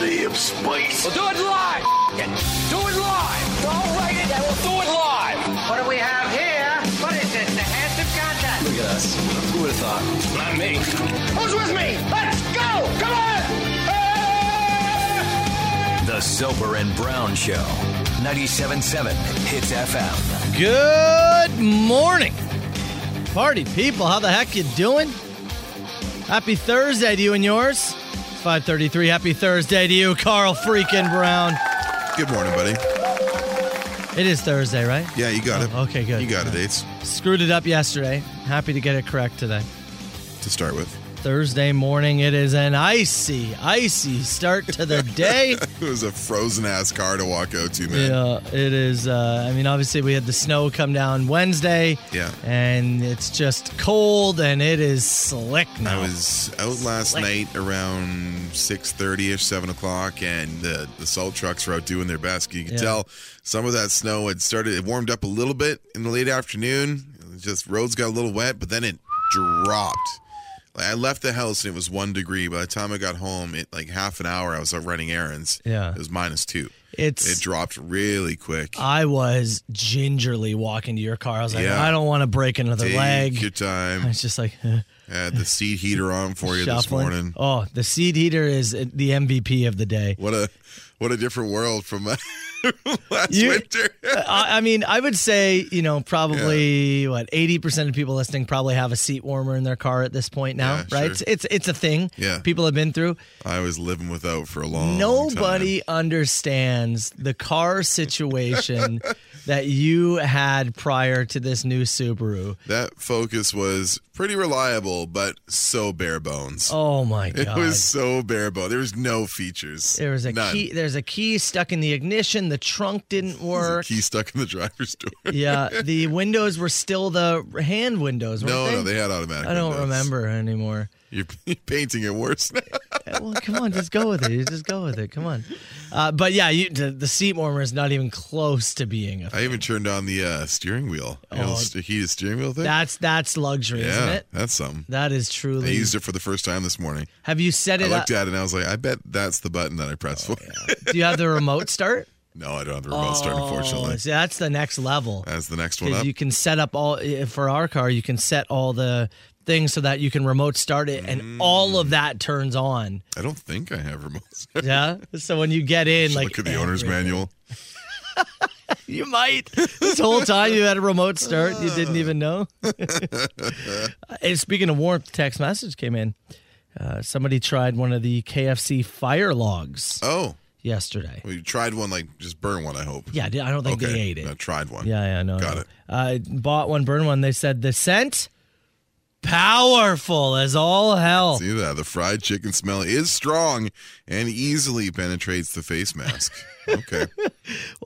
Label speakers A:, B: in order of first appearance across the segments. A: damn space.
B: We'll do it live. Do it live. Don't write it. I will do it live.
C: What do we have here? What is this? The handsome contact.
D: Look at us. Who would have thought?
A: Not me.
C: Who's with me? Let's go! Come on!
D: The Sober and Brown Show. 97.7 Hits FM.
E: Good morning, party people. How the heck you doing? Happy Thursday to you and yours. It's 5:33. Happy Thursday to you, Carl freaking Brown.
F: Good morning, buddy.
E: It is Thursday, right?
F: Yeah, you got it.
E: Oh, okay, good.
F: You got it, Ace,
E: Screwed it up yesterday. Happy to get it correct today.
F: to start with.
E: Thursday morning. It is an icy, icy start to the day.
F: It was a frozen ass car to walk out to, man.
E: yeah, it is. Uh, I mean, obviously, we had the snow come down Wednesday.
F: Yeah.
E: and it's just cold and it is slick
F: I
E: now.
F: was out last night around six thirty ish, seven o'clock, and the, the salt trucks were out doing their best. You could
E: Yeah.
F: tell some of that snow had started. It warmed up a little bit in the late afternoon. It was Just roads got a little wet, but then it dropped. Like I left the house and it was one degree. By the time I got home, it like half an hour, I was out running errands.
E: Yeah.
F: it was minus two.
E: It's
F: It dropped really quick.
E: I was gingerly walking to your car. I was like,
F: Yeah.
E: I don't want to break another
F: Take
E: leg.
F: your time.
E: I was just like eh,
F: had the seat heater on for you this
E: shuffling.
F: morning.
E: Oh, the seed heater is the MVP of the day.
F: What a what a different world from last
E: You- Uh,
F: winter.
E: I, I mean, I would say, you know, probably what eighty percent of people listening probably have a seat warmer in their car at this point now,
F: Yeah,
E: right?
F: sure.
E: It's, it's it's a thing.
F: Yeah.
E: people have been through.
F: I was living without for a long
E: Nobody understands the car situation that you had prior to this new Subaru.
F: time. That focus was pretty reliable, but so bare bones.
E: Oh my
F: it
E: god!
F: was so bare bones. There was no features.
E: There was a
F: None.
E: key. There's a key stuck in the ignition. The trunk didn't
F: There
E: work.
F: was a key stuck in the driver's door.
E: yeah, the windows were still the hand windows. Weren't
F: No,
E: they?
F: no, they had automatic.
E: I don't
F: windows.
E: remember anymore.
F: You're, you're painting it worse now.
E: well, come on, just go with it. You just go with it. Come on. Uh, but yeah, you, the, the seat warmer is not even close to being a.
F: I even turned on the uh, steering wheel. You
E: Oh.
F: know, the heated steering wheel thing.
E: That's that's luxury,
F: yeah,
E: isn't it?
F: that's something.
E: That is
F: I
E: truly.
F: used it for the first time this morning.
E: Have you set
F: I
E: it up?
F: looked at it and I was like, I bet that's the button that I
E: Oh,
F: pressed for.
E: Do you have the remote start?
F: no, I don't have the remote start,
E: Oh,
F: unfortunately.
E: see, that's the next level.
F: That's the next one
E: Because
F: up.
E: you can set up all for our car. You can set all the things so that you can remote start it, and
F: Mm.
E: all of that turns on.
F: I don't think I have remote start.
E: Yeah. so when you get in, like
F: Look at the owner's
E: every-
F: manual.
E: You might. This whole time you had a remote start, you didn't even know. and speaking of warmth, text message came in. Uh, somebody tried one of the KFC fire logs
F: Oh,
E: yesterday.
F: well, you tried one, like just burn one, I hope.
E: Yeah, I don't think
F: okay.
E: they ate it.
F: No, tried one.
E: Yeah, yeah, no.
F: Got
E: no.
F: it.
E: I bought one, burned one. They said the scent, powerful as all hell.
F: See that? The fried chicken smell is strong and easily penetrates the face mask. Okay.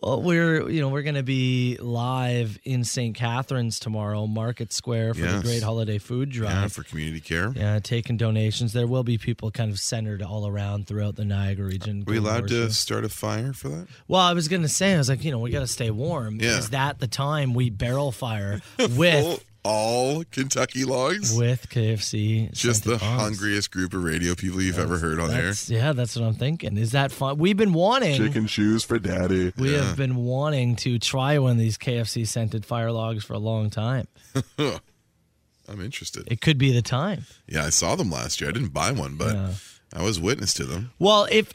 E: Well, we're you know we're gonna be live in St. Catharines tomorrow, Market Square for the
F: Yes.
E: Great Holiday Food
F: yeah,
E: Drive.
F: for community care.
E: Yeah, taking donations. There will be people kind of centered all around throughout the Niagara region.
F: Are we allowed to
E: Worship.
F: start a fire for that?
E: Well, I was gonna say, I was like, you know, we gotta stay warm.
F: Yeah.
E: Is that the time we barrel fire with
F: All Kentucky logs?
E: with KFC?
F: Just the
E: scented bombs?
F: hungriest group of radio people you've ever heard on air.
E: That's, yeah, that's what I'm thinking. Is that fun? We've been wanting.
A: Chicken shoes for daddy.
E: We have been wanting to try one of these KFC scented fire logs for a long time.
F: I'm interested.
E: It could be the time.
F: Yeah, I saw them last year. I didn't buy one, but
E: Yeah.
F: I was witness to them.
E: Well, if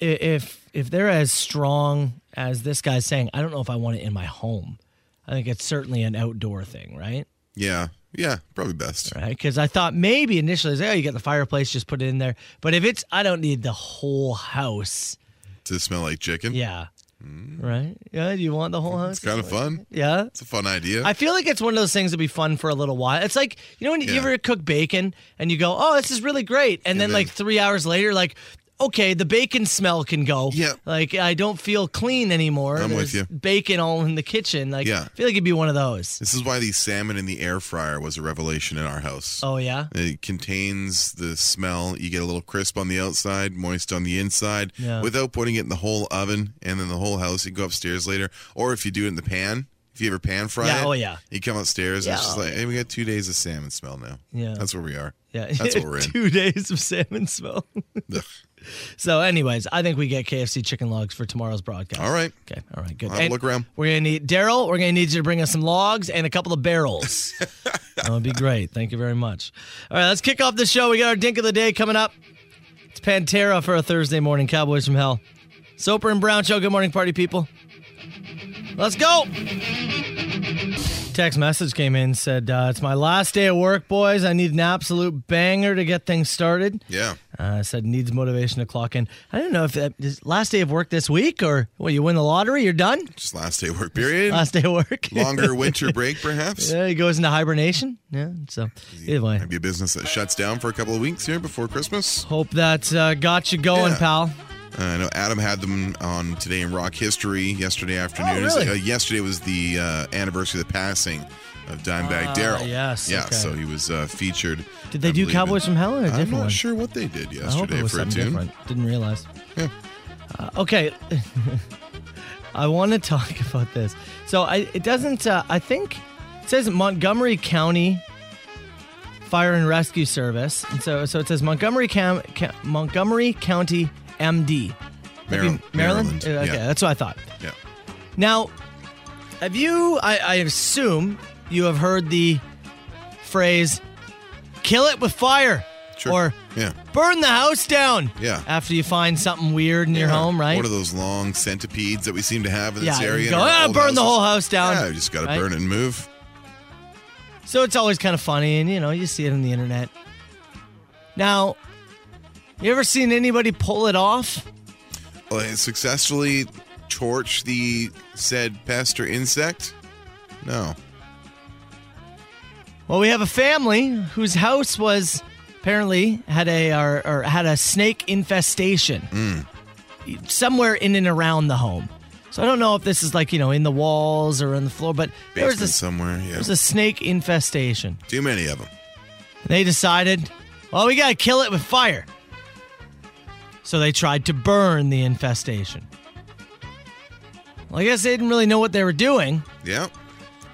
E: if if they're as strong as this guy's saying, I don't know if I want it in my home. I think it's certainly an outdoor thing, right?
F: Yeah, yeah, probably best.
E: Right? Because I thought maybe initially, it's like, oh, you got the fireplace, just put it in there. But if it's, I don't need the whole house.
F: To smell like chicken.
E: Yeah. Right? Yeah. Do you want the whole house?
F: it's kind of fun.
E: yeah.
F: It's a fun idea.
E: I feel like it's one of those things that'd be fun for a little while. It's like you know when you
F: Yeah.
E: ever cook bacon and you go, "Oh, this is really great," and, then,
F: then-
E: like three hours later, like, okay, the bacon smell can go.
F: Yeah.
E: Like I don't feel clean anymore.
F: I'm with
E: There's
F: you.
E: Bacon all in the kitchen. Like,
F: Yeah.
E: I feel like it'd be one of those.
F: this is why the salmon in the air fryer was a revelation in our house.
E: Oh yeah.
F: It contains the smell. You get a little crisp on the outside, moist on the inside,
E: Yeah.
F: without putting it in the whole oven and then the whole house. You go upstairs later, or if you do it in the pan. If you ever pan fry
E: Yeah,
F: it,
E: oh, yeah.
F: you come upstairs and it's just
E: Yeah.
F: like, hey, we got two days of salmon smell now.
E: Yeah.
F: that's where we are.
E: Yeah.
F: that's what we're in.
E: Two days of salmon smell.
F: Ugh.
E: So, anyways, I think we get KFC chicken logs for tomorrow's broadcast.
F: All right.
E: Okay. All right. Good.
F: I'll have a
E: And
F: look around.
E: We're gonna need Daryl. We're gonna need you to bring us some logs and a couple of barrels. that would be great. Thank you very much. All right. Let's kick off the show. We got our dink of the day coming up. It's Pantera for a Thursday morning. Cowboys from Hell. Soper and Brown Show. Good morning, party people. Let's go. Text message came in said uh, it's my last day of work, boys. I need an absolute banger to get things started.
F: Yeah.
E: Uh, said needs motivation to clock in. I don't know if that is last day of work this week or what. You win the lottery, you're done.
F: Just last day of work period.
E: Last day of work.
F: Longer winter break, perhaps.
E: yeah, he goes into hibernation. Yeah. So either way,
F: Maybe a business that shuts down for a couple of weeks here before Christmas.
E: hope that uh, got you going,
F: Yeah.
E: pal.
F: Uh, I know Adam had them on today in rock history yesterday afternoon.
E: Oh, really?
F: Uh, yesterday was the uh, anniversary of the passing of Dimebag
E: Ah,
F: Daryl.
E: yes,
F: Yeah.
E: okay.
F: So he was uh, featured.
E: Did they
F: I
E: do
F: believe,
E: Cowboys
F: in-
E: from Hell
F: I'm
E: or a different
F: not
E: one?
F: sure what they did
E: I hope
F: yesterday
E: it was
F: for a
E: something
F: tune.
E: different. Didn't realize. Uh, okay, I want to talk about this. So I, it doesn't. Uh, I think it says Montgomery County Fire and Rescue Service. And so, so it says Montgomery Cam, Ca- Montgomery County MD. That'd be
F: Maryland.
E: Maryland. Uh, Okay,
F: Yeah.
E: that's what I thought.
F: yeah.
E: Now, have you? I, I assume you have heard the phrase "kill it with fire"
F: Sure.
E: or
F: yeah.
E: burn the house down.
F: Yeah.
E: After you find something weird in your
F: Yeah.
E: home, right?
F: One of those long centipedes that we seem to have in
E: yeah.
F: this
E: you
F: area.
E: go,
F: in our
E: ah,
F: old
E: burn the
F: houses."
E: whole house down.
F: Yeah, you just got to
E: right?
F: burn it and move.
E: So it's always kind of funny, and you know, you see it on the internet. Now, you ever seen anybody pull it off?
F: Well, and successfully torch the said pest or insect? No.
E: Well, we have a family whose house was apparently had a or, or had a snake infestation
F: Mm.
E: somewhere in and around the home. So I don't know if this is like you know in the walls or on the floor, but there was
F: Basement
E: this
F: somewhere. Yeah.
E: there was a snake infestation.
F: Too many of them.
E: They decided, well, we gotta kill it with fire. So they tried to burn the infestation. Well, I guess they didn't really know what they were doing.
F: Yeah.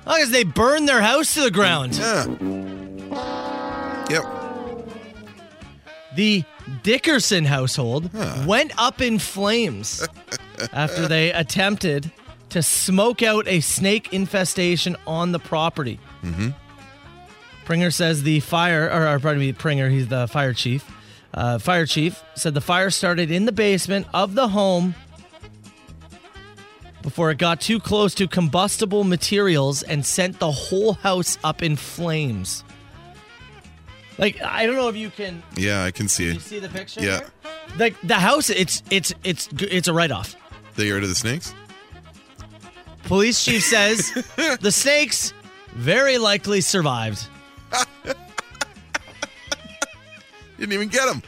E: I guess they burned their house to the ground.
F: Yeah. Yep.
E: The Dickerson household went up in flames after they attempted to smoke out a snake infestation on the property. Mm-hmm. Pringer says the fire, or, or pardon me, Pringer, he's the fire chief. Uh, fire chief said the fire started in the basement of the home before it got too close to combustible materials and sent the whole house up in flames. Like, I don't know if you can.
F: Yeah, I can see
E: You
F: it.
E: see the picture?
F: Yeah.
E: Like the house, it's it's it's it's a write-off.
F: They rid of the snakes?
E: Police chief says the snakes very likely survived.
F: Didn't even get them.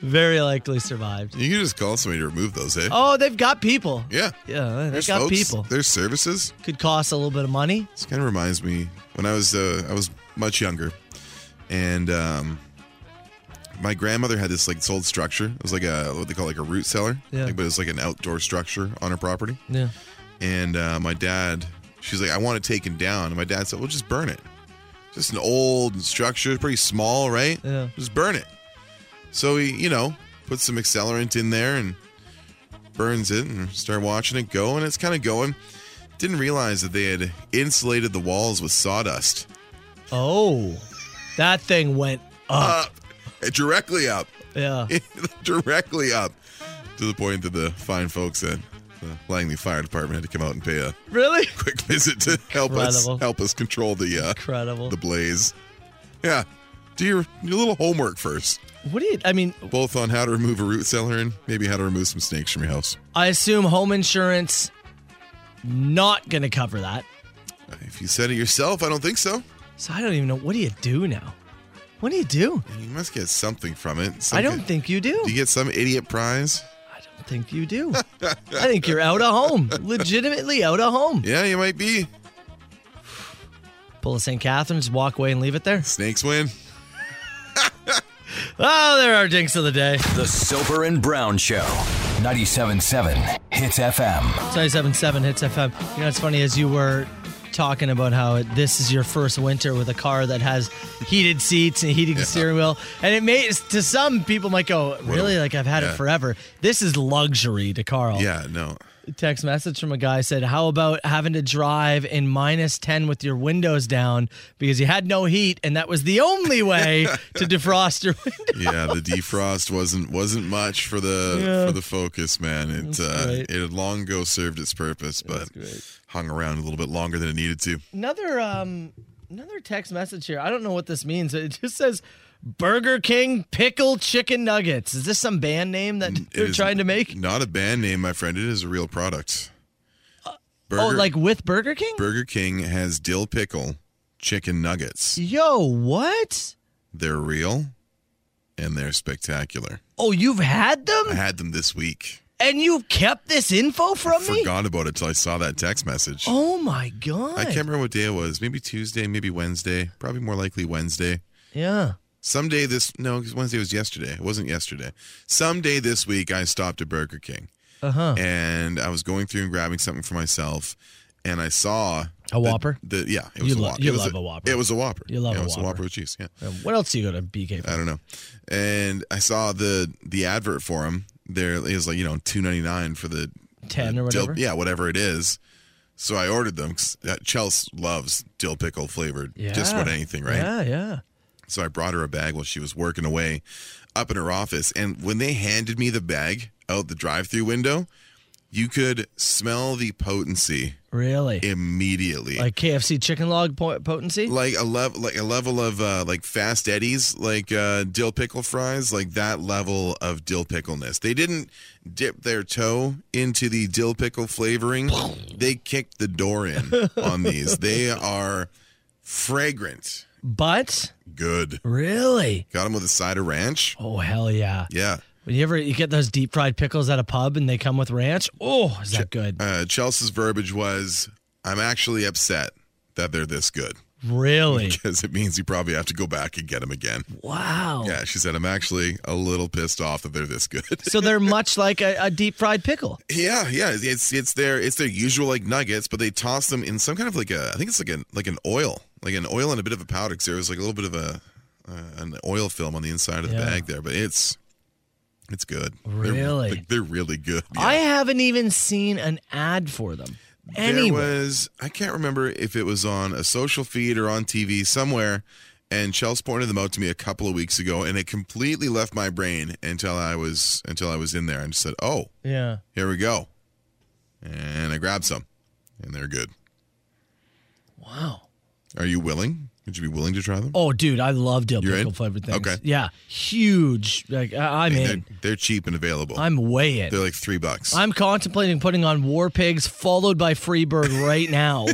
E: Very likely survived.
F: You can just call somebody to remove those, eh?
E: Oh, they've got people.
F: Yeah.
E: Yeah, they've
F: There's
E: got
F: folks,
E: people.
F: There's services.
E: Could cost a little bit of money.
F: This kind of reminds me when I was uh, I was much younger, and um, my grandmother had this like this old structure. It was like a what they call like a root cellar,
E: Yeah.
F: like, but it was like an outdoor structure on her property.
E: Yeah.
F: And uh, my dad, she's like, I want it taken down. And my dad said, Well, just burn it. Just an old structure, pretty small, right?
E: Yeah.
F: Just burn it. So he, you know, puts some accelerant in there and burns it and start watching it go. And it's kind of going. Didn't realize that they had insulated the walls with sawdust
E: Oh, that thing went up.
F: up, directly up,
E: yeah.
F: directly up to the point that the fine folks at the Langley Fire Department had to come out and pay a
E: Really?
F: quick visit to help
E: Incredible.
F: us help us control the uh,
E: Incredible.
F: the blaze. Yeah, do your, your little homework first,
E: What do you? I mean,
F: both on how to remove a root cellar and maybe how to remove some snakes from your house.
E: I assume home insurance not going to cover that.
F: Uh, If you said it yourself, I don't think so.
E: So I don't even know. What do you do now? What do you do?
F: You must get something from it. Some
E: I don't
F: ki-
E: think you do.
F: Do you get some idiot prize?
E: I don't think you do. I think you're out of home, legitimately out of home.
F: Yeah, you might be.
E: Pull a St. Catharines, walk away, and leave it there.
F: Snakes win.
E: Oh, there are dinks of the day.
D: The Soper and Brown Show. 97.7 Hits FM.
E: 97.7 hits FM. You know, it's funny as you were talking about how it, this is your first winter with a car that has heated seats and heated steering wheel, and it may to some people might go, really, like I've had
F: yeah.
E: it forever. This is luxury to Carl.
F: Yeah, no.
E: Text message from a guy said, "How about having to drive in minus ten with your windows down because you had no heat, and that was the only way to defrost your window."
F: Yeah, the defrost wasn't wasn't much for the
E: Yeah.
F: for the focus, man. It uh,
E: great.
F: it had long ago served its purpose, but hung around a little bit longer than it needed to.
E: Another um another text message here. I don't know what this means. It just says Burger King pickle chicken nuggets. Is this some band name that
F: It
E: they're
F: is
E: trying to make?
F: Not a band name, my friend. It is a real product. Burger,
E: oh, like with Burger King?
F: Burger King has dill pickle chicken nuggets.
E: Yo, what?
F: They're real and they're spectacular.
E: Oh, you've had them
F: I had them this week.
E: and you've kept this info from me?
F: Forgot about it till I saw that text message.
E: Oh my god.
F: I can't remember what day it was. Maybe Tuesday, maybe Wednesday. Probably more likely Wednesday.
E: yeah.
F: Someday this no, 'cause Wednesday was yesterday. It wasn't yesterday. Someday this week I stopped at Burger King
E: Uh-huh.
F: and I was going through and grabbing something for myself and I saw
E: A Whopper?
F: The, the- yeah, it was a
E: You lo-
F: Whopper.
E: you
F: it was
E: love a Whopper.
F: It was a Whopper.
E: You love
F: yeah,
E: a
F: it was a
E: Whopper.
F: Whopper with cheese. Yeah.
E: Um, What else do you go to BK for?
F: I don't know. And I saw the the advert for him. There it was like you know two ninety nine for the
E: 10
F: the
E: or
F: dill-
E: whatever?
F: yeah, whatever it is. So I ordered them. 'cause, uh, Chels loves dill pickle flavored. Just
E: Yeah.
F: about anything, right?
E: Yeah, yeah.
F: So I brought her a bag while she was working away up in her office. And when they handed me the bag out the drive through window, you could smell the potency
E: Really?
F: immediately.
E: like KFC chicken log po- potency?
F: like a level like a level of uh, like fast eddies like uh, dill pickle fries like that level of dill pickleness they didn't dip their toe into the dill pickle flavoring they kicked the door in on these they are fragrant
E: but
F: good
E: really?
F: got them with a side of ranch
E: Oh hell yeah.
F: yeah
E: When you ever you get those deep fried pickles at a pub and they come with ranch, oh, is that good?
F: uh, chelsea's verbiage was i'm actually upset that they're this good
E: Really?
F: because it means you probably have to go back and get them again
E: Wow.
F: yeah she said i'm actually a little pissed off that they're this good
E: So they're much like a, a deep fried pickle.
F: Yeah, yeah, it's it's their it's their usual like nuggets, but they toss them in some kind of like a I think it's like an like an oil, like an oil and a bit of a powder. Cause there was like a little bit of a uh, an oil film on the inside of the
E: Yeah.
F: bag there, but it's it's good. They're-
E: Really?
F: like, they're, really good. Yeah.
E: I haven't even seen an ad for them.
F: there
E: Anyway,
F: was I can't remember if it was on a social feed or on TV somewhere, and Chels pointed them out to me a couple of weeks ago, and it completely left my brain until I was until I was in there and just said, oh.
E: yeah.
F: here we go. And I grabbed some, and they're good.
E: Wow.
F: Are you willing? Would you be willing to try them?
E: Oh, dude, I love dill
F: You're in?
E: pickle flavored things.
F: Okay.
E: Yeah, huge. Like I, I'm
F: they're,
E: in.
F: they're cheap and available.
E: I'm way in.
F: they're like three bucks.
E: I'm contemplating putting on War Pigs followed by Freebird right now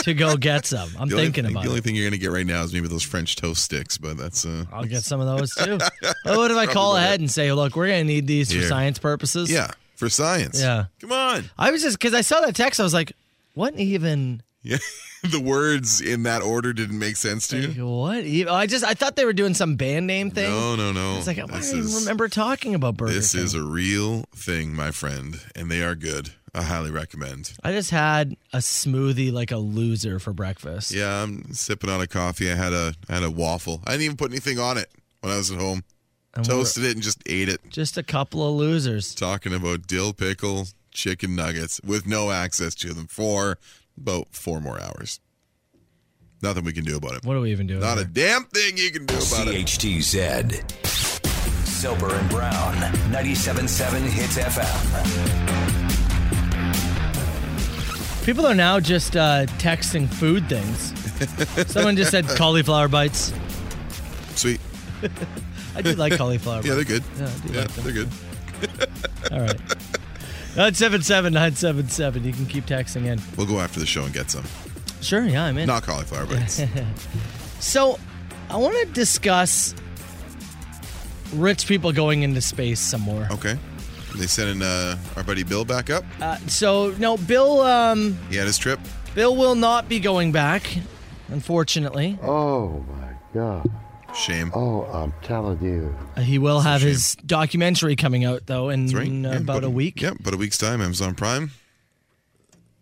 E: to go get some. I'm
F: the only
E: thinking
F: thing-
E: about
F: The only
E: it.
F: thing you're gonna get right now is maybe those French toast sticks, but that's uh,
E: I'll get some of those too. Oh, what if I call ahead and say, look, we're gonna need these for
F: Here.
E: science purposes?
F: yeah for science.
E: Yeah.
F: come on.
E: I was just because I saw that text, I was like, what even?
F: Yeah, the words in that order didn't make sense to
E: Like,
F: you.
E: what? Even? I just I thought they were doing some band name thing.
F: No, no, no.
E: It's like I don't
F: This
E: even
F: is-
E: remember talking about Burger
F: This
E: King.
F: is a real thing, my friend, and they are good. I highly recommend.
E: I just had a smoothie like a loser for breakfast.
F: Yeah, I'm sipping on a coffee. I had a I had a waffle. I didn't even put anything on it when I was at home.
E: And we're
F: Toasted it and just ate it.
E: Just a couple of losers.
F: Talking about dill pickle chicken nuggets with no access to them for about four more hours. Nothing we can do about it.
E: What are we even doing?
F: Not a
E: here?
F: damn thing you can do about it.
D: CHTZ. Sober and Brown, 97.7 Hits FM.
E: People are now just uh, texting food things. Someone just said cauliflower bites.
F: Sweet.
E: I do like cauliflower.
F: Yeah, they're good.
E: Yeah, I do like them.
F: they're good.
E: All right. 977 977. You can keep texting in.
F: We'll go after the show and get some.
E: Sure, yeah, I'm in.
F: Not cauliflower bites.
E: So, I want to discuss rich people going into space some more.
F: Okay. They sending uh, our buddy Bill back up.
E: Uh, so, no, Bill um,
F: He had his trip.
E: Bill will not be going back, unfortunately.
G: Oh my God.
F: Shame.
G: Oh, I'm telling you.
E: Uh, he will have
F: shame.
E: his documentary coming out, though, in
F: That's right.
E: uh,
F: Yeah,
E: about a week.
F: Yep, about a week's time. Amazon Prime.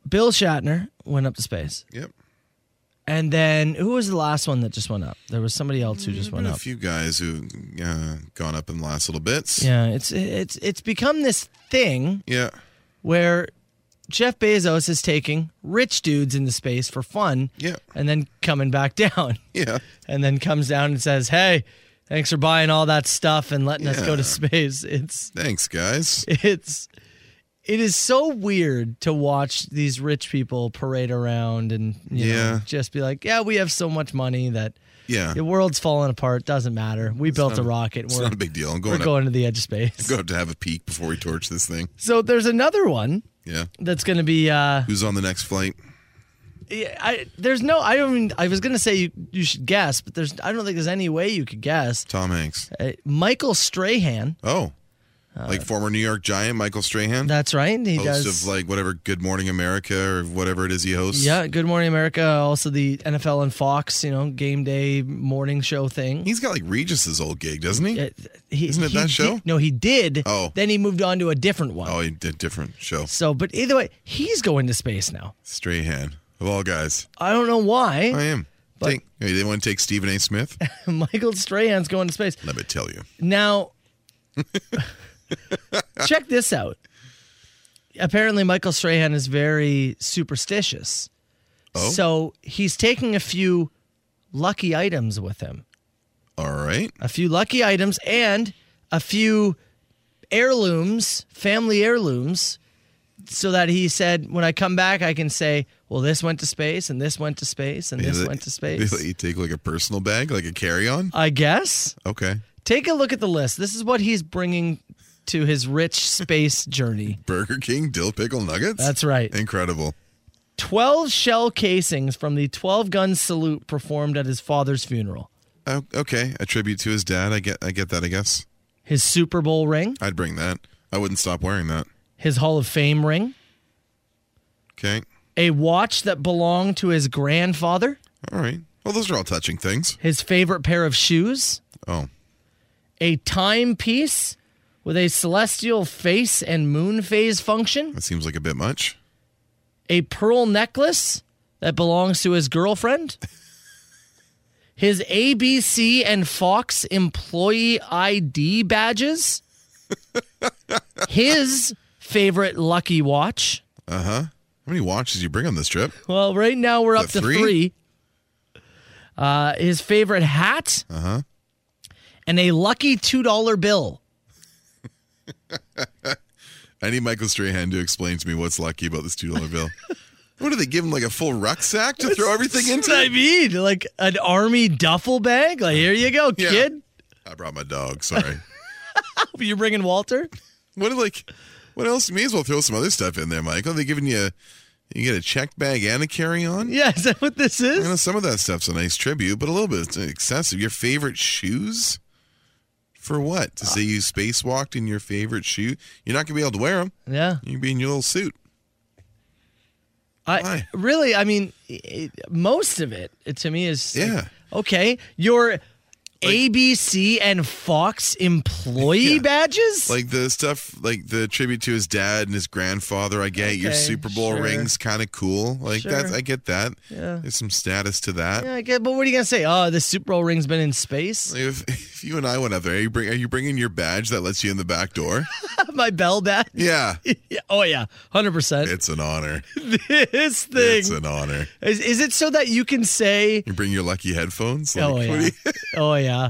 E: Bill Shatner went up to space.
F: Yep.
E: And then who was the last one that just went up? There was somebody else who just went
F: Mm, Been a
E: up.
F: few guys who uh, gone up in the last little bits.
E: Yeah, it's it's it's become this thing
F: Yeah.
E: where Jeff Bezos is taking rich dudes into space for fun
F: Yeah.
E: and then coming back down.
F: Yeah.
E: And then comes down and says, "Hey, thanks for buying all that stuff and letting us go
F: Yeah.
E: to space." It's
F: Thanks, guys.
E: it's it is so weird to watch these rich people parade around and you know,
F: Yeah.
E: just be like, "Yeah, we have so much money that
F: Yeah.
E: the world's falling apart. Doesn't matter. We built a rocket.
F: It's
E: We're,
F: not a big deal. I'm
E: we're
F: going up,
E: going to the edge of space."
F: go up to have a peek before we torch this thing.
E: So there's another one
F: Yeah.
E: that's going to be. Uh,
F: Who's on the next flight?
E: yeah, I, there's no. I don't. Even, I was going to say you, you should guess, but there's. I don't think there's any way you could guess.
F: Tom Hanks.
E: Uh, Michael Strahan.
F: Oh. like former New York Giant Michael Strahan,
E: That's right. He
F: host
E: does.
F: of like whatever Good Morning America or whatever it is he hosts.
E: yeah, Good Morning America, also the NFL and Fox, you know, game day morning show thing.
F: He's got like Regis's old gig, doesn't he?
E: Uh, he-
F: Isn't it
E: he
F: that
E: did-
F: show?
E: no, he did.
F: Oh.
E: Then he moved on to a different one.
F: Oh, he did different show.
E: So, but either way, he's going to space now.
F: Strahan of all guys,
E: I don't know why.
F: I am. Take, hey, they want to take Stephen A. Smith.
E: Michael Strahan's going to space.
F: Let me tell you.
E: Now, check this out. Apparently, Michael Strahan is very superstitious.
F: Oh.
E: So he's taking a few lucky items with him,
F: All right.
E: a few lucky items, and a few heirlooms, family heirlooms, so that he said, when I come back, I can say, well, this went to space, and this went to space, and this
F: They let-
E: went to
F: They let
E: space.
F: you take like a personal bag, like a carry-on.
E: I guess.
F: Okay.
E: Take a look at the list. This is what he's bringing to his rich space journey.
F: Burger King dill pickle nuggets.
E: That's right.
F: incredible.
E: 12 shell casings from the 12 gun salute performed at his father's funeral.
F: Oh, okay, a tribute to his dad. I get. I get that. I guess
E: His Super Bowl ring,
F: I'd bring that. I wouldn't stop wearing that.
E: his Hall of Fame ring,
F: Okay.
E: a watch that belonged to his grandfather,
F: All right. Well, those are all touching things.
E: his favorite pair of shoes,
F: Oh,
E: a timepiece with a celestial face and moon phase function,
F: that seems like a bit much.
E: a pearl necklace that belongs to his girlfriend, his ABC and Fox employee ID badges, his favorite lucky watch.
F: How many watches you bring on this trip?
E: Well, right now we're up
F: Is
E: to
F: that
E: three.
F: three?
E: Uh, his favorite hat. Uh huh.
F: Uh-huh.
E: And a lucky $2 bill.
F: I need Michael Strahan to explain to me what's lucky about this two dollar bill. what do they give him like a full rucksack to throw everything
E: That's what I
F: into?
E: mean. Like an army duffel bag. Like, here you go,
F: Yeah.
E: kid.
F: I brought my dog. Sorry.
E: You're bringing Walter?
F: What like what else? You may as well throw some other stuff in there, Michael. They giving you a, you get a checked bag and a carry on.
E: Yeah, is that what this
F: I
E: is?
F: know some of that stuff's a nice tribute, but a little bit it's excessive. Your favorite shoes? For what? To say you spacewalked in your favorite shoe? You're not gonna be able to wear them.
E: Yeah.
F: You'd be in your little suit.
E: I
F: Why?
E: really, I mean, it, most of it it- to me is like,
F: Yeah.
E: okay, your ABC and Fox employee
F: Yeah.
E: badges.
F: Like the stuff, like the tribute to his dad and his grandfather. I get your
E: Okay,
F: Super Bowl
E: sure.
F: rings, kind of cool. Like
E: Sure.
F: that's, I get that.
E: Yeah.
F: There's some status to that.
E: yeah, I get, but what are you gonna say? Oh, the Super Bowl ring's been in space.
F: Like, if, if you and I went up there, are you bring, are you bringing your badge that lets you in the back door?
E: My bell badge.
F: Yeah.
E: Yeah, oh yeah, hundred percent.
F: It's an honor.
E: This thing
F: It's an honor.
E: is, is it so that you can say?
F: You bring your lucky headphones.
E: Oh
F: Like, what
E: yeah,
F: do you-
E: oh yeah.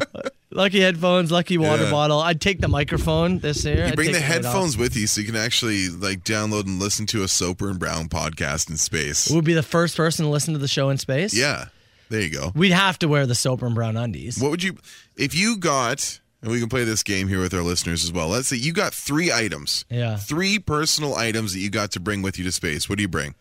E: Lucky headphones, lucky water
F: Yeah.
E: bottle. I'd take the microphone this year.
F: you
E: I'd
F: bring
E: take
F: the
E: it right off.
F: headphones with you so you can actually like download and listen to a Soper and Brown podcast in space.
E: Would be the first person to listen to the show in space.
F: Yeah. There you go.
E: We'd have to wear the soap and brown undies.
F: What would you if you got and we can play this game here with our listeners as well. Let's say you got three items.
E: Yeah.
F: Three personal items that you got to bring with you to space. What do you bring?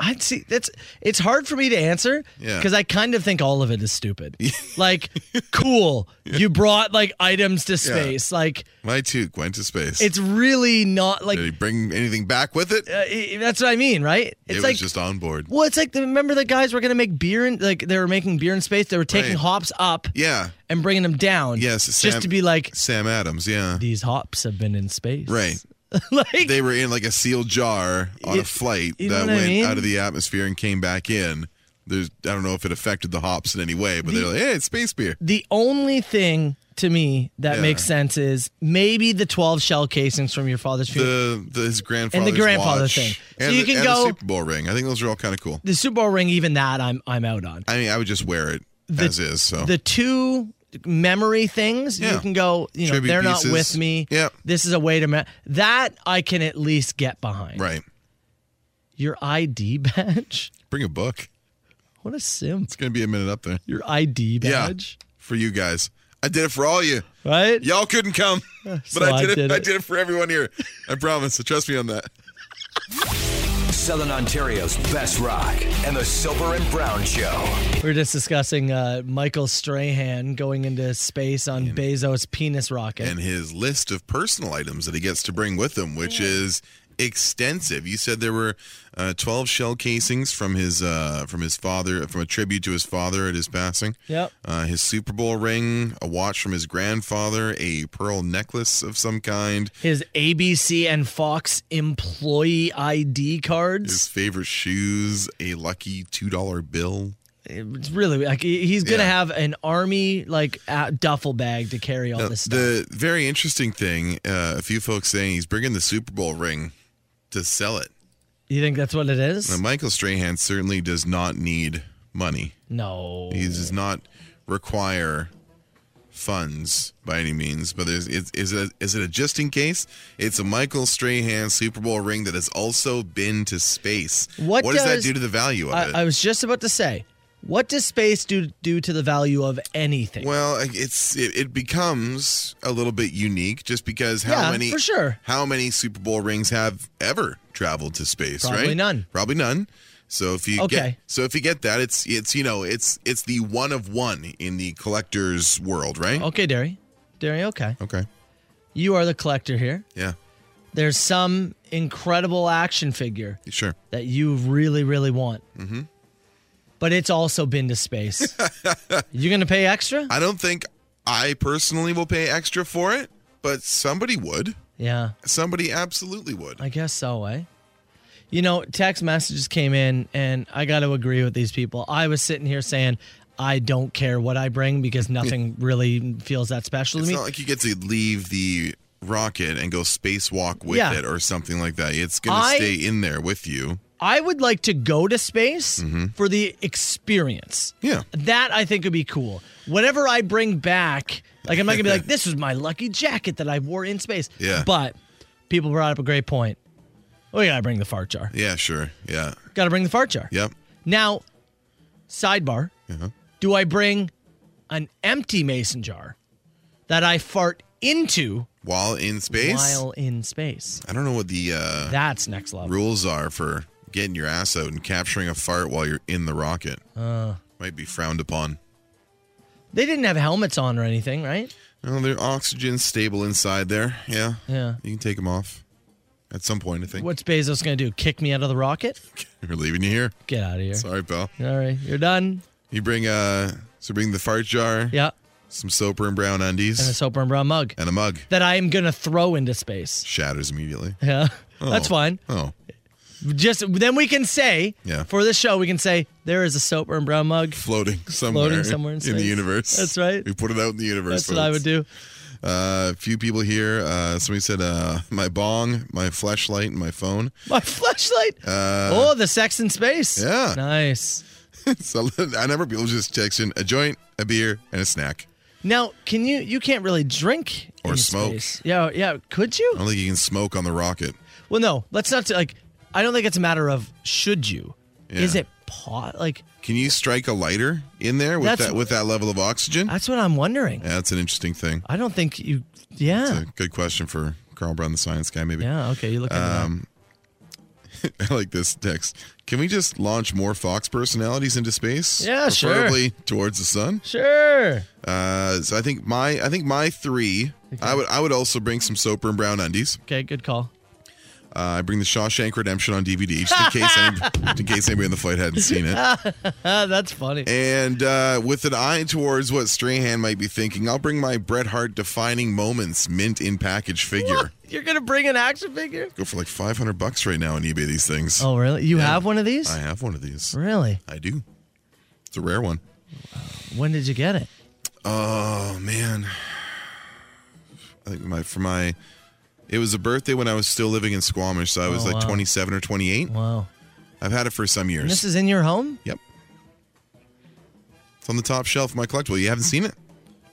E: I'd see that's it's hard for me to answer
F: Yeah.
E: because I kind of think all of it is stupid. like, cool, you brought like items to space. Like,
F: My two went to space.
E: it's really not like
F: Did he bring anything back with it?
E: uh, i- that's what I mean, right?
F: it
E: It's
F: was
E: like
F: just on board.
E: well, it's like the, remember the guys were gonna make beer in like they were making beer in space. They were taking
F: Right.
E: hops up
F: Yeah.
E: and bringing them down.
F: Yes,
E: just
F: Sam-
E: to be like
F: Sam Adams, yeah.
E: these hops have been in space.
F: Right.
E: like
F: They were in like a sealed jar on a flight
E: you
F: that
E: know what I
F: went
E: mean?
F: out of the atmosphere and came back in. There's, I don't know if it affected the hops in any way, but they're like, hey, it's space beer.
E: the only thing to me that
F: Yeah.
E: makes sense is maybe the 12 shell casings from your father's funeral.
F: The, the his grandfather
E: grandfather
F: watch,
E: thing. So
F: and
E: you
F: the,
E: can
F: and
E: go-
F: the Super Bowl ring. I think those are all kind of cool.
E: The, Super Bowl ring, even that, I'm I'm out on.
F: I mean, I would just wear it as is. So
E: The two memory things you
F: Oh. Yeah.
E: can go you know
F: Tribute
E: they're
F: pieces.
E: not with me
F: Yep.
E: this is a way to me- that i can at least get behind
F: right,
E: your id badge
F: bring a book.
E: what a simp
F: It's gonna be a minute up there.
E: your id
F: Yeah.
E: badge
F: for you guys. I did it for all you.
E: right
F: Y'all couldn't come, but
E: So
F: I did, it. I did it for everyone here. I promise. So trust me on that.
D: Southern Ontario's best rock and the Silver and Brown Show.
E: We are just discussing uh, Michael Strahan going into space on Bezos' penis rocket.
F: And his list of personal items that he gets to bring with him, which is extensive. You said there were uh, twelve shell casings from his uh, from his father, from a tribute to his father at his passing.
E: Yep.
F: Uh, his Super Bowl ring, a watch from his grandfather, a pearl necklace of some kind,
E: His ABC and Fox employee ID
F: his
E: cards.
F: favorite shoes, a lucky two dollar bill.
E: It's really like he- he's gonna
F: Yeah.
E: have an army like uh, duffel bag to carry all
F: Now,
E: this stuff.
F: the very interesting thing, uh, a few folks saying he's bringing the Super Bowl ring to sell it.
E: you think that's what it is?
F: Now, Michael Strahan certainly does not need money.
E: no.
F: He does not require funds by any means. But there's, is, is, it, is it a just in case? It's a Michael Strahan Super Bowl ring that has also been to space.
E: What
F: does, that
E: does-
F: do to the value of it?
E: I, I was just about to say, what does space do do to the value of anything?
F: Well, I- it's it, it becomes a little bit unique just because how
E: Yeah,
F: many
E: for sure.
F: how many Super Bowl rings have ever traveled to space?
E: Probably
F: right?
E: none.
F: Probably none. So if you get
E: Okay.
F: so if you get that, it's it's you know it's it's the one of one in the collector's world, right?
E: okay, Derry, Derry, okay,
F: Okay.
E: you are the collector here.
F: Yeah.
E: There's some incredible action figure
F: Sure.
E: that you really, really want. Mm-hmm. But it's also been to space. you gonna pay extra?
F: I don't think I personally will pay extra for it, but somebody would.
E: yeah,
F: Somebody absolutely would.
E: I guess so. Eh? You know, text messages came in, and I got to agree with these people. I was sitting here saying. I don't care what I bring because nothing really feels that special
F: It's
E: to me.
F: not like you get to leave the rocket and go spacewalk with
E: Yeah.
F: it or something like that. It's going to
E: I-
F: stay in there with you.
E: I would like to go to space
F: Mm-hmm.
E: for the experience.
F: Yeah.
E: That I think would be cool. Whatever I bring back, like I'm not gonna be like, this was my lucky jacket that I wore in space.
F: Yeah.
E: But people brought up a great point. We gotta bring the fart jar.
F: Yeah, sure. Yeah.
E: Gotta bring the fart jar.
F: Yep.
E: Now, sidebar. Do I bring an empty mason jar that I fart into
F: While in space,
E: while in space?
F: I don't know what the uh,
E: That's next level.
F: rules are for getting your ass out and capturing a fart while you're in the rocket.
E: Uh.
F: Might be frowned upon.
E: They didn't have helmets on or anything, right?
F: No, their oxygen's stable inside there. Yeah.
E: Yeah.
F: You can take them off at some point, I think.
E: What's Bezos going to do? Kick me out of the rocket?
F: We're leaving you here.
E: Get out of here.
F: Sorry, pal.
E: All right, you're done.
F: You bring uh, so bring the fart jar,
E: Yeah,
F: some soap and brown undies,
E: and a soap and brown mug
F: and a mug.
E: that I am going to throw into space.
F: shatters immediately.
E: Yeah, that's fine.
F: Oh,
E: Just then we can say
F: Yeah.
E: for the show we can say there is a soap and brown mug.
F: floating somewhere,
E: somewhere in
F: the
E: space.
F: universe.
E: That's right.
F: We put it out in the universe.
E: That's what I would
F: folks.
E: do.
F: Uh, a few people here. Uh, somebody said uh, my bong, my flashlight, and my phone.
E: My flashlight.
F: Uh,
E: oh, the sex in space.
F: yeah.
E: nice.
F: so I never people just texting a joint, a beer, and a snack.
E: Now, can you? You can't really drink
F: Or
E: in
F: smoke. Oh.
E: space. Yeah, yeah. Could you?
F: I don't think you can smoke on the rocket.
E: Well, no. Let's not like. I don't think it's a matter of should you.
F: Yeah.
E: Is it pot? Like
F: Can you strike a lighter in there with
E: That's-
F: that with that level of oxygen?
E: that's what I'm wondering.
F: yeah, that's an interesting thing.
E: I don't think you. Yeah.
F: It's a good question for Carl Brown, the science guy, maybe.
E: Yeah, okay, you look at um,
F: I like this text. Can we just launch more Fox personalities into space?
E: Yeah, sure.
F: Preferably towards the sun.
E: Sure.
F: Uh, so I think my I think my three. I would I would also bring some soap and brown undies.
E: Okay, good call.
F: Uh, I bring the Shawshank Redemption on DVD just in case, any, in case anybody on the flight hadn't seen it.
E: Ah, that's funny.
F: And uh, with an eye towards what Strahan might be thinking, I'll bring my Bret Hart defining moments mint in package figure.
E: What? You're gonna bring an action figure?
F: Go for like 500 bucks right now on eBay, these things.
E: Oh, really? You have one of these?
F: I have one of these.
E: Really?
F: I do. It's a rare one.
E: When did you get it?
F: Oh, man. I think my, for my, it was a birthday when I was still living in Squamish, so I was
E: Oh,
F: like
E: wow.
F: 27 or 28.
E: Wow.
F: I've had it for some years.
E: And this is in your home?
F: Yep. It's on the top shelf of my collectible. You haven't seen it?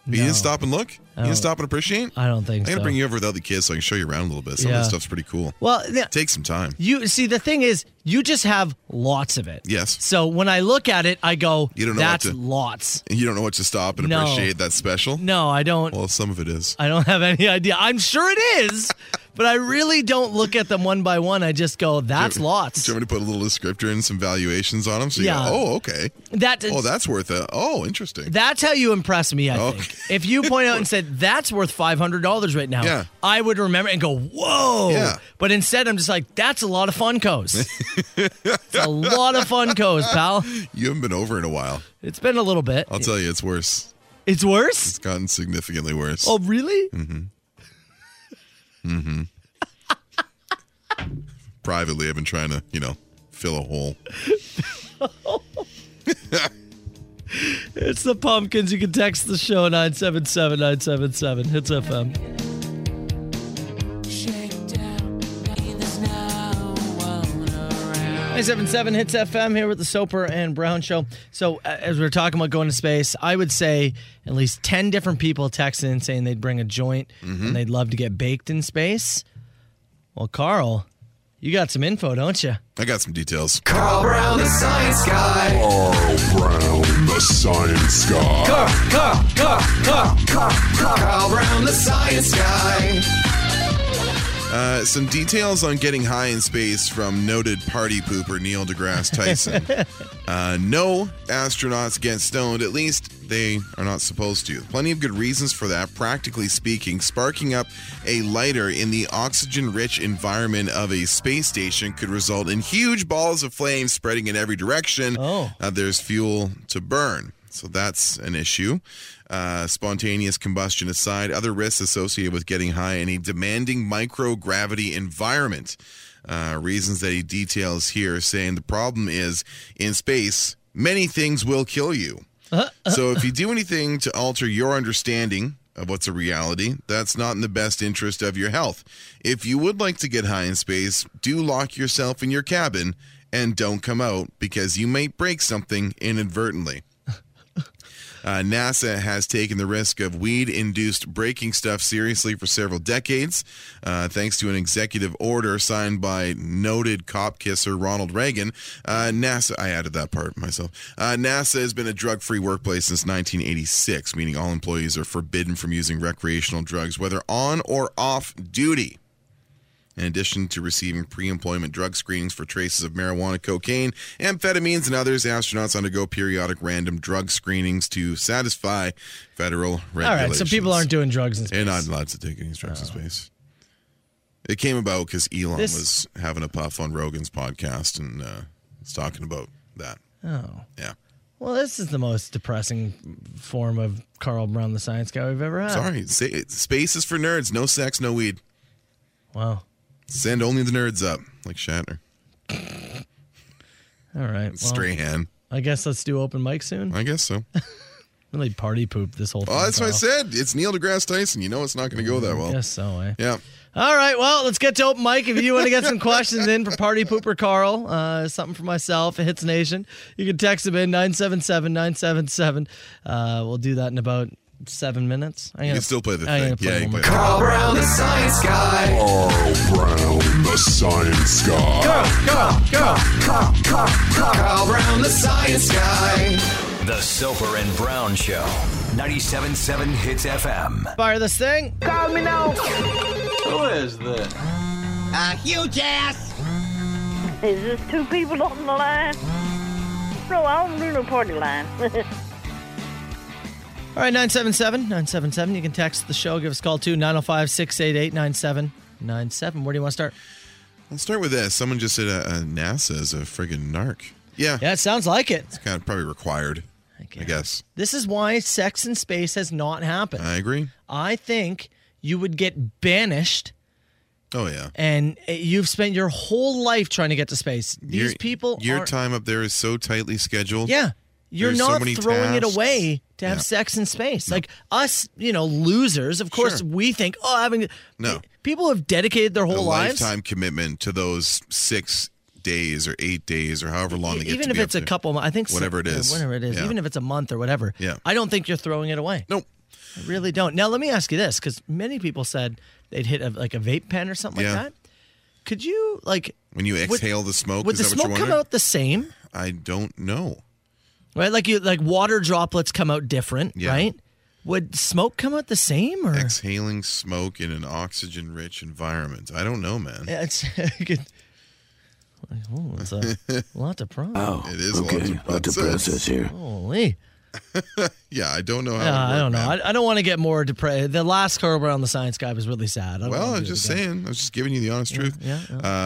F: But You
E: No.
F: didn't stop and look? You
E: No.
F: didn't stop and appreciate?
E: I don't think
F: I gotta
E: so.
F: bring you over without the kids so I can show you around a little bit. Some of
E: Yeah.
F: this stuff's pretty cool.
E: well, th-
F: Take some time.
E: you see, the thing is, you just have lots of it.
F: Yes.
E: So when I look at it, I go,
F: You don't know what
E: "That's
F: to-
E: lots."
F: You don't know what to stop and
E: No.
F: appreciate that special?
E: No, I don't.
F: Well, some of it is.
E: I don't have any idea. I'm sure it is, but I really don't look at them one by one. I just go, "That's lots."
F: Do you want me to put a little descriptor and some valuations on them? So
E: Yeah.
F: you go, oh, okay.
E: That
F: Oh, that's worth it. Oh, interesting.
E: That's how you impress me, I
F: Okay.
E: think. If you point out and said, that's worth $500 right now,
F: Yeah.
E: I would remember and go, whoa.
F: Yeah.
E: But instead, I'm just like, that's a lot of Funkos. it's a lot of Funkos, pal.
F: you haven't been over in a while.
E: It's been a little bit.
F: I'll tell you, it's worse.
E: It's worse?
F: It's gotten significantly worse.
E: Oh, really?
F: Privately, I've been trying to, you know, fill a hole.
E: It's the Pumpkins. You can text the show 977 977. Hits FM. Seven hits FM here with the Soper and Brown Show. So uh, as we were talking about going to space, I would say at least ten different people texted in saying they'd bring a joint and they'd love to get baked in space. Well, Carl, you got some info, don't you?
F: I got some details.
B: Carl Brown, the science guy.
A: Carl Brown, the science guy.
B: Carl, Carl, Carl, Carl, Carl, Carl, Carl Brown, the science guy.
F: Uh, some details on getting high in space from noted party pooper Neil deGrasse Tyson. uh, no astronauts get stoned, at least they are not supposed to. Plenty of good reasons for that, practically speaking. Sparking up a lighter in the oxygen rich environment of a space station could result in huge balls of flame spreading in every direction.
E: Oh.
F: Uh, there's fuel to burn. So that's an issue. Uh, spontaneous combustion aside, other risks associated with getting high in a demanding microgravity environment. Uh, reasons that he details here, saying the problem is in space, many things will kill you. So if you do anything to alter your understanding of what's a reality, that's not in the best interest of your health. If you would like to get high in space, do lock yourself in your cabin and don't come out because you may break something inadvertently. Uh, NASA has taken the risk of weed induced breaking stuff seriously for several decades, uh, thanks to an executive order signed by noted cop kisser Ronald Reagan. Uh, NASA, I added that part myself. Uh, NASA has been a drug free workplace since 1986, meaning all employees are forbidden from using recreational drugs, whether on or off duty. In addition to receiving pre employment drug screenings for traces of marijuana, cocaine, amphetamines, and others, astronauts undergo periodic random drug screenings to satisfy federal
E: All
F: regulations.
E: right, so people aren't doing drugs in space.
F: They're not allowed to take any drugs in space. It came about because Elon
E: This-
F: was having a puff on Rogan's podcast and uh, was talking about that.
E: Oh.
F: Yeah.
E: Well, this is the most depressing form of Carl Brown, the science guy, we've ever had.
F: Sorry. Say, it- space is for nerds. No sex, no weed.
E: Wow.
F: Send only the nerds up, like Shatner.
E: All right. Well,
F: Strahan.
E: I guess let's do open mic soon.
F: I guess so.
E: Really party poop this whole thing.
F: Oh, that's what I
E: Carl.
F: said. It's Neil deGrasse Tyson. You know it's not going to go that well.
E: Guess so, eh?
F: Yeah.
E: All right, well, let's get to open mic. If you want to get some questions in for Party Pooper Carl, uh, something for myself, it hits nation. You can text him in 977 977. Uh, we'll do that in about seven minutes. I
F: You can still play the
E: I
F: thing.
E: gotta play
F: yeah, you
E: one
F: can
E: more
F: play the
B: Carl Brown, the science guy.
A: Carl Brown, the science guy.
B: Carl, Carl, Carl, Carl, Carl, Carl, Carl Brown, the science guy.
D: The Soper and Brown Show. 97.7 Hits FM.
E: Fire this thing.
H: Is this two people on the line? No, I don't do no party line.
E: All right, 977 977. You can oh text the show, give us a call too, 905 688 9797. Where do you want to start?
F: I'll start with this. Someone just said uh, uh, NASA is a friggin' narc. Yeah,
E: Yeah, it sounds like it.
F: it's kind of probably required. I guess.
E: This is why sex in space has not happened.
F: I agree.
E: I think you would get banished
F: Oh yeah.
E: and uh, you've spent your whole life trying to get to space. These
F: Your-
E: people
F: Your
E: are
F: time up there is so tightly scheduled.
E: Yeah. You're
F: There's so
E: not
F: many
E: throwing it
F: tasks.
E: away to have
F: Yeah.
E: sex in space. Like us, you know, losers, of course
F: Sure.
E: we think, oh, having
F: No.
E: people have dedicated their
F: A
E: whole lives.
F: lifetime commitment to those six days or eight days or however long they get
E: even
F: to
E: if
F: be up
E: it's a
F: there.
E: couple, mo- I think so-
F: Whatever it
E: yeah,
F: is.
E: whatever it is,
F: Yeah.
E: even if it's a month or whatever,
F: Yeah.
E: I don't think you're throwing it away.
F: Nope.
E: I really don't. Now let me ask you this, because many people said they'd hit a, like a vape pen or something
F: Yeah.
E: like that. Could you like
F: When you
E: would-
F: exhale the smoke,
E: Would
F: is
E: the
F: that what
E: smoke
F: you're
E: come
F: wondering?
E: out the same?
F: I don't know.
E: Right, like you like water droplets come out different,
F: Yeah.
E: right? Would smoke come out the same or?
F: Exhaling smoke in an oxygen rich environment. I don't know, man.
E: Yeah, it's you could- like, oh, it's a lot to process.
D: Oh.
I: Oh,
F: It is okay. a lot of process.
E: Holy,
F: Yeah, I don't know how.
E: Uh,
F: it
E: I
F: worked,
E: don't know.
F: man.
E: I, I don't want to get more depressed. The last curve around the science guy was really sad. I don't
F: Well,
E: wanna
F: I'm
E: do it
F: just
E: again.
F: saying. I was just giving you the honest truth.
E: yeah,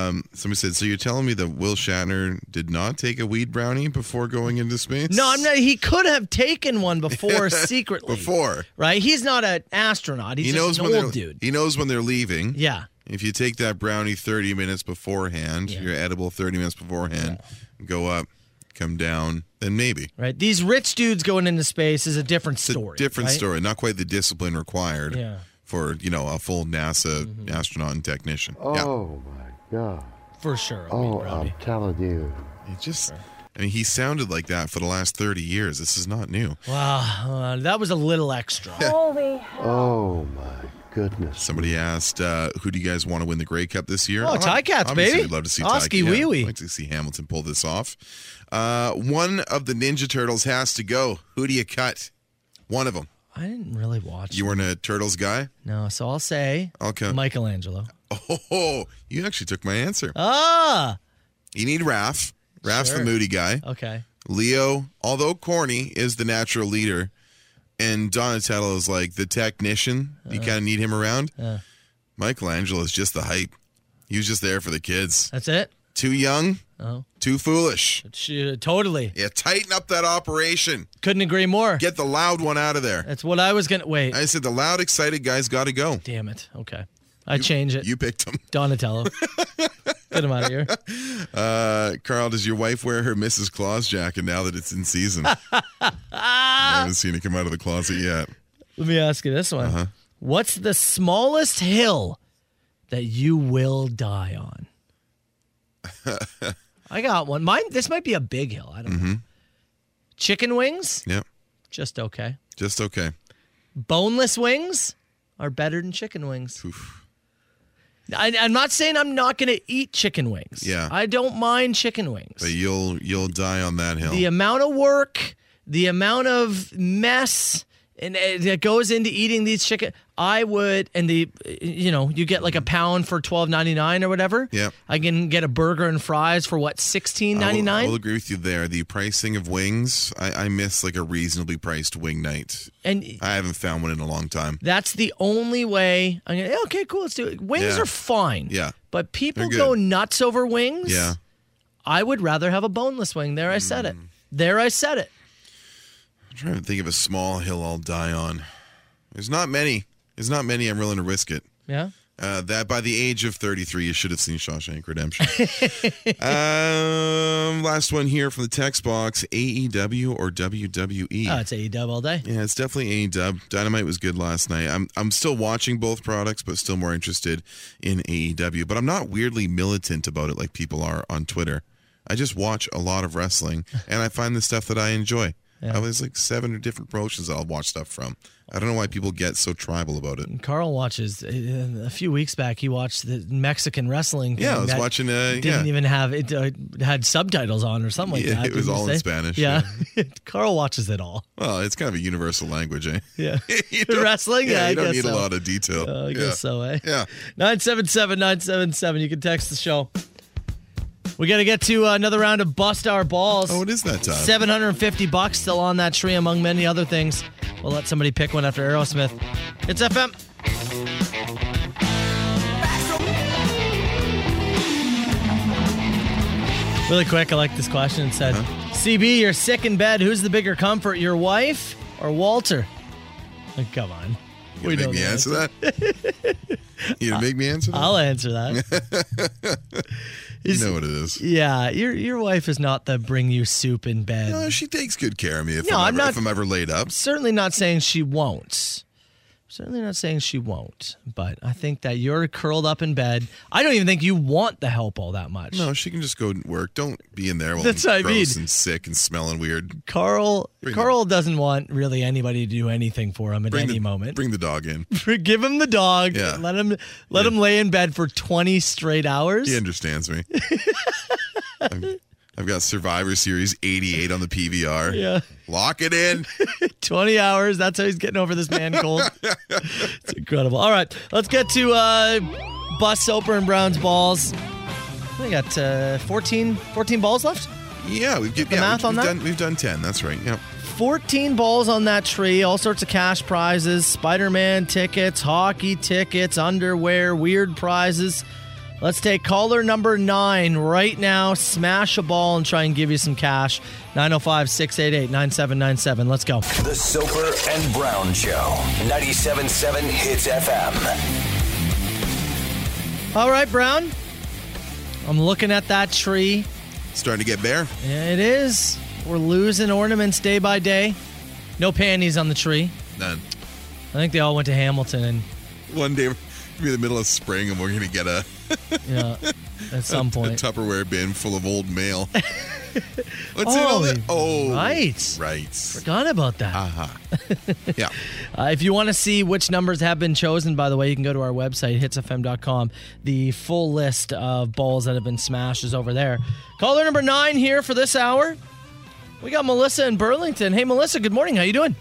F: Um, somebody said, so you're telling me that Will Shatner did not take a weed brownie before going into space?
E: No, I'm not. He could have taken one before secretly.
F: Before.
E: right? He's not an astronaut. He's
F: He
E: just
F: knows
E: an
F: when
E: old
F: they're
E: dude.
F: he knows when they're leaving.
E: yeah,
F: If you take that brownie 30 minutes beforehand,
E: Yeah.
F: your edible 30 minutes beforehand, go up, come down, then maybe.
E: right. These rich dudes going into space is a different
F: It's
E: story.
F: a different
E: right?
F: story. Not quite the discipline required
E: Yeah. Mm-hmm.
F: for you know a full NASA astronaut and technician.
G: Oh my God.
E: for sure. I mean,
G: Oh, I'm
E: Robbie.
G: telling you.
F: Yeah, it just. I mean, he sounded like that for the last 30 years. This is not new.
E: wow, uh, that was a little extra.
H: Holy
G: Oh my goodness.
F: Somebody asked, uh, "Who do you guys want to win the Grey Cup this year?"
E: Oh, Ty Cats,
F: obviously
E: baby.
F: We'd love to see
E: Oski
F: Ty.
E: Wee Wee.
F: I'd like to see Hamilton pull this off. Uh, one of the Ninja Turtles has to go. Who do you cut? One of them.
E: I didn't really watch.
F: You weren't a Turtles guy.
E: no, so I'll say
F: Okay.
E: Michelangelo.
F: Oh, you actually took my answer.
E: Ah,
F: You need Raph. Raph's
E: Sure.
F: the moody guy.
E: okay.
F: Leo, although corny, is the natural leader, and Donatello is like the technician. You kind of need him around. Michelangelo is just the hype. He was just there for the kids.
E: That's it.
F: Too young,
E: Oh,
F: too foolish.
E: she, totally.
F: Yeah, tighten up that operation.
E: Couldn't agree more.
F: Get the loud one out of there.
E: That's what I was gonna. Wait,
F: I said the loud, excited guy's got to go.
E: damn it. Okay, I change it.
F: You picked him.
E: Donatello. Get him out of here.
F: Uh, Carl, does your wife wear her Mrs. Claus jacket now that it's in season? I haven't seen it come out of the closet yet.
E: Let me ask you this one.
F: Uh-huh.
E: What's the smallest hill that you will die on? I got one. Mine. This might be a big hill. I don't
F: Mm-hmm.
E: know. Chicken wings,
F: Yep,
E: just okay.
F: just okay.
E: Boneless wings are better than chicken wings.
F: Oof.
E: I, I'm not saying I'm not going to eat chicken wings.
F: Yeah.
E: I don't mind chicken wings.
F: But you'll you'll die on that hill.
E: the amount of work, the amount of mess and uh, that goes into eating these chicken, I would, and the, uh, you know, you get like a pound for twelve ninety nine or whatever.
F: Yep.
E: I can get a burger and fries for what sixteen ninety
F: I will
E: nine,
F: agree with you there. The pricing of wings, I, I miss like a reasonably priced wing night.
E: and
F: I haven't found one in a long time.
E: that's the only way. I'm gonna, yeah, okay, cool, let's do it. Wings
F: Yeah.
E: are fine.
F: Yeah.
E: But people
F: They're
E: go
F: good.
E: nuts over wings.
F: Yeah.
E: I would rather have a boneless wing. There, I said
F: Mm.
E: it. There, I said it.
F: I'm trying to think of a small hill I'll die on. There's not many. There's not many. I'm willing to risk it.
E: Yeah.
F: Uh, that by the age of 33, you should have seen Shawshank Redemption. um, last one here from the text box AEW or E? WWE?
E: Oh, it's AEW all day.
F: Yeah, it's definitely AEW. Dynamite was good last night. I'm I'm still watching both products, but still more interested in AEW. But I'm not weirdly militant about it like people are on Twitter. I just watch a lot of wrestling, and I find the stuff that I enjoy. I was like seven different promotions that I'll watch stuff from. I don't know why people get so tribal about it.
E: Carl watches. uh, A few weeks back, he watched the Mexican wrestling.
F: Yeah, I
E: thing
F: was
E: that
F: watching. Uh, yeah,
E: Didn't even have it uh, had subtitles on or something like
F: Yeah,
E: that.
F: it was
E: didn't you
F: all in
E: say?
F: Spanish,
E: Yeah, Carl watches it all.
F: well, it's kind of a universal language, eh?
E: Yeah,
F: You
E: The
F: don't-
E: wrestling.
F: Yeah,
E: Yeah, I
F: you don't
E: guess
F: need
E: so.
F: a lot of detail.
E: Uh, I
F: yeah.
E: guess so. Eh.
F: Yeah.
E: 977 977. You can text the show. We got to get to uh, another round of Bust Our Balls.
F: Oh, it is that time.
E: 750 bucks still on that tree, among many other things. We'll let somebody pick one after Aerosmith. It's FM. Really quick, I like this question. It said, CB, you're sick in bed. Who's the bigger comfort, your wife or Walter? Like, come on.
F: You gonna
E: know
F: make me
E: the
F: answer that? you gonna make me answer that?
E: I'll answer that.
F: You know what it is.
E: yeah, your your wife is not the bring you soup in bed.
F: No, she takes good care of me if,
E: No,
F: I'm,
E: I'm
F: ever,
E: not-
F: if I'm ever laid up.
E: certainly not saying she won't. Certainly not saying she won't, but I think that you're curled up in bed. I don't even think you want the help all that much.
F: No, she can just go and work. Don't be in there while
E: That's
F: I'm
E: what I
F: gross
E: mean.
F: and sick and smelling weird.
E: Carl
F: Bring
E: Carl doesn't want really anybody to do anything for him at
F: Bring
E: any
F: the,
E: moment.
F: Bring the dog in.
E: Give him the dog.
F: Yeah.
E: Let him let him lay in bed for 20 straight hours.
F: He understands me. I've, I've got Survivor Series 88 on the PVR.
E: Yeah.
F: Lock it in.
E: 20 hours. That's how he's getting over this man cold. it's incredible. All right, let's get to uh, Bus Soper and Brown's balls. We got uh, 14, 14 balls left.
F: Yeah, we've, get,
E: the
F: yeah,
E: math
F: we've,
E: on
F: we've
E: that?
F: done we've done 10. That's right. Yep.
E: 14 balls on that tree, all sorts of cash prizes, Spider Man tickets, hockey tickets, underwear, weird prizes. Let's take caller number nine right now, smash a ball, and try and give you some cash. 905 688 9797. Let's go.
D: The Soper and Brown Show. 97.7 Hits FM.
E: All right, Brown. I'm looking at that tree.
F: Starting to get bare.
E: Yeah, it is. We're losing ornaments day by day. No panties on the tree.
F: None.
E: I think they all went to Hamilton and
F: One day, we'll be in the middle of spring, and we're going to get a,
E: you know, at some
F: a
E: point.
F: Tupperware bin full of old mail. What's in all
E: Oh,
F: that? Oh,
E: right.
F: Right.
E: Forgot about that.
F: Yeah.
E: Uh, if you want to see which numbers have been chosen, by the way, you can go to our website, hitsfm.com. The full list of balls that have been smashed is over there. Caller number nine here for this hour. We got Melissa in Burlington. Hey, Melissa, good morning. How you doing?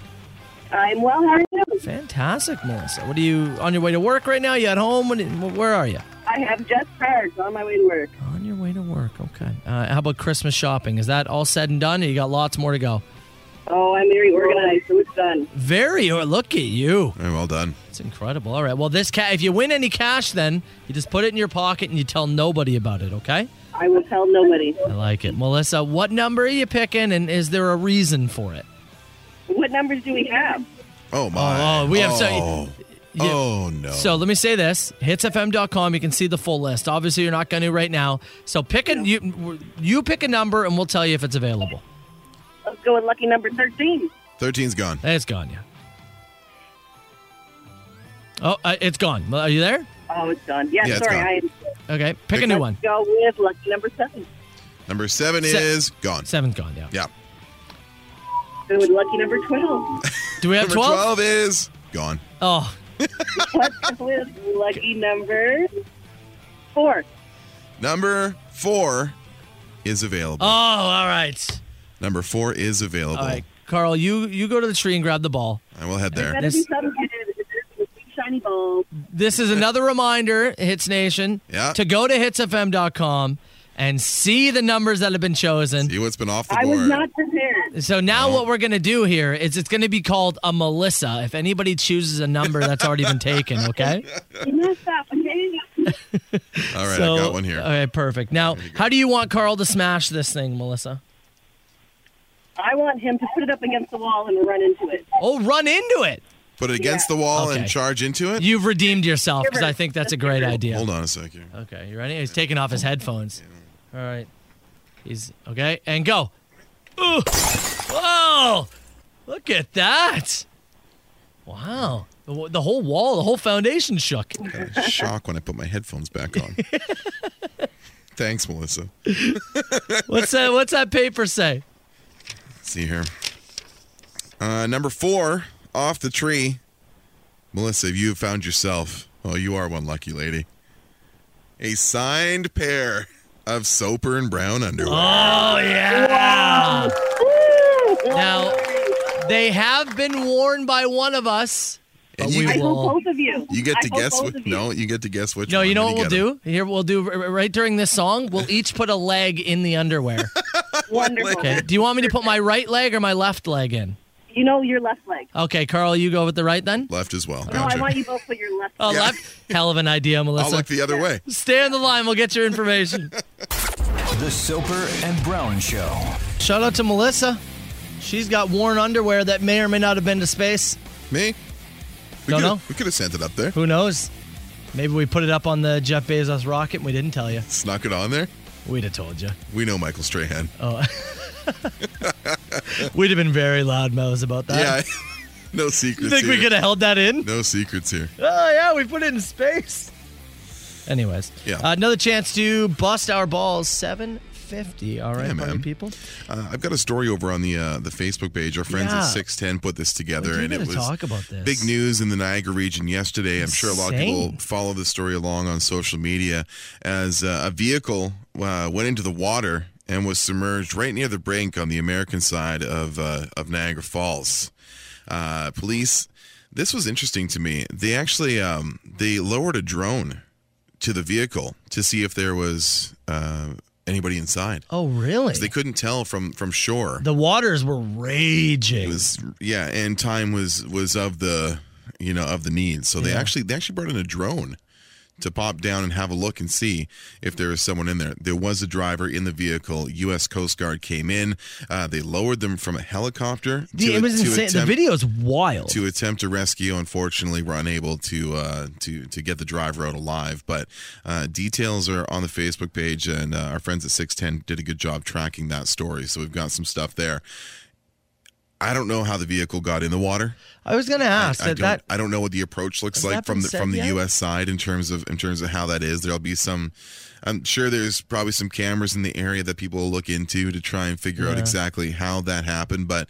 J: I'm well. How are you?
E: Fantastic, Melissa. What are you on your way to work right now? You at home? What- Where are you?
J: I have just parked on my way to work.
E: On your way to work. Okay. Uh, how about Christmas shopping? Is that all said and done? Or you got lots more to go.
J: Oh, I'm very organized, so it's done.
E: Very. oh, Look at you.
F: All right, well done.
E: It's incredible. All right. Well, this ca- if you win any cash, then you just put it in your pocket and you tell nobody about it. Okay.
J: I will tell nobody.
E: I like it, Melissa. What number are you picking, and is there a reason for it?
J: What numbers do we have?
F: Oh, my.
E: oh, we have- so-
F: Oh, oh no.
E: So let me say this: hitsfm.com. You can see the full list. Obviously, you're not going to right now. So pick a you you pick a number, and we'll tell you if it's available.
J: Let's go with lucky number 13.
F: 13's gone.
E: It's gone, yeah. Oh, uh, it's gone. Well, Are you there?
J: Oh, it's gone. Yeah,
F: Yeah, it's
J: sorry.
F: gone.
J: I
E: Okay, pick a
F: Pick-
E: new
J: let's
E: one.
J: go with lucky number 7.
F: Number seven
E: Se-
F: is gone.
E: Seven's gone, yeah.
F: Yeah.
J: Go with lucky number 12.
E: Do we have
F: Number
E: 12?
F: 12 is gone.
E: Oh,
J: Let's go with lucky number 4.
F: Number four is available.
E: oh, all right.
F: Number four is available.
E: All right, Carl, you you go to the tree and grab the ball.
F: I will head
J: Gotta
F: there.
E: This-
J: be something good. There's a big Shiny balls.
E: This is another reminder, Hits Nation,
F: Yeah.
E: to go to hitsfm.com and see the numbers that have been chosen.
F: See Oh. what's been off the
J: I
F: board.
J: was not prepared.
E: So now what we're going to do here is it's going to be called a Melissa if anybody chooses a number that's already been taken, okay?
J: You messed up, okay?
F: All right,
E: so,
F: I got one here.
E: All right, perfect. Now, how do you want Carl to smash this thing, Melissa?
J: I want him to put it up against the wall and run into it.
E: Oh, run into it.
F: Put it against the wall
E: Okay.
F: and charge into it.
E: You've redeemed yourself because I think that's a great idea.
F: Hold on a second.
E: Okay, you ready? He's taking off his headphones. All right. He's okay, and go. Ooh. Whoa! Look at that! Wow. The, wa- the whole wall, the whole foundation shook.
F: Got a shock when I put my headphones back on. Thanks, Melissa.
E: What's that? What's that paper say?
F: Let's see here. Uh, number four off the tree. Melissa, if you have found yourself, oh, you are one lucky lady. A signed pair of Soper and Brown underwear.
E: Oh yeah! Now they have been worn by one of us.
F: and
E: but
F: you
E: Oh, we
J: I
F: get,
E: will- Well,
J: hope both of you.
F: you get
J: I
F: to
J: hope
F: guess
J: both
F: what.
J: of you.
F: No, you get to guess which.
E: No,
F: one
E: you know
F: when
E: what we'll
F: get 'em.
E: do? Here we'll do r- r- right during this song. We'll each put a leg in the underwear.
J: Wonderful.
E: Okay. Do you want me to put my right leg or my left leg in?
J: You know your left leg.
E: Okay, Carl, you go with the right then?
F: Left as well.
J: No,
F: Gotcha.
J: I want you both for your left
E: Oh,
J: leg.
F: Yeah.
E: left. Hell of an idea,
F: I'll
E: Melissa.
F: look the other way.
E: Stay on the line. We'll get your information.
D: The Soper and Brown Show.
E: Shout out to Melissa. She's got worn underwear that may or may not have been to space.
F: Me? We
E: Don't
F: coulda-
E: know.
F: We could have sent it up there.
E: Who knows? Maybe we put it up on the Jeff Bezos rocket and we didn't tell you.
F: Snuck it on there.
E: We'd have told you.
F: We know Michael Strahan.
E: Oh, We'd have been very loud mouths about that.
F: yeah. no secrets.
E: You think we
F: here.
E: could have held that in?
F: No secrets here.
E: Oh, yeah, we put it in space. Anyways,
F: Yeah.
E: uh, another chance to bust our balls. 750. All right,
F: Yeah,
E: party
F: man.
E: people.
F: Uh, I've got a story over on the uh, the Facebook page. Our friends
E: Yeah.
F: at 610 put this together,
E: do
F: and it
E: gotta
F: was
E: talk about this.
F: big news in the Niagara region yesterday. I'm sure a lot of people
E: Insane.
F: follow this story along on social media as uh, a vehicle uh, went into the water and was submerged right near the brink on the American side of uh, of Niagara Falls. Uh, police. This was interesting to me. They actually um, they lowered a drone to the vehicle to see if there was uh, anybody inside.
E: Oh, really?
F: They couldn't tell from from shore.
E: the waters were raging.
F: It was yeah, and time was was of the you know of the need. So they actually they actually brought in a drone to pop down and have a look and see if there was someone in there. There was a driver in the vehicle. U.S. Coast Guard came in. Uh, they lowered them from a helicopter.
E: The-
F: to
E: it was
F: to
E: insane. the
F: attempt-
E: video's wild.
F: to attempt to rescue. Unfortunately, we're unable to uh, to to get the driver out alive. But uh, details are on the Facebook page, and uh, our friends at 610 did a good job tracking that story. So we've got some stuff there. I don't know how the vehicle got in the water.
E: I was going to
F: I,
E: ask
F: I
E: that,
F: don't.
E: that
F: I don't know what the approach looks
E: Has
F: like
E: that
F: from
E: been
F: the
E: said
F: from the
E: yet?
F: U.S. side in terms of in terms of how that is. There'll be some. I'm sure there's probably some cameras in the area that people will look into to try and figure out exactly how that happened. But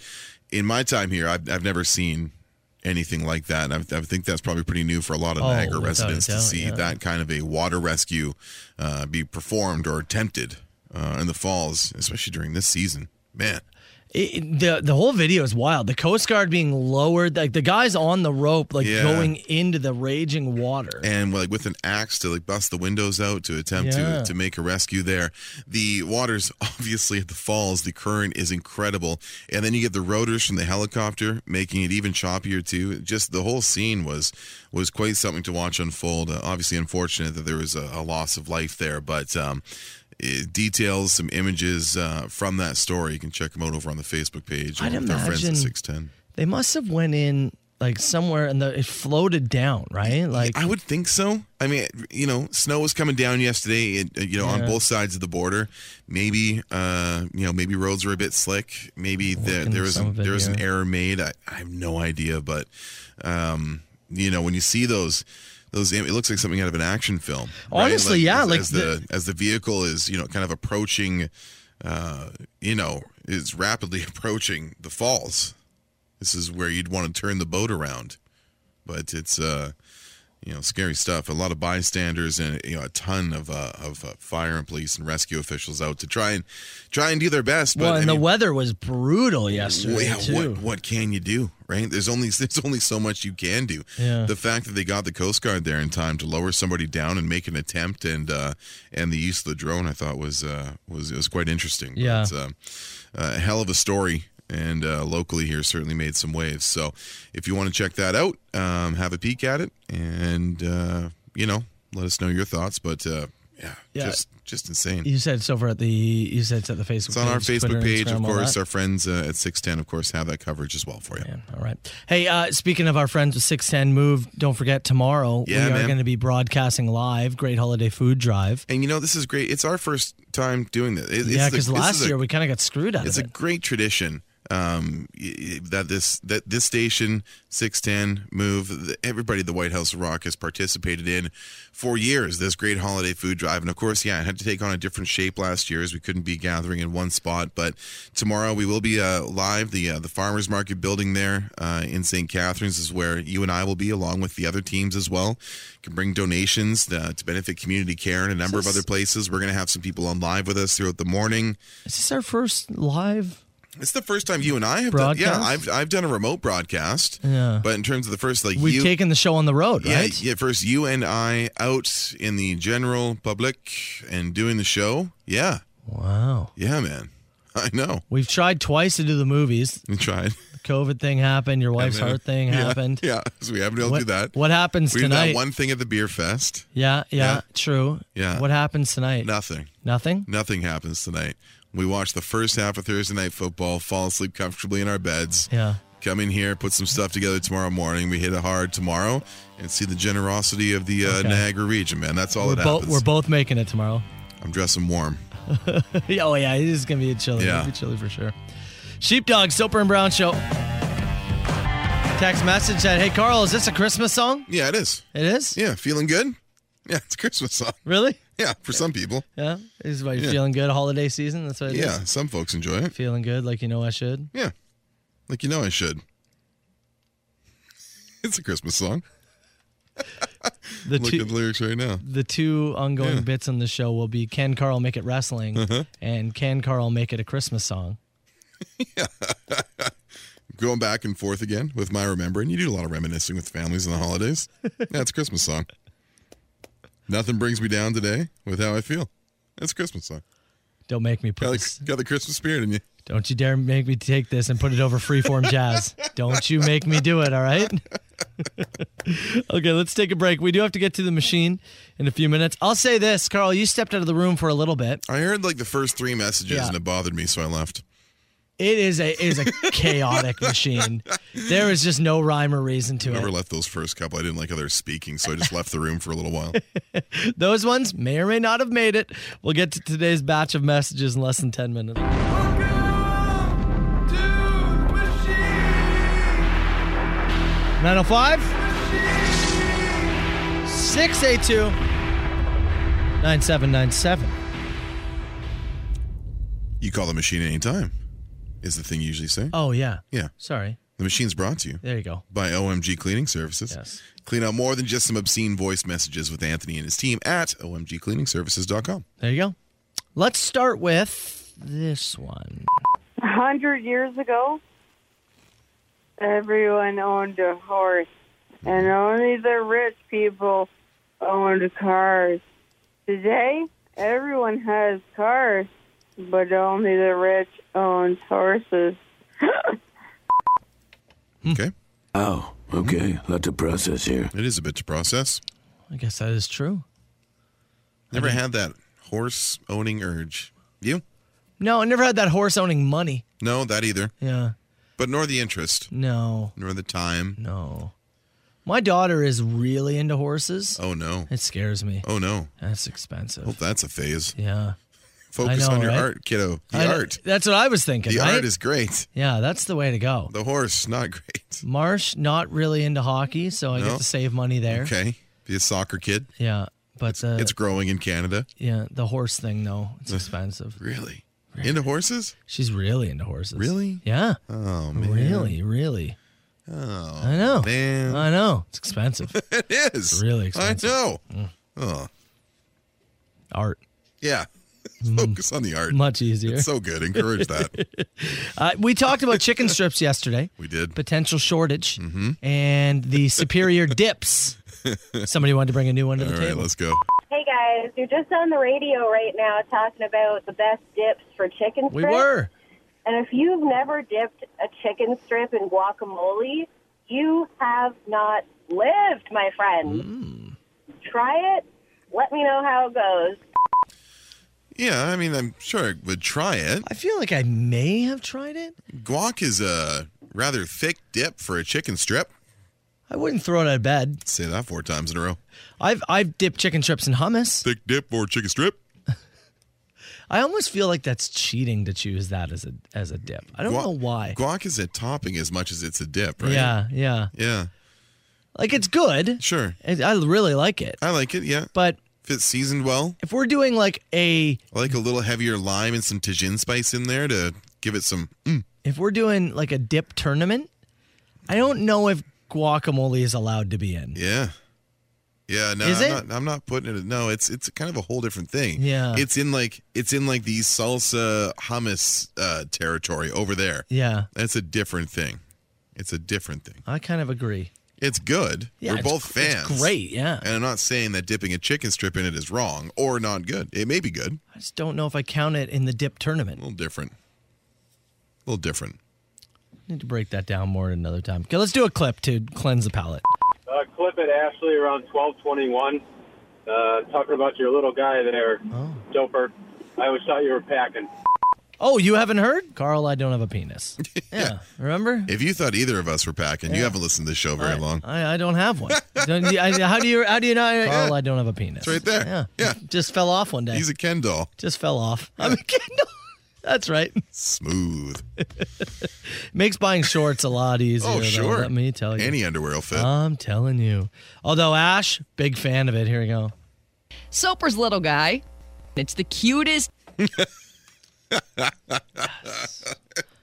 F: in my time here, I've I've never seen anything like that. And I, I think that's probably pretty new for a lot of
E: Oh,
F: Niagara
E: without a
F: residents to
E: doubt,
F: see
E: yeah.
F: that kind of a water rescue uh, be performed or attempted uh, in the falls, especially during this season. Man,
E: it, the the whole video is wild. The Coast Guard being lowered, like the guys on the rope, like
F: Yeah.
E: going into the raging water.
F: and like with an axe to like bust the windows out to attempt
E: Yeah.
F: to to make a rescue there. The water's obviously at the falls. The current is incredible, and then you get the rotors from the helicopter, making it even choppier too. Just the whole scene was was quite something to watch unfold. Uh, obviously, unfortunate that there was a, a loss of life there, but. Um, eh, Details, some images uh, from that story. You can check them out over on the Facebook page or
E: I'd
F: with our friends at
E: imagine-
F: 610.
E: they must have went in like somewhere and the, it floated down, right? Like
F: I would think so. I mean, you know, snow was coming down yesterday, and, uh, you know, on
E: Yeah.
F: both sides of the border. Maybe, uh, you know, maybe roads were a bit slick. Maybe there,
E: Working
F: there was
E: some
F: an,
E: of it,
F: there was an
E: yeah.
F: error made. I, I have no idea, but um, you know, when you see those. Those, im- it looks like something out of an action film. right?
E: Honestly, yeah,
F: as,
E: like
F: as the, as the vehicle is, you know, kind of approaching, uh, you know, is rapidly approaching the falls. This is where you'd want to turn the boat around, but it's uh, you know, scary stuff. A lot of bystanders and you know a ton of uh, of uh, fire and police and rescue officials out to try and try and do their best.
E: well,
F: but
E: and
F: I
E: the
F: mean,
E: weather was brutal yesterday
F: well, yeah,
E: too.
F: what what can you do, right? There's only there's only so much you can do.
E: Yeah.
F: The fact that they got the Coast Guard there in time to lower somebody down and make an attempt, and uh, and the use of the drone, I thought was uh, was was quite interesting.
E: Yeah.
F: But, uh, a hell of a story. And uh, locally here certainly made some waves. So if you want to check that out, um, have a peek at it, and uh, you know, let us know your thoughts. But uh, yeah,
E: Yeah.
F: just just insane.
E: You said it's over at the you said it's at the Facebook.
F: It's on our
E: page, Twitter,
F: Facebook page, of
E: Instagram, all
F: course.
E: that.
F: Our friends uh, at 610, of course, have that coverage as well for you.
E: Yeah, all right. Hey, uh, speaking of our friends with 610 Move, don't forget tomorrow
F: Yeah,
E: we are
F: man.
E: going to be broadcasting live Great Holiday Food Drive.
F: And you know, this is great. It's our first time doing this. It,
E: yeah,
F: it's the-
E: because
F: this is
E: last
F: a-
E: year we kind of got screwed out
F: it's
E: of
F: a
E: it.
F: great tradition um, y- y- that this that this station 610 move the, everybody at the White House Rock has participated in for years this great holiday food drive and of course yeah it had to take on a different shape last year as we couldn't be gathering in one spot but tomorrow we will be uh, live the uh, the farmers market building there uh, in St. Catharines is where you and I will be along with the other teams as well you can bring donations uh, to benefit community care and a number of other places we're going to have some people on live with us throughout the morning
E: Is this our first live?
F: it's the first time you and I have done, yeah,
E: Broadcast?
F: I've I've done a remote broadcast.
E: Yeah.
F: But in terms of the first like
E: We've
F: you
E: taken the show on the road,
F: yeah,
E: right?
F: yeah, first you and I out in the general public and doing the show. Yeah.
E: Wow.
F: Yeah, man. I know.
E: We've tried twice to do the movies.
F: We tried.
E: The COVID thing happened. Your wife's
F: Haven't-
E: heart thing
F: yeah,
E: happened.
F: Yeah, so we haven't been able
E: What,
F: to do that.
E: what happens
F: we did
E: tonight?
F: that one thing at the beer fest.
E: yeah, yeah,
F: Yeah.
E: true.
F: Yeah.
E: What happens tonight?
F: Nothing.
E: Nothing.
F: Nothing happens tonight. We watch the first half of Thursday night football, fall asleep comfortably in our beds.
E: Yeah.
F: Come in here, put some stuff together tomorrow morning. We hit it hard tomorrow and see the generosity of the uh,
E: Okay.
F: Niagara region, man. That's all
E: We're
F: that
E: both
F: happens.
E: we're both making it tomorrow.
F: I'm dressing warm.
E: Yeah, oh yeah, it is gonna be a chilly.
F: Yeah.
E: It'll be chilly for sure. Sheepdog, Soper and Brown show. Text message said, "Hey Carl, is this a Christmas song?
F: Yeah, it is.
E: It is.
F: Yeah, feeling good? Yeah, it's a Christmas song.
E: Really?
F: Yeah, for some people.
E: Yeah. This is why you're
F: Yeah.
E: feeling good. Holiday season. That's what it is.
F: Yeah, some folks enjoy it.
E: Feeling good, like you know I should.
F: Yeah. Like you know I should. It's a Christmas song.
E: The
F: Look
E: two
F: at the lyrics right now.
E: the two ongoing
F: Yeah. Uh-huh.
E: bits on the show will be Can Carl Make It Wrestling and Can Carl Make It a Christmas Song?
F: Going back and forth again with my remembering. You do a lot of reminiscing with families on the holidays. Yeah, it's a Christmas song. Nothing brings me down today with how I feel. It's a Christmas song.
E: Don't make me put
F: Got
E: this.
F: the, got the Christmas spirit in you.
E: Don't you dare make me take this and put it over freeform jazz. Don't you make me do it, all right? okay, let's take a break. We do have to get to the machine in a few minutes. I'll say this, Carl, you stepped out of the room for a little bit.
F: I heard like the first three messages
E: Yeah.
F: and it bothered me, so I left.
E: It is a it is a chaotic machine. There is just no rhyme or reason to
F: Never
E: it.
F: left those first couple. I didn't like how they were speaking, so I just left the room for a little while.
E: Those ones may or may not have made it. We'll get to today's batch of messages in less than 10 minutes. Nine oh five. 682 9797.
F: You call the machine anytime, is the thing you usually say.
E: Oh, yeah.
F: Yeah.
E: Sorry.
F: The machine's brought to you
E: There you go.
F: by OMG Cleaning Services.
E: Yes.
F: Clean out more than just some obscene voice messages with Anthony and his team at omgcleaningservices.com.
E: There you go. Let's start with this one.
J: A hundred years ago, everyone owned a horse, and only the rich people owned cars. Today, everyone has cars, but only the rich owns horses.
F: Okay.
I: Oh, okay. Lot to process here.
F: It is a bit to process.
E: I guess that is true. Mm-hmm.
F: Never had that horse owning urge. You?
E: No, I never had that horse owning money.
F: No, that either.
E: Yeah.
F: But nor the interest,
E: No.
F: nor the time.
E: No. My daughter is really into horses.
F: Oh, no.
E: It scares me.
F: Oh, no.
E: That's expensive.
F: Hope that's a phase.
E: Yeah.
F: Focus
E: know,
F: on your
E: right?
F: art, kiddo. The
E: I know-
F: art.
E: That's what I was thinking.
F: The
E: right?
F: art is great.
E: Yeah, that's the way to go.
F: The horse, not great.
E: Marsh, not really into hockey, so I
F: No.
E: get to save money there. Uh,
F: Okay. Be a soccer kid.
E: Yeah. But the
F: It's growing in Canada.
E: yeah, the horse thing though, it's expensive.
F: Really? Into horses?
E: She's really into horses.
F: Really?
E: Yeah.
F: Oh, man.
E: really, really.
F: Oh,
E: I know.
F: man.
E: I know. It's expensive.
F: It is.
E: Really
F: I
E: expensive. Mm.
F: know. Oh,
E: Art.
F: yeah. Focus on the art.
E: Mm. Much easier.
F: So good. Encourage that.
E: Uh, we talked about chicken strips yesterday.
F: We did.
E: potential shortage
F: Mm-hmm.
E: and the superior dips. Somebody wanted to bring a new one to
F: All
E: the
F: right,
E: table.
F: let's go.
J: Hey guys, you're just on the radio right now talking about the best dips for chicken strips.
E: we were.
J: And if you've never dipped a chicken strip in guacamole, you have not lived, my friend.
F: Mm.
J: Try it. Let me know how it goes.
F: Yeah, I mean, I'm sure I would try it.
E: I feel like I may have tried it.
F: Guac is a rather thick dip for a chicken strip.
E: I wouldn't throw it out of bed.
F: Say that four times in a row.
E: I've I've dipped chicken strips in hummus.
F: Thick dip for a chicken strip.
E: I almost feel like that's cheating to choose that as a as a dip. I don't
F: Guac-
E: know why.
F: Guac is a topping as much as it's a dip, right?
E: Yeah, yeah.
F: Yeah,
E: Like it's good.
F: sure.
E: I I really like it.
F: I like it, yeah.
E: But
F: If it's seasoned well,
E: if we're doing like a
F: I like a little heavier lime and some Tajin spice in there to give it some. Mm.
E: if we're doing like a dip tournament, I don't know if guacamole is allowed to be in.
F: Yeah. Yeah, no,
E: Is
F: I'm
E: it?
F: not I'm not putting it no, it's it's kind of a whole different thing.
E: Yeah.
F: It's in like it's in like the salsa hummus uh territory over there.
E: Yeah,
F: That's a different thing. It's a different thing.
E: I kind of agree.
F: It's good.
E: Yeah,
F: We're
E: it's-
F: both fans.
E: It's great, yeah.
F: And I'm not saying that dipping a chicken strip in it is wrong or not good. It may be good.
E: I just don't know if I count it in the dip
F: A
E: tournament.
F: little different. little different.
E: Need to break that down more another time. Okay, let's do a clip to cleanse the palate.
K: Uh, clip it, Ashley, around 1221. Uh, talking about your little guy there, Doper. I always thought you were packing.
E: Oh, you haven't heard? Carl, I don't have a penis. Yeah. Remember?
F: If you thought either of us were packing, you haven't listened to this show very long.
E: I, I don't have one. Don't you- I- how do you how do you know I, Carl, I don't have a penis?
F: It's right there. Yeah.
E: Just fell off one day.
F: He's a Ken doll.
E: Just fell off. I'm a Kindle. That's right.
F: Smooth.
E: Makes buying shorts a lot easier.
F: Oh,
E: though,
F: sure.
E: let me tell you.
F: Any underwear will fit.
E: I'm telling you. Although Ash, big fan of it. Here we go.
L: Soper's little guy. It's the cutest.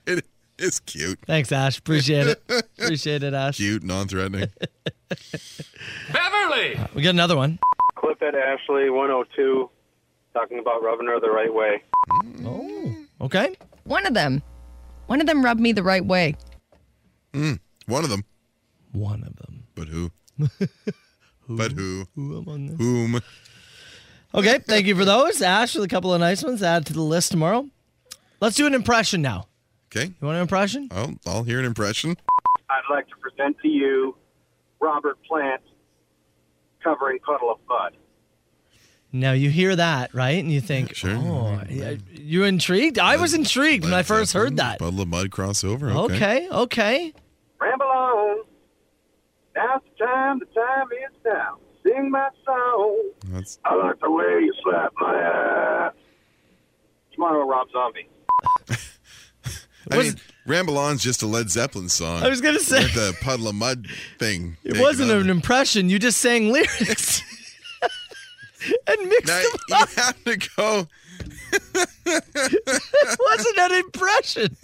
F: it, it's cute.
E: Thanks, Ash. Appreciate it. Appreciate it, Ash.
F: Cute, non threatening.
K: Beverly!
E: We got another one.
K: Clip it, Ashley, 102. Talking about rubbing her the right way.
E: Oh, Okay.
L: One of them. One of them rubbed me the right way.
F: One of them.
E: One of them.
F: But who? But who?
E: Who among them?
F: Whom?
E: Okay, thank you for those. Ash with a couple of nice ones. Add to the list tomorrow. Let's do an impression now.
F: Okay.
E: You want an impression?
F: I'll, I'll hear an impression.
K: I'd like to present to you Robert Plant covering Puddle of Mud.
E: Now you hear that, right? And you think,
F: Sure.
E: oh, yeah, you're intrigued? I was intrigued when I first heard that.
F: Puddle of mud crossover. Okay.
E: Okay, okay.
K: Ramble on. Now's the time, the time is now. Sing my song.
F: That's
K: I like the way you slap my ass. Tomorrow, Rob Zombie.
F: I
E: Was-
F: mean, Ramble On's just a Led Zeppelin song.
E: I was gonna say-
F: With the puddle of mud thing.
E: It
F: taken
E: wasn't
F: on
E: an impression. You just sang lyrics and mixed
F: Now,
E: them
F: you
E: up.
F: have to go.
E: It wasn't an impression.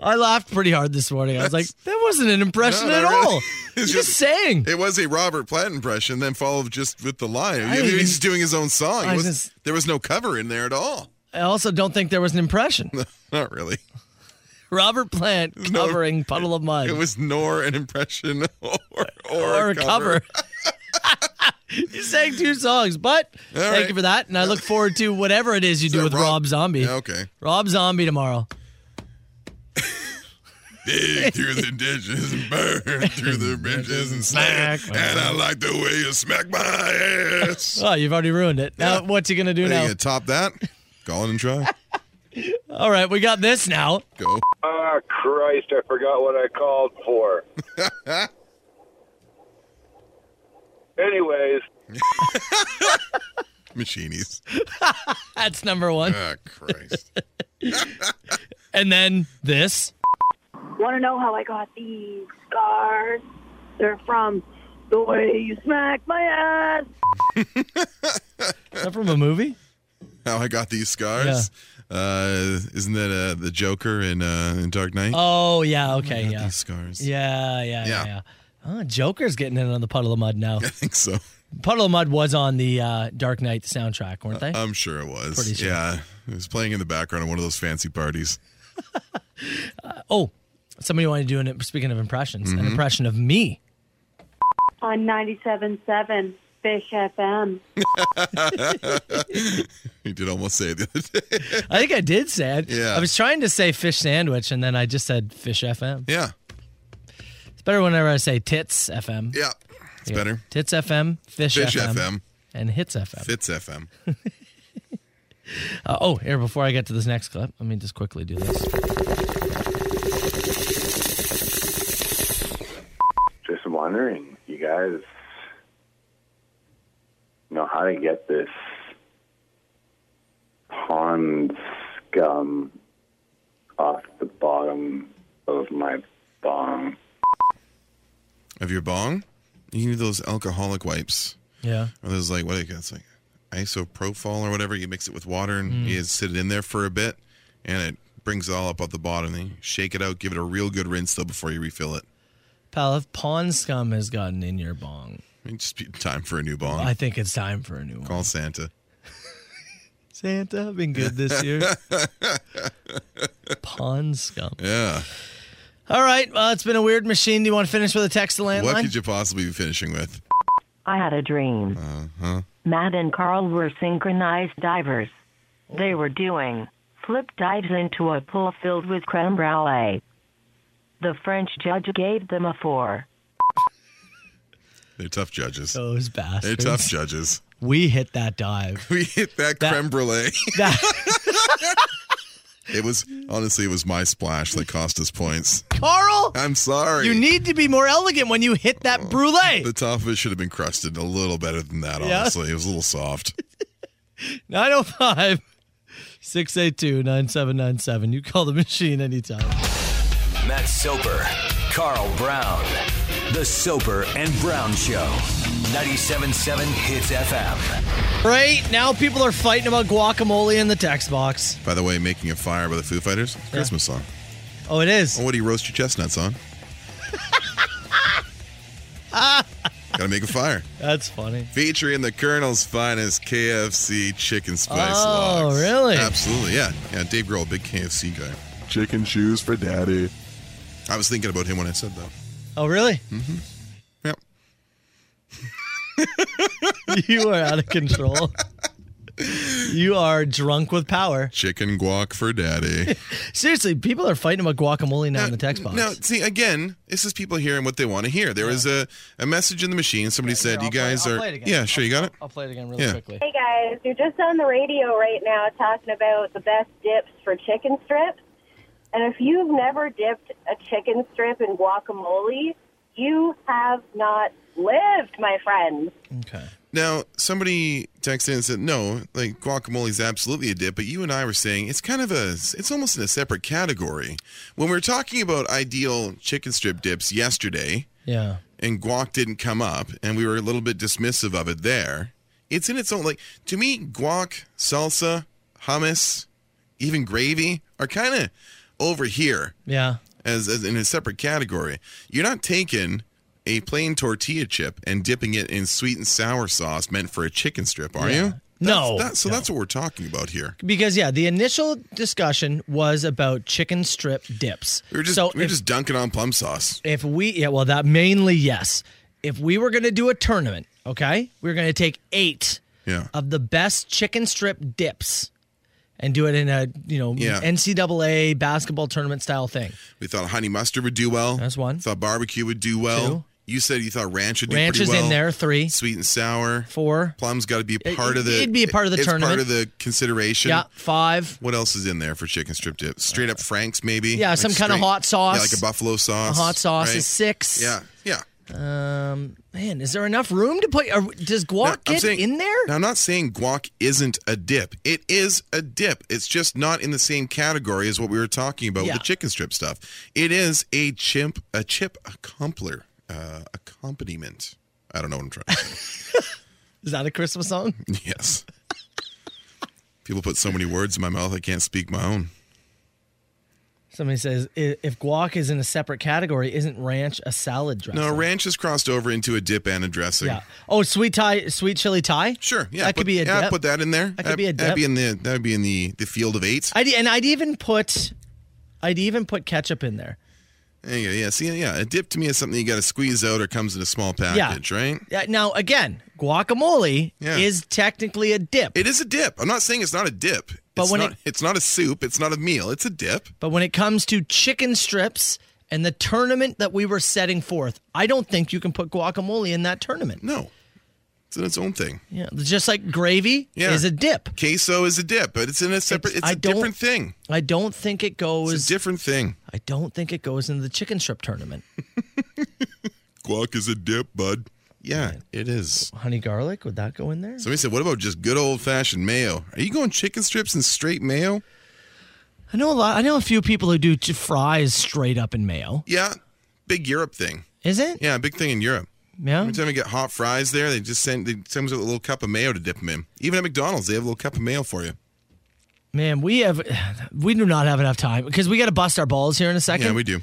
E: I laughed pretty hard this morning. I was like, that wasn't an impression
F: No,
E: at
F: not really.
E: all. You
F: It's
E: just
F: just-
E: sang.
F: It was a Robert Plant impression, then followed just with the line.
E: I
F: He's
E: even-
F: just doing his own song. It
E: I
F: was-
E: just-
F: there was no cover in there at all.
E: I also don't think there was an impression.
F: Not really.
E: Robert Plant
F: no-
E: covering Puddle of Mud.
F: It was nor an impression or, or,
E: or a cover. you sang two songs, but
F: All
E: thank
F: right.
E: you for that. And I look forward to whatever it is you do
F: that
E: with Rob,
F: Rob-
E: Zombie.
F: Yeah, okay.
E: Rob Zombie tomorrow.
F: Dig through the ditches and burn through the bridges and
E: Smack
F: smack.
E: my
F: And I like the way you smack my ass.
E: Oh, you've already ruined it. Now,
F: Yeah.
E: what's he going to do
F: Are you
E: now?
F: gonna top that? Call in and try.
E: All right, we got this now.
F: Go.
K: Ah, Christ, I forgot what I called for. Anyways,
F: Machinies.
E: That's number one.
F: Ah, Christ.
E: And then this.
H: Want to know how I got these scars? They're from the way you smack my ass.
E: Is that from a movie?
F: How I got these scars. Uh, isn't that uh, the Joker in uh, in Dark Knight?
E: Oh, yeah,
F: I
E: okay,
F: got
E: yeah.
F: These scars.
E: Yeah, yeah, yeah,
F: Yeah.
E: yeah. Oh, Joker's getting in on the Puddle of Mud now.
F: I think so.
E: Puddle of Mud was on the uh, Dark Knight soundtrack, weren't they?
F: I'm sure it was.
E: Pretty sure.
F: Yeah. It was playing in the background at one of those fancy parties. uh,
E: oh, somebody wanted to do an, speaking of impressions,
F: Mm-hmm.
E: an impression of me.
H: On 97.7 Fish FM.
F: You did almost say it the other day.
E: I think I did say it.
F: Yeah.
E: I was trying to say fish sandwich, and then I just said fish FM.
F: Yeah.
E: It's better whenever I say tits FM.
F: Yeah. It's better.
E: Tits FM, fish,
F: Fish FM.
E: and hits FM.
F: Fits FM.
E: Uh, oh, here, before I get to this next clip, let me just quickly do this.
M: Just wondering, you guys know how to get this pond scum off the bottom of my bong.
F: Of your bong, you need those alcoholic wipes.
E: Yeah.
F: Or those like what do you it's like isopropyl or whatever. You mix it with water
E: Mm.
F: and you sit it in there for a bit and it brings it all up at the bottom. Then you shake it out, give it a real good rinse though before you refill it.
E: Pal, if pawn scum has gotten in your bong,
F: It just be time for a new bong.
E: I think it's time for a new one.
F: Call Santa.
E: Santa, I've been good this year. pawn scum.
F: Yeah.
E: All right. Well, it's been a weird machine. Do you want to finish with a text to
F: What
E: landline?
F: could you possibly be finishing with?
N: I had a dream. Matt and Carl were synchronized divers. They were doing Flip dives into a pool filled with creme brulee. The French judge gave them a four.
F: They're tough judges.
E: Those bastards.
F: They're tough judges.
E: We hit that dive.
F: We hit that, creme brulee. it was honestly, it was my splash that cost us points.
E: Carl,
F: I'm sorry.
E: you need to be more elegant when you hit
F: Oh.
E: that brulee.
F: the top of it should have been crusted a little better than that.
E: Yeah.
F: Honestly, it was a little soft.
E: 905 682 9797. You call the machine anytime.
D: Matt Soper, Carl Brown. The Soper and Brown Show. 97.7 Hits FM.
E: Right now, people are fighting about guacamole in the text box.
F: By the way, making a fire by the Foo Fighters, it's a Christmas song.
E: Oh, it is.
F: Oh, what do you roast your chestnuts on? Gotta make a fire.
E: That's funny.
F: Featuring the Colonel's finest KFC chicken spice
E: Oh,
F: logs.
E: really?
F: Absolutely, yeah. Yeah, Dave Grohl, big KFC guy. Chicken shoes for daddy. I was thinking about him when I said that.
E: Oh, really?
F: Mm-hmm. Yep.
E: you are out of control. you are drunk with power.
F: Chicken guac for daddy.
E: Seriously, people are fighting about guacamole now in the text box.
F: Now, see, again, this is people hearing what they want to hear. There was a, a message in the machine. Somebody said, You guys
E: I'll
F: are.
E: play it again.
F: Yeah, sure, you got it?
E: I'll play it again really
F: Yeah.
E: quickly.
O: Hey guys, you're just on the radio right now talking about the best dips for chicken strips. And if you've never dipped a chicken strip in guacamole, you have not lived, my friend.
F: Now, somebody texted in and said, "No, like guacamole is absolutely a dip," but you and I were saying it's kind of a, it's almost in a separate category. When we were talking about ideal chicken strip dips yesterday,
E: Yeah.
F: and guac didn't come up, and we were a little bit dismissive of it there. It's in its own, like to me, guac, salsa, hummus, even gravy are kind of over here
E: Yeah.
F: as, as in a separate category. You're not taking a plain tortilla chip and dipping it in sweet and sour sauce meant for a chicken strip, are
E: Yeah. Oh,
F: you?
E: No,
F: That's- that- so
E: no.
F: that's what we're talking about here.
E: Because yeah, the initial discussion was about chicken strip dips.
F: We We're just
E: so
F: we we're
E: if,
F: just dunking on plum sauce.
E: if we yeah, well that mainly yes. If we were gonna do a tournament, okay, we are gonna take eight
F: Yeah.
E: of the best chicken strip dips and do it in a you know
F: Yeah.
E: NCAA basketball tournament style thing.
F: We thought honey mustard would do well.
E: That's one.
F: Thought barbecue would do well. You said you thought ranch would do
E: Ranch
F: pretty
E: is in
F: well.
E: there, three.
F: Sweet and sour.
E: Four.
F: Plum's got to be a
E: It-
F: part of the.
E: it'd be a part of the
F: it's
E: tournament.
F: part of the consideration.
E: Yeah, five.
F: What else is in there for chicken strip dip? Straight up Frank's, maybe.
E: Yeah, some kinda
F: straight-
E: hot sauce.
F: Yeah, like a buffalo sauce.
E: hot sauce
F: right?
E: is six.
F: Yeah, yeah.
E: Um, man, is there enough room to put? Are, does guac
F: I'm
E: get
F: saying-
E: in there?
F: Now, I'm not saying guac isn't a dip. It is a dip. It's just not in the same category as what we were talking about
E: Yeah.
F: with the chicken strip stuff. It is a chimp, a chip accompler, uh, accompaniment. I don't know what I'm trying to say.
E: Is that a Christmas song?
F: yes. People put so many words in my mouth, I can't speak my own.
E: Somebody says "I- if guac is in a separate category, isn't ranch a salad dressing?
F: No, ranch is crossed over into a dip and a dressing.
E: Yeah. Oh, sweet Thai, sweet chili Thai.
F: Sure. Yeah.
E: That
F: put-
E: could be a
F: yeah,
E: dip.
F: Put that in there.
E: That could be a
F: That'd be
E: dip.
F: in the that'd be in the the field of eight.
E: I'd, and I'd even put, I'd even put ketchup in there.
F: There you go. Yeah. See, yeah, a dip to me is something you got to squeeze out or comes in a small package, right?
E: Yeah. Uh, Now again, guacamole
F: Yeah.
E: is technically a dip,
F: It is a dip. I'm not saying it's not a dip.
E: But
F: it's
E: when
F: not,
E: it-
F: it's not a soup, it's not a meal. It's a dip.
E: but when it comes to chicken strips and the tournament that we were setting forth, I don't think you can put guacamole in that tournament.
F: No. It's in its own thing.
E: Yeah. Just like gravy
F: Yeah.
E: is a dip.
F: Queso is a dip, but it's in a separate. It's,
E: I
F: a
E: don't-
F: different thing.
E: I don't think it goes.
F: It's a different thing.
E: I don't think it goes into the chicken strip tournament.
F: Guac is a dip, bud. Yeah, it is.
E: Honey garlic, would that go in there?
F: Somebody said, "What about just good old fashioned mayo? Are you going chicken strips and straight mayo?"
E: I know a lot. I know a few people who do ch- fries straight up in mayo.
F: Yeah, big Europe thing.
E: Is it?
F: Yeah, big thing in Europe.
E: Yeah.
F: Every time you get hot fries there, they just send they send you a little cup of mayo to dip them in. Even at McDonald's, they have a little cup of mayo for you.
E: Man, we have we do not have enough time because we got to bust our balls here in a second.
F: Yeah, we do.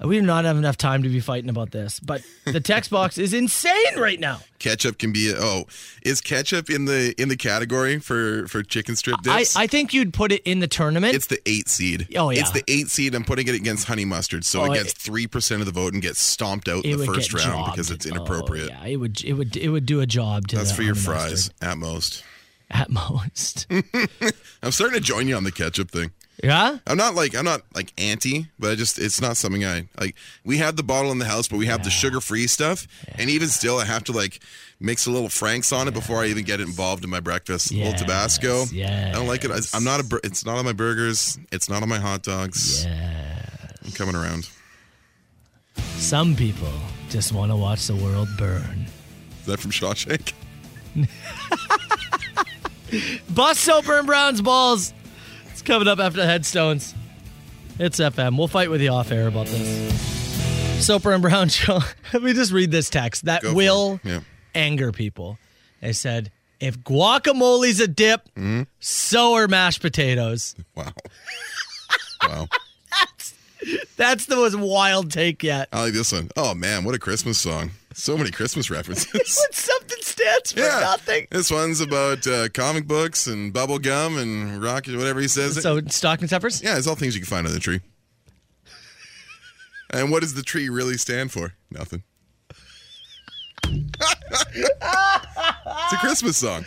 E: We do not have enough time to be fighting about this. But the text box is insane right now.
F: Ketchup can be oh, is ketchup in the in the category for for chicken strip
E: I,
F: dips?
E: I think you'd put it in the tournament.
F: it's the eight seed.
E: Oh, yeah.
F: it's the eight seed. I'm putting it against honey mustard, so
E: Oh,
F: it gets
E: it-
F: three percent of the vote and gets stomped out in
E: It
F: the
E: would
F: first
E: get
F: round
E: jobbed. Oh,
F: because it's inappropriate.
E: yeah, it would it would it would do a job to
F: That's
E: the
F: for your
E: honey
F: fries
E: mustard
F: at most.
E: at most.
F: I'm starting to join you on the ketchup thing.
E: Yeah?
F: I'm not like I'm not like anti, but I just it's not something I like we have the bottle in the house, but we have the sugar free stuff. And even still I have to like mix a little Frank's on it before I even get it involved in my breakfast. a little Tabasco. Yeah. I don't like it. I, I'm not a bur- it's not on my burgers, it's not on my hot dogs.
E: Yeah.
F: I'm coming around.
E: Some people just want to watch the world burn.
F: Is that from Shawshank?
E: Bus Soper and Brown's Balls. It's coming up after the Headstones. It's FM. We'll fight with you off air about this. Soper and Brown show. Let me just read this text that will
F: Yeah.
E: anger people. They said, if guacamole's a dip,
F: Mm-hmm.
E: so are mashed potatoes.
F: Wow. Wow.
E: That's the most wild take yet.
F: I like this one. Oh man, what a Christmas song. So many Christmas references.
E: when something stands for
F: Yeah.
E: nothing.
F: This one's about uh, comic books and bubble gum and rocket, whatever he says.
E: So stocking stuffers.
F: Yeah, it's all things you can find on the tree. and what does the tree really stand for? Nothing. it's a Christmas song.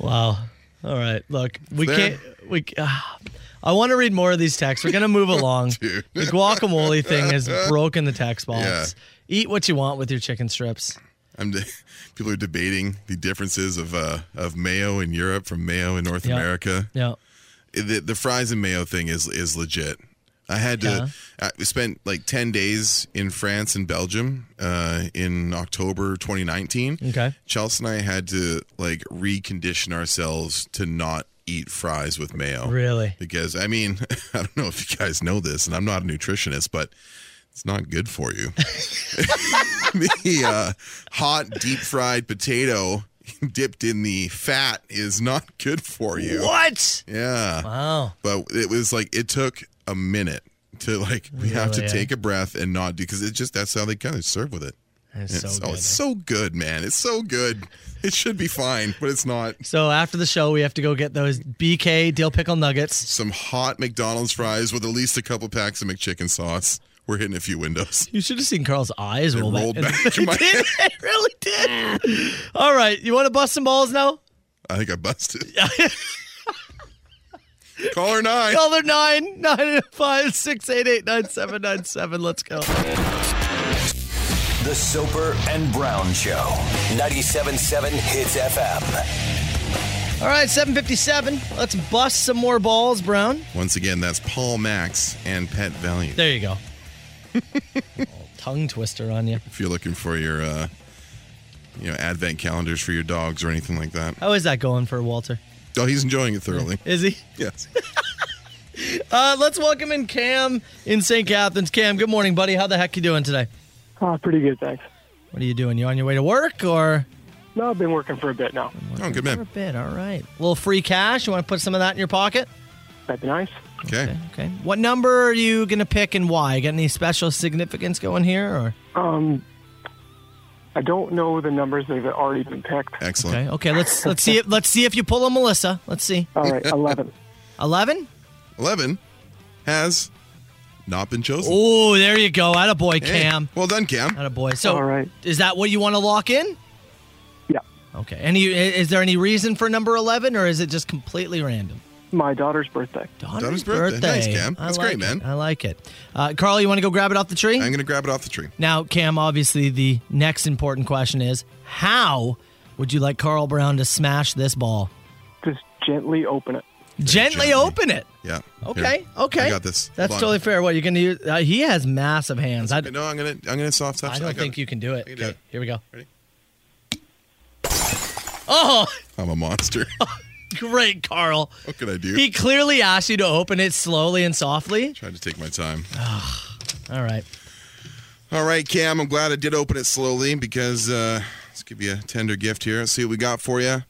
E: Wow. All right. Look, we
F: There.
E: can't. We. Uh, I want to read more of these texts. We're gonna move along. the guacamole thing has broken the text box.
F: Yeah.
E: Eat what you want with your chicken strips.
F: I'm de- people are debating the differences of uh, of mayo in Europe from mayo in North
E: Yeah.
F: America.
E: Yeah.
F: the, the fries and mayo thing is is legit. I had
E: Yeah.
F: to. I spent like ten days in France and Belgium uh, in October 2019.
E: Okay.
F: Chelsea and I had to like recondition ourselves to not eat fries with mayo.
E: Really?
F: Because I mean, I don't know if you guys know this, and I'm not a nutritionist, but it's not good for you. the uh, hot deep fried potato dipped in the fat is not good for you.
E: What?
F: Yeah.
E: Wow.
F: But it was like it took a minute to like we have to
E: Really, eh?
F: take a breath and not do because it just that's how they kind of serve with it.
E: That's
F: And
E: so
F: it's,
E: good,
F: oh, it's
E: eh?
F: so good, man. It's so good. It should be fine, but it's not.
E: So after the show, we have to go get those BK dill pickle nuggets.
F: Some hot McDonald's fries with at least a couple packs of McChicken sauce. We're hitting a few windows.
E: You should have seen Carl's eyes
F: It
E: roll
F: rolled
E: back.
F: back to my head.
E: I really did. All right. You want to bust some balls now?
F: I think I busted. Caller nine.
E: Caller nine nine five six eight eight nine seven nine seven. Let's go.
D: The Soper and Brown Show. 97.7 Hits FM.
E: All right, 757. Let's bust some more balls, Brown.
F: Once again, that's Paul Max and Pet Value.
E: There you go. Tongue twister on you.
F: If you're looking for your, uh, you know, advent calendars for your dogs or anything like that.
E: How is that going for Walter?
F: Oh, he's enjoying it thoroughly.
E: Is he?
F: Yes.
E: Uh, let's welcome in Cam in St. Catharines. Cam, good morning, buddy. How the heck you doing today?
P: Oh, pretty good, thanks.
E: What are you doing? You on your way to work or?
P: No, I've been working for a bit now.
F: Oh, good
E: For a bit, all right. A little free cash. You want to put some of that in your pocket?
P: That'd be nice.
F: Okay.
E: Okay. What number are you going to pick and why? Got any special significance going here or?
P: Um, I don't know the numbers that have already been picked.
F: Excellent.
E: Okay, okay, let's let's see if let's see if you pull a Melissa. Let's see.
P: All right, 11.
E: 11?
F: 11 has not been chosen.
E: Oh, there you go. Atta boy,
F: Hey,
E: Cam. Uh,
F: well done, Cam.
E: Atta boy. So,
P: All right.
E: is that what you want to lock in?
P: Yeah.
E: Okay. Any i- is there any reason for number 11 or is it just completely random?
P: My daughter's birthday.
F: Daughter's birthday. Nice, Cam.
E: I
F: That's
E: like
F: great,
E: it.
F: man.
E: I like it. Uh, Carl, you want to go grab it off the tree?
F: I'm going to grab it off the tree.
E: now, Cam, obviously the next important question is how would you like Carl Brown to smash this ball?
P: Just gently open it.
E: Gently,
F: gently.
E: open it.
F: Yeah.
E: Okay.
F: Here.
E: Okay.
F: I got this. Hold
E: That's
F: on.
E: totally fair. What you're gonna use? Uh, he has massive hands. I,
F: No, I'm gonna I'm gonna soft touch.
E: I
F: it.
E: don't
F: got
E: think
F: it.
E: you can do it.
F: I can do
E: Okay,
F: it.
E: Here we go.
F: Ready?
E: Oh,
F: I'm a monster.
E: great, Carl.
F: what could I do?
E: He clearly asked you to open it slowly and softly.
F: Tried to take my time.
E: All right.
F: All right, Cam. I'm glad I did open it slowly because uh, let's give you a tender gift here. Let's see what we got for you.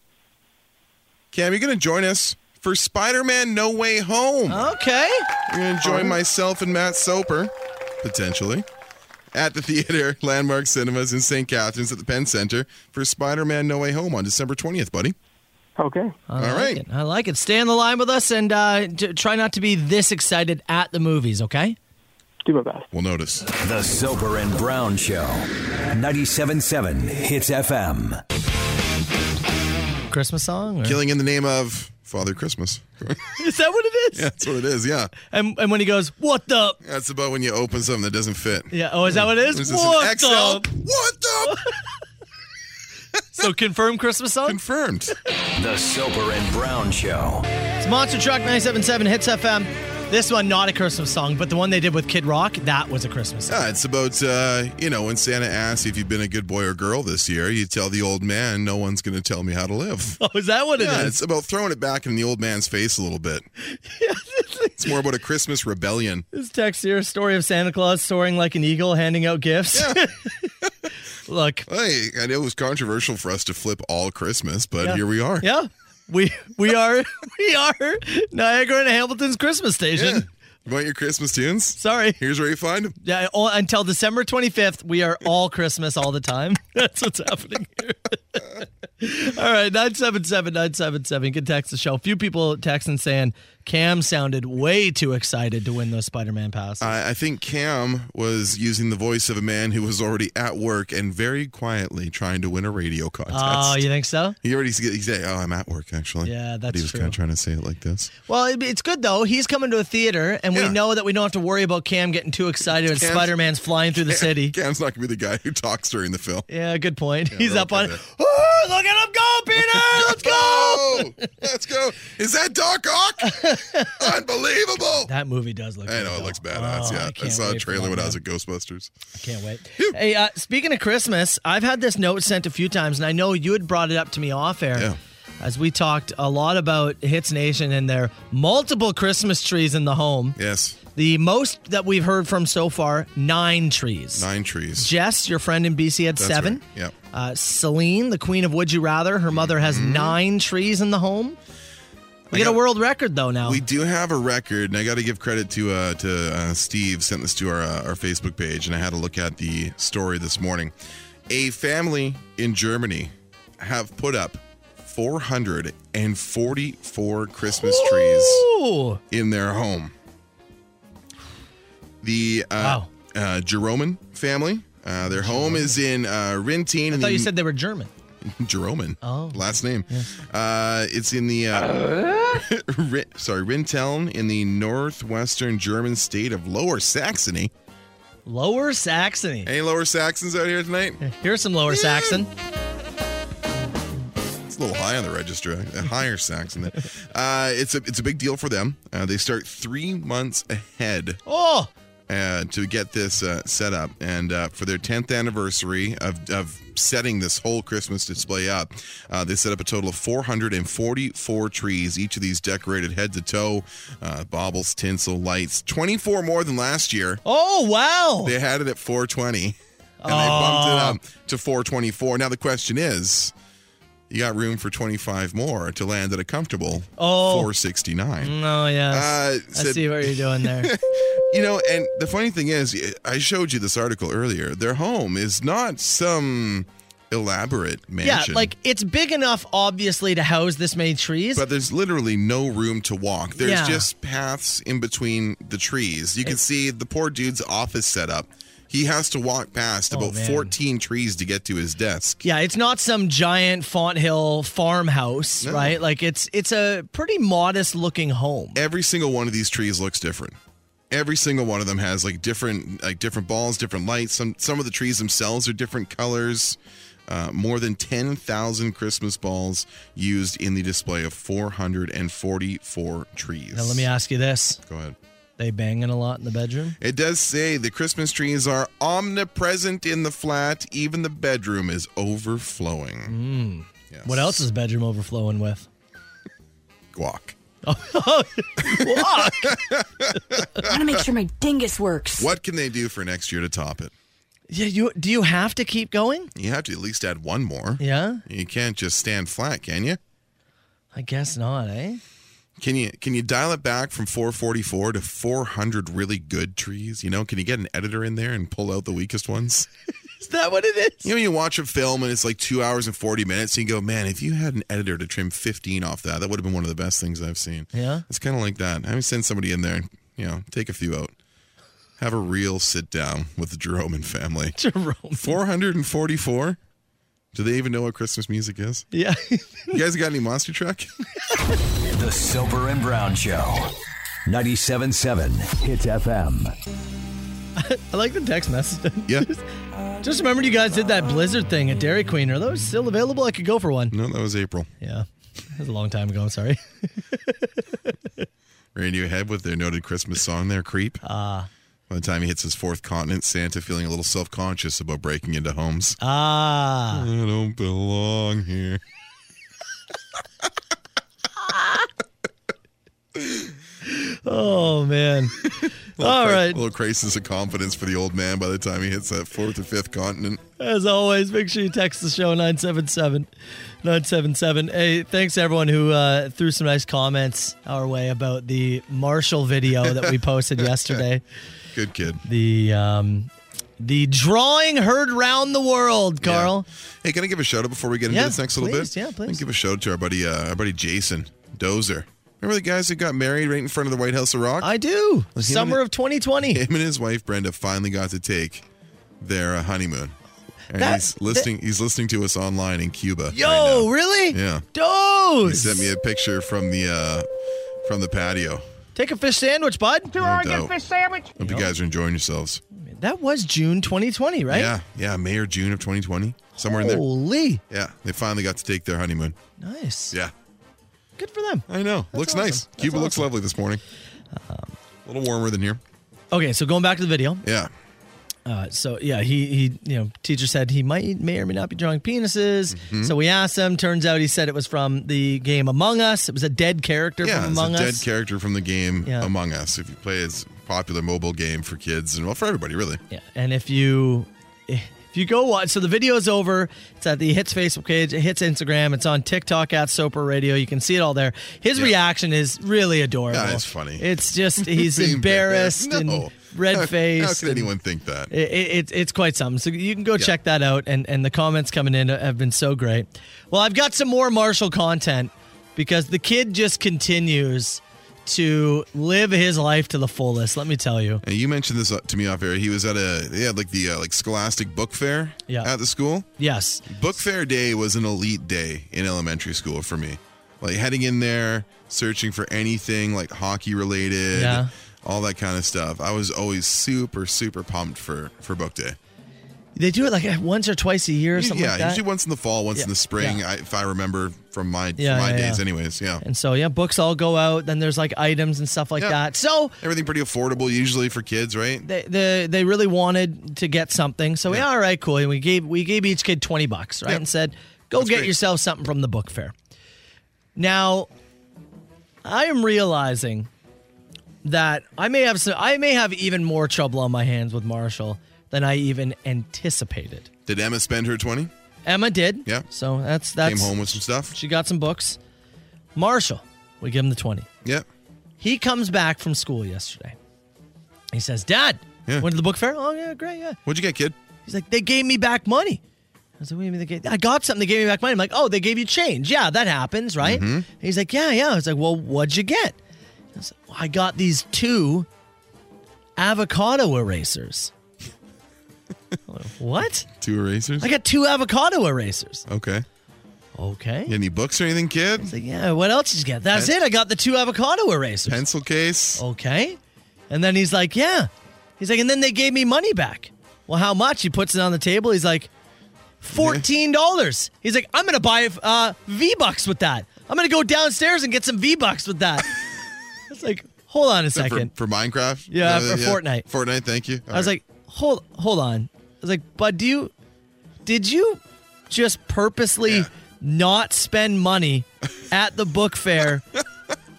F: Cam, you're gonna join us for Spider-Man: No Way Home.
E: Okay.
F: You're gonna join myself and Matt Soper, potentially, at the theater Landmark Cinemas in St. Catharines at the Penn Center for Spider-Man: No Way Home on December 20th, buddy.
P: Okay.
E: I like
F: All right.
E: It. I like it. Stay on the line with us and uh, j- try not to be this excited at the movies. Okay.
P: Do my best.
F: We'll notice.
D: The Soper and Brown Show. 97.7 Hits FM.
E: Christmas song. or-
F: Killing in the name of Father Christmas.
E: Is that what it is?
F: Yeah, that's what it is. Yeah.
E: And and when he goes, what the?
F: That's about when you open something that doesn't fit.
E: Yeah. Oh, is that what it is?
F: Is this an
E: what
F: XL?
E: the?
F: What the?
E: so confirmed Christmas song.
F: Confirmed.
D: The Soper and Brown Show.
E: It's Monster Truck 977 Hits FM. This one not a Christmas song, but the one they did with Kid Rock that was a Christmas song.
F: Yeah, it's about uh, you know when Santa asks if you've been a good boy or girl this year, you tell the old man, "No one's going to tell me how to live."
E: Oh, is that what it is?
F: Yeah, it's about throwing it back in the old man's face a little bit. it's more about a Christmas rebellion.
E: This text here, story of Santa Claus soaring like an eagle, handing out gifts. Look,
F: Hey, I know it was controversial for us to flip all Christmas, but
E: Yeah.
F: here we are.
E: yeah, we we are we are Niagara and Hamilton's Christmas station.
F: Yeah. You want your Christmas tunes?
E: Sorry.
F: Here's where you find them.
E: Yeah, all, until December 25th, we are all Christmas all the time. That's what's happening here. all right, 977 977. You can text the show. A few people texting saying Cam sounded way too excited to win those Spider Man passes.
F: I, I think Cam was using the voice of a man who was already at work and very quietly trying to win a radio contest.
E: Oh, you think so?
F: He already said, he said, "Oh, I'm at work actually."
E: Yeah,
F: But
E: that's
F: He was
E: true.
F: kind of trying to say it like this.
E: Well, it, it's good though. He's coming to a theater, and we
F: Yeah.
E: know that we don't have to worry about Cam getting too excited and
F: Cam's-
E: Spider Man's flying through the city.
F: Cam's not gonna be the guy who talks during the film.
E: Yeah, good point. He's
F: we're
E: up
F: okay
E: on it.
F: there.
E: Oh, look at him go, Peter! Let's go!
F: Oh, let's go. Is that Doc Ock? Unbelievable.
E: That movie does look.
F: I
E: good,
F: know it
E: though.
F: looks badass.
E: Oh,
F: yeah, I,
E: can't
F: saw a
E: wait for
F: trailer
E: that
F: when I
E: one.
F: was at Ghostbusters.
E: Can't wait. Hey, uh, speaking of Christmas, I've had this note sent a few times, and I know you had brought it up to me off air.
F: Yeah.
E: As we talked a lot about Hits Nation and their multiple Christmas trees in the home.
F: Yes,
E: The most that we've heard from so far, nine trees.
F: nine trees.
E: Jess, your friend in BC, had
F: That's
E: seven.
F: right. Yep.
E: Uh, Celine, the queen of Would You Rather, her mother has nine trees in the home.
F: I
E: We get a
F: got-
E: world record though now.
F: We do have a record, and I got to give credit to uh, to uh, Steve sent this to our uh, our Facebook page, and I had a look at the story this morning. A family in Germany have put up 444 Christmas trees
E: Ooh.
F: in their home. The uh, uh, Jeroman family, uh, their home is in uh, Rintin.
E: I thought you said they were German.
F: Jeroman.
E: Oh.
F: Last name. Uh, it's in the, uh, Ri- sorry, Rinteln in the northwestern German state of Lower Saxony.
E: Lower Saxony.
F: Any Lower Saxons out here tonight?
E: Here's some Lower Saxon.
F: It's a little high on the register. A higher Saxon. there. Uh, it's, a, it's a big deal for them. Uh, they start three months ahead
E: Oh,
F: uh, to get this uh, set up. And uh, for their 10th anniversary of, of setting this whole Christmas display up, uh, they set up a total of 444 trees, each of these decorated head to toe, uh, baubles, tinsel, lights, 24 more than last year.
E: oh wow.
F: They had it at 420, and they bumped it up to 424. Now the question is. You got room for 25 more to land at a comfortable
E: Oh.
F: 469.
E: No,
F: Uh,
E: Oh, yes. I
F: said-
E: see what you're doing there.
F: You know, and the funny thing is, I showed you this article earlier. Their home is not some elaborate
E: yeah,
F: mansion.
E: like it's big enough, obviously, to house this many trees.
F: But there's literally no room to walk. There's
E: Yeah.
F: just paths in between the trees. You can see the poor dude's office setup. He has to walk past
E: Oh,
F: about
E: man.
F: 14 trees to get to his desk.
E: yeah, it's not some giant Font Hill farmhouse,
F: No.
E: right? Like it's it's a pretty modest looking home.
F: Every single one of these trees looks different. Every single one of them has like different like different balls, different lights. Some some of the trees themselves are different colors. Uh, more than 10,000 Christmas balls used in the display of 444 trees.
E: Now let me ask you this:
F: Go ahead.
E: They banging a lot in the bedroom?
F: It does say the Christmas trees are omnipresent in the flat. Even the bedroom is overflowing.
E: Mm.
F: Yes.
E: What else is bedroom overflowing with?
F: Guac.
Q: I want to make sure my dingus works.
F: What can they do for next year to top it?
E: Yeah, you do you have to keep going?
F: You have to at least add one more.
E: Yeah,
F: You can't just stand flat, can you?
E: I guess not, eh?
F: Can you can you dial it back from 444 to 400 really good trees? You know, can you get an editor in there and pull out the weakest ones?
E: Is that what it is?
F: You know, you watch a film and it's like two hours and 40 minutes, and you go, man, if you had an editor to trim 15 off that, that would have been one of the best things I've seen.
E: Yeah.
F: It's kind of like that. I would send somebody in there, and, you know, take a few out, have a real sit down with the Jeroman family.
E: Jerome.
F: 444? Do they even know what Christmas music is?
E: Yeah.
F: you guys got any monster truck?
D: The Soper and Brown Show. 97.7 Hits FM.
E: I like the text message.
F: Yeah.
E: Just remembered you guys did that blizzard thing at Dairy Queen. Are those still available? I could go for one.
F: No, that was April.
E: Yeah. That was a long time ago. I'm sorry.
F: Radiohead with their noted Christmas song there, Creep. Ah. By the time he hits his fourth continent, Santa feeling a little self conscious about breaking into homes.
E: Ah.
F: I don't belong here.
E: Oh, man.
F: Little
E: All
F: cri-
E: right.
F: Little crisis of confidence for the old man by the time he hits that fourth or fifth continent.
E: As always, make sure you text the show 977 977. Hey, thanks to everyone who uh, threw some nice comments our way about the Marshall video that we posted yesterday.
F: Good kid.
E: The um, the drawing heard round the world, Carl.
F: Hey, can I give a shout out before we get into
E: Yeah,
F: this next little
E: please.
F: bit?
E: Yeah,
F: please. give a shout out to our buddy, uh, our buddy Jason Dozer. Remember the guys who got married right in front of the White House of Rock?
E: I do. Summer of 2020.
F: Him and his wife Brenda finally got to take their uh, honeymoon, and
E: That-
F: he's listening. he's listening to us online in Cuba.
E: Yo, really?
F: Yeah. He
E: Dose.
F: sent me a picture from the uh, from the patio.
E: Take a fish sandwich, bud. Two
F: Oregon doubt. fish
E: sandwich.
F: Hope you guys are enjoying yourselves.
E: That was June 2020, right?
F: Yeah, yeah, May or June of 2020, somewhere in
E: Holy.
F: there. Yeah, they finally got to take their honeymoon.
E: Nice.
F: Yeah,
E: Good for them.
F: I know. looks nice.
E: awesome. Um,
F: Cuba
E: That's
F: looks lovely this morning. a little warmer than here.
E: Okay, so going back to the video.
F: Yeah.
E: Uh, so yeah, he he you know teacher said he might may or may not be drawing penises.
F: Mm-hmm.
E: So we asked him. Turns out he said it was from the game Among Us. It was a dead character
F: Yeah,
E: from
F: it's
E: Among
F: a dead
E: Us.
F: character from the game
E: Yeah.
F: Among Us. If you play, it's a popular mobile game for kids and well for everybody really.
E: Yeah. and if you if you go watch, so the video is over. It's at the hits Facebook page. It hits Instagram. It's on TikTok at Soper Radio. You can see it all there. His
F: Yeah.
E: reaction is really adorable.
F: Yeah, it's funny.
E: It's just he's embarrassed and
F: How-
E: red faced.
F: How could anyone think that?
E: It, it, it's quite something. So you can go
F: Yeah.
E: check that out. And, and the comments coming in have been so great. Well, I've got some more Marshall content because the kid just continues to live his life to the fullest. Let me tell you.
F: And you mentioned this uh, to me off air. He was at a they had like the uh, like Scholastic Book Fair
E: Yeah.
F: at the school.
E: Yes.
F: Book Fair Day was an elite day in elementary school for me. Like heading in there, searching for anything like hockey related,
E: Yeah.
F: all that kind of stuff. I was always super super pumped for for Book Day.
E: They do it like once or twice a year or something
F: yeah,
E: like that.
F: usually once in the fall, once
E: Yeah,
F: in the spring,
E: yeah.
F: I, if I remember from my
E: Yeah,
F: from my
E: yeah,
F: days,
E: yeah.
F: anyways. Yeah,
E: and so, yeah, books all go out. Then there's like items and stuff like
F: Yeah.
E: that. So
F: everything pretty affordable usually for kids, right?
E: they, they, they really wanted to get something. So, yeah, all right, cool. And we gave, we gave each kid 20 bucks, right?
F: Yeah.
E: And said, go
F: That's
E: get
F: great.
E: yourself something from the book fair. Now, I am realizing that I may have some, I may have even more trouble on my hands with Marshall than I even anticipated.
F: Did Emma spend her twenty?
E: Emma did.
F: Yeah.
E: So that's that's
F: Came home with some stuff.
E: she got some books. Marshall, we give him the 20.
F: Yeah.
E: He comes back from school yesterday. He says, Dad, went to the book fair? Oh, yeah, great, yeah.
F: What'd you get, kid?
E: He's like, they gave me back money. I was like, what do you mean they gave? I got something. They gave me back money. I'm like, oh, they gave you change. Yeah, that happens, right? And He's like, yeah, yeah. I was like, well, what'd you get? I, was like, well, I got these two avocado erasers. I'm like, what?
F: Two erasers.
E: I got two avocado erasers.
F: okay.
E: Okay.
F: You got any books or anything, kid?
E: Like, yeah, what else did you get? That's it. I got the two avocado erasers.
F: Pencil
E: Oh,
F: case.
E: Okay. And then he's like, yeah. He's like, and then they gave me money back. Well, how much? He puts it on the table. He's like, $14. He's like, I'm going to buy uh, V Bucks with that. I'm going to go downstairs and get some V Bucks with that. It's like, hold on a
F: Except
E: second.
F: For, for Minecraft? Uh,
E: Yeah, for Fortnite.
F: Fortnite, thank you.
E: I was like, hold hold on. I was like, bud, do you did you just purposely not spend money at the book fair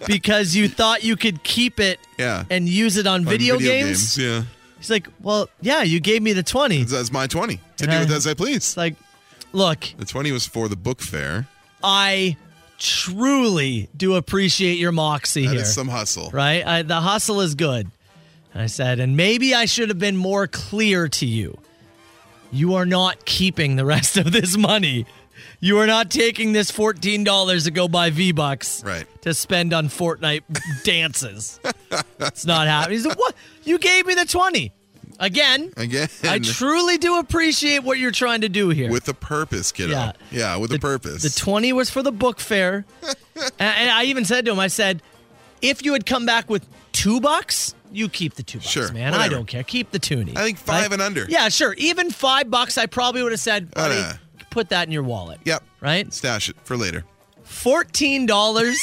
E: because you thought you could keep it
F: Yeah.
E: and use it on
F: On
E: video, games?
F: Yeah.
E: He's like, Well, yeah, you gave me the twenty.
F: That's my 20 to
E: And
F: do
E: I-
F: with as I please.
E: It's like, look,
F: The 20 was for the book fair.
E: I truly do appreciate your moxie
F: That is
E: here.
F: some hustle.
E: right? I, the hustle is good. And I said, and maybe I should have been more clear to you. You are not keeping the rest of this money. You are not taking this $14 to go buy V Bucks
F: Right.
E: to spend on Fortnite dances. it's not happening. He's like, what? You gave me the 20. Again,
F: Again.
E: I truly do appreciate what you're trying to do here.
F: With a purpose, kiddo.
E: Yeah.
F: Yeah, with a purpose.
E: The 20 was for the book fair. and, and I even said to him, I said, if you had come back with two bucks, you keep the two bucks,
F: Sure,
E: man. I
F: whatever.
E: don't care. Keep the toonie.
F: I think five and under.
E: Yeah, sure. Even five bucks, I probably would have said, buddy,
F: Uh,
E: put that in your wallet.
F: Yep.
E: Right?
F: Stash it for later.
E: $14.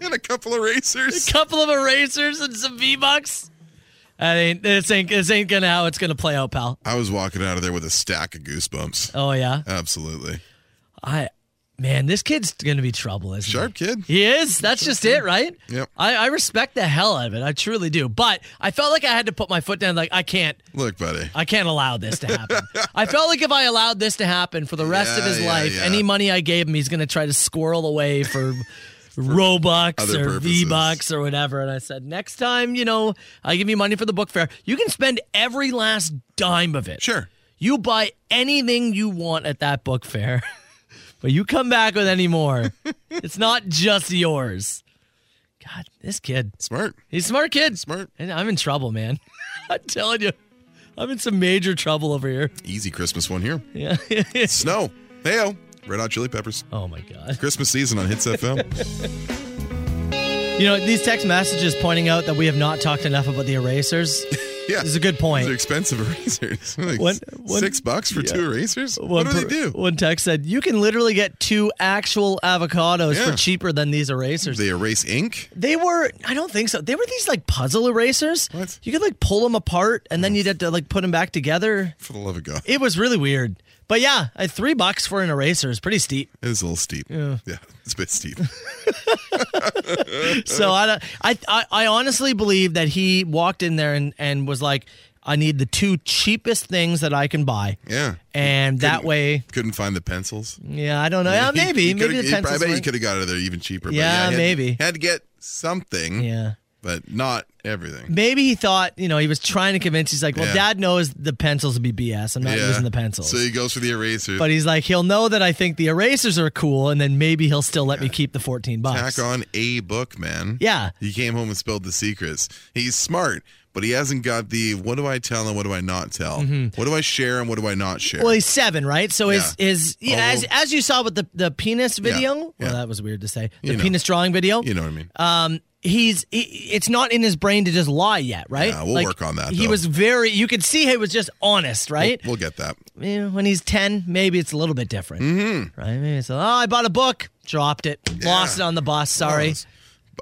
F: and a couple erasers.
E: A couple of erasers and some V-Bucks. I ain't, this ain't, this ain't gonna how it's gonna play out, pal.
F: I was walking out of there with a stack of goosebumps.
E: Oh yeah.
F: Absolutely.
E: I, man, this kid's gonna be trouble, isn't
F: Sharp kid.
E: he? He is. That's just it, right?
F: Yep.
E: I, I respect the hell out of it. I truly do. But I felt like I had to put my foot down. Like I can't,
F: Look, buddy.
E: I can't allow this to happen. I felt like if I allowed this to happen for the rest of
F: Yeah,
E: his
F: yeah,
E: life,
F: yeah.
E: any money I gave him, he's gonna try to squirrel away for. Robux
F: other
E: or
F: purposes.
E: V Bucks or whatever. And I said, next time, you know, I give you money for the book fair, you can spend every last dime of it.
F: Sure.
E: You buy anything you want at that book fair, but you come back with any more. it's not just yours. God, this kid.
F: Smart.
E: He's a smart kid.
F: Smart.
E: And I'm in trouble, man. I'm telling you, I'm in some major trouble over here.
F: Easy Christmas one here.
E: Yeah.
F: Snow. Heyo. Red Hot Chili Peppers.
E: Oh my God.
F: Christmas season on Hits FM.
E: You know, these text messages pointing out that we have not talked enough about the erasers.
F: Yeah.
E: This is a good point.
F: Those are expensive erasers. Like
E: One-
F: s-
E: one-
F: six bucks for two
E: yeah.
F: erasers?
E: One
F: what do
E: per-
F: they do?
E: One text said, "You can literally get two actual avocados
F: Yeah.
E: for cheaper than these erasers."
F: They erase ink?
E: They were, I don't think so. They were these like puzzle erasers. What? You could like pull them apart and then you'd have to like put them back together.
F: For the love of God.
E: It was really weird. But yeah, at three bucks for an eraser is pretty steep.
F: It was a little steep.
E: Yeah.
F: Yeah. It's a bit steep.
E: So I, don't- I, I, I honestly believe that he walked in there and, and was like, I need the two cheapest things that I can buy.
F: Yeah.
E: And that
F: Couldn't-
E: way,
F: Couldn't find the pencils.
E: yeah, I don't know. Yeah,
F: He- he
E: Uh, maybe.
F: could've-
E: maybe the
F: he- I
E: pencils.
F: bet you
E: weren't-
F: could have got it there even cheaper. but
E: Yeah,
F: he had-
E: maybe.
F: Had to get something.
E: Yeah.
F: But not everything.
E: Maybe he thought, you know, he was trying to convince. He's like, well,
F: Yeah.
E: dad knows the pencils would be BS. I'm not
F: yeah.
E: using the pencils.
F: So he goes for the erasers.
E: But he's like, he'll know that I think the erasers are cool, and then maybe he'll still let me keep the 14 bucks.
F: Tack on a book, man.
E: Yeah.
F: He came home and spilled the secrets. He's smart, but he hasn't got the what do I tell and what do I not tell? What do I share and what do I not share?
E: Well, he's seven, right? So his
F: Yeah.
E: his yeah,
F: Oh.
E: as as you saw with the the penis video.
F: yeah.
E: Well, that was weird to say. The
F: You know.
E: penis drawing video.
F: you know what I mean?
E: Um, he's he, it's not in his brain to just lie yet, right?
F: Yeah, we'll work on that,
E: He
F: though.
E: was very. You could see he was just honest, right?
F: We'll, we'll get that.
E: you know, when he's 10, maybe it's a little bit different. Mm-hmm. Right? Maybe it's, oh, I bought a book, dropped it, lost it on the bus. Sorry.
F: I was,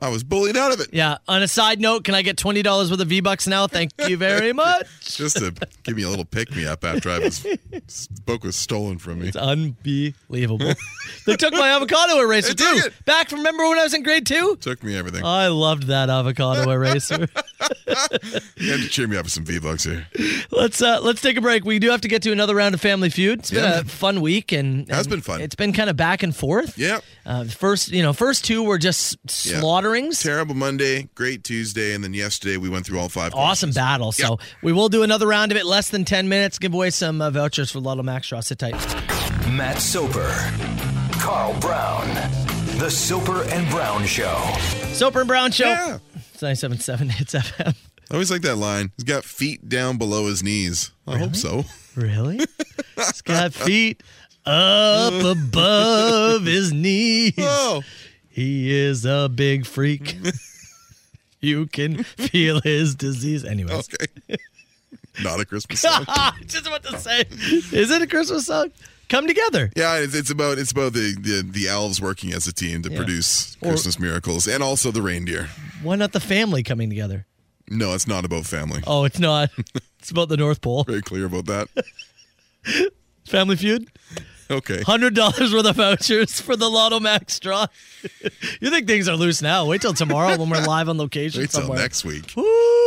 F: I was bullied out of it.
E: yeah. On a side note, can I get $20 worth of V-Bucks now? Thank you very much.
F: Just to give me a little pick me up after I was s- book was stolen from me.
E: It's unbelievable. they took my avocado eraser,
F: They took
E: too.
F: it.
E: Back from, remember when I was in grade two?
F: Took me everything.
E: I loved that avocado eraser.
F: you had to cheer me up with some V bucks here.
E: let's uh, let's take a break. We do have to get to another round of Family Feud. It's been
F: Yeah.
E: a fun week, and,
F: Has
E: and
F: been fun.
E: It's been kind of back and forth.
F: Yeah.
E: Uh, first, you know, first two were just
F: Yeah.
E: slaughterings.
F: Terrible Monday, great Tuesday, and then yesterday we went through all five.
E: awesome
F: questions.
E: battle. So we will do another round of it, less than 10 minutes. Give away some uh, vouchers for Lotto Max Draw. Sit tight.
D: Matt Soper, Carl Brown, The Soper and Brown Show.
E: Soper and Brown Show.
F: Yeah.
E: It's 977 Hits FM.
F: I always like that line. He's got feet down below his knees. I hope so.
E: Really? He's got feet up above his knees.
F: Oh,
E: He is a big freak. you can feel his disease. Anyways.
F: okay. Not a Christmas song.
E: Just about to say, is it a Christmas song? Come together.
F: Yeah, it's, it's about it's about the, the the elves working as a team to
E: Yeah.
F: produce
E: Or-
F: Christmas miracles, and also the reindeer.
E: Why not the family coming together?
F: No, it's not about family.
E: Oh, it's not. It's about the North Pole.
F: Very clear about that.
E: Family Feud.
F: Okay.
E: Hundred dollars worth of vouchers for the Lotto Max draw. you think things are loose now? Wait till tomorrow when we're live on location
F: Wait till
E: somewhere.
F: next week.
E: Ooh,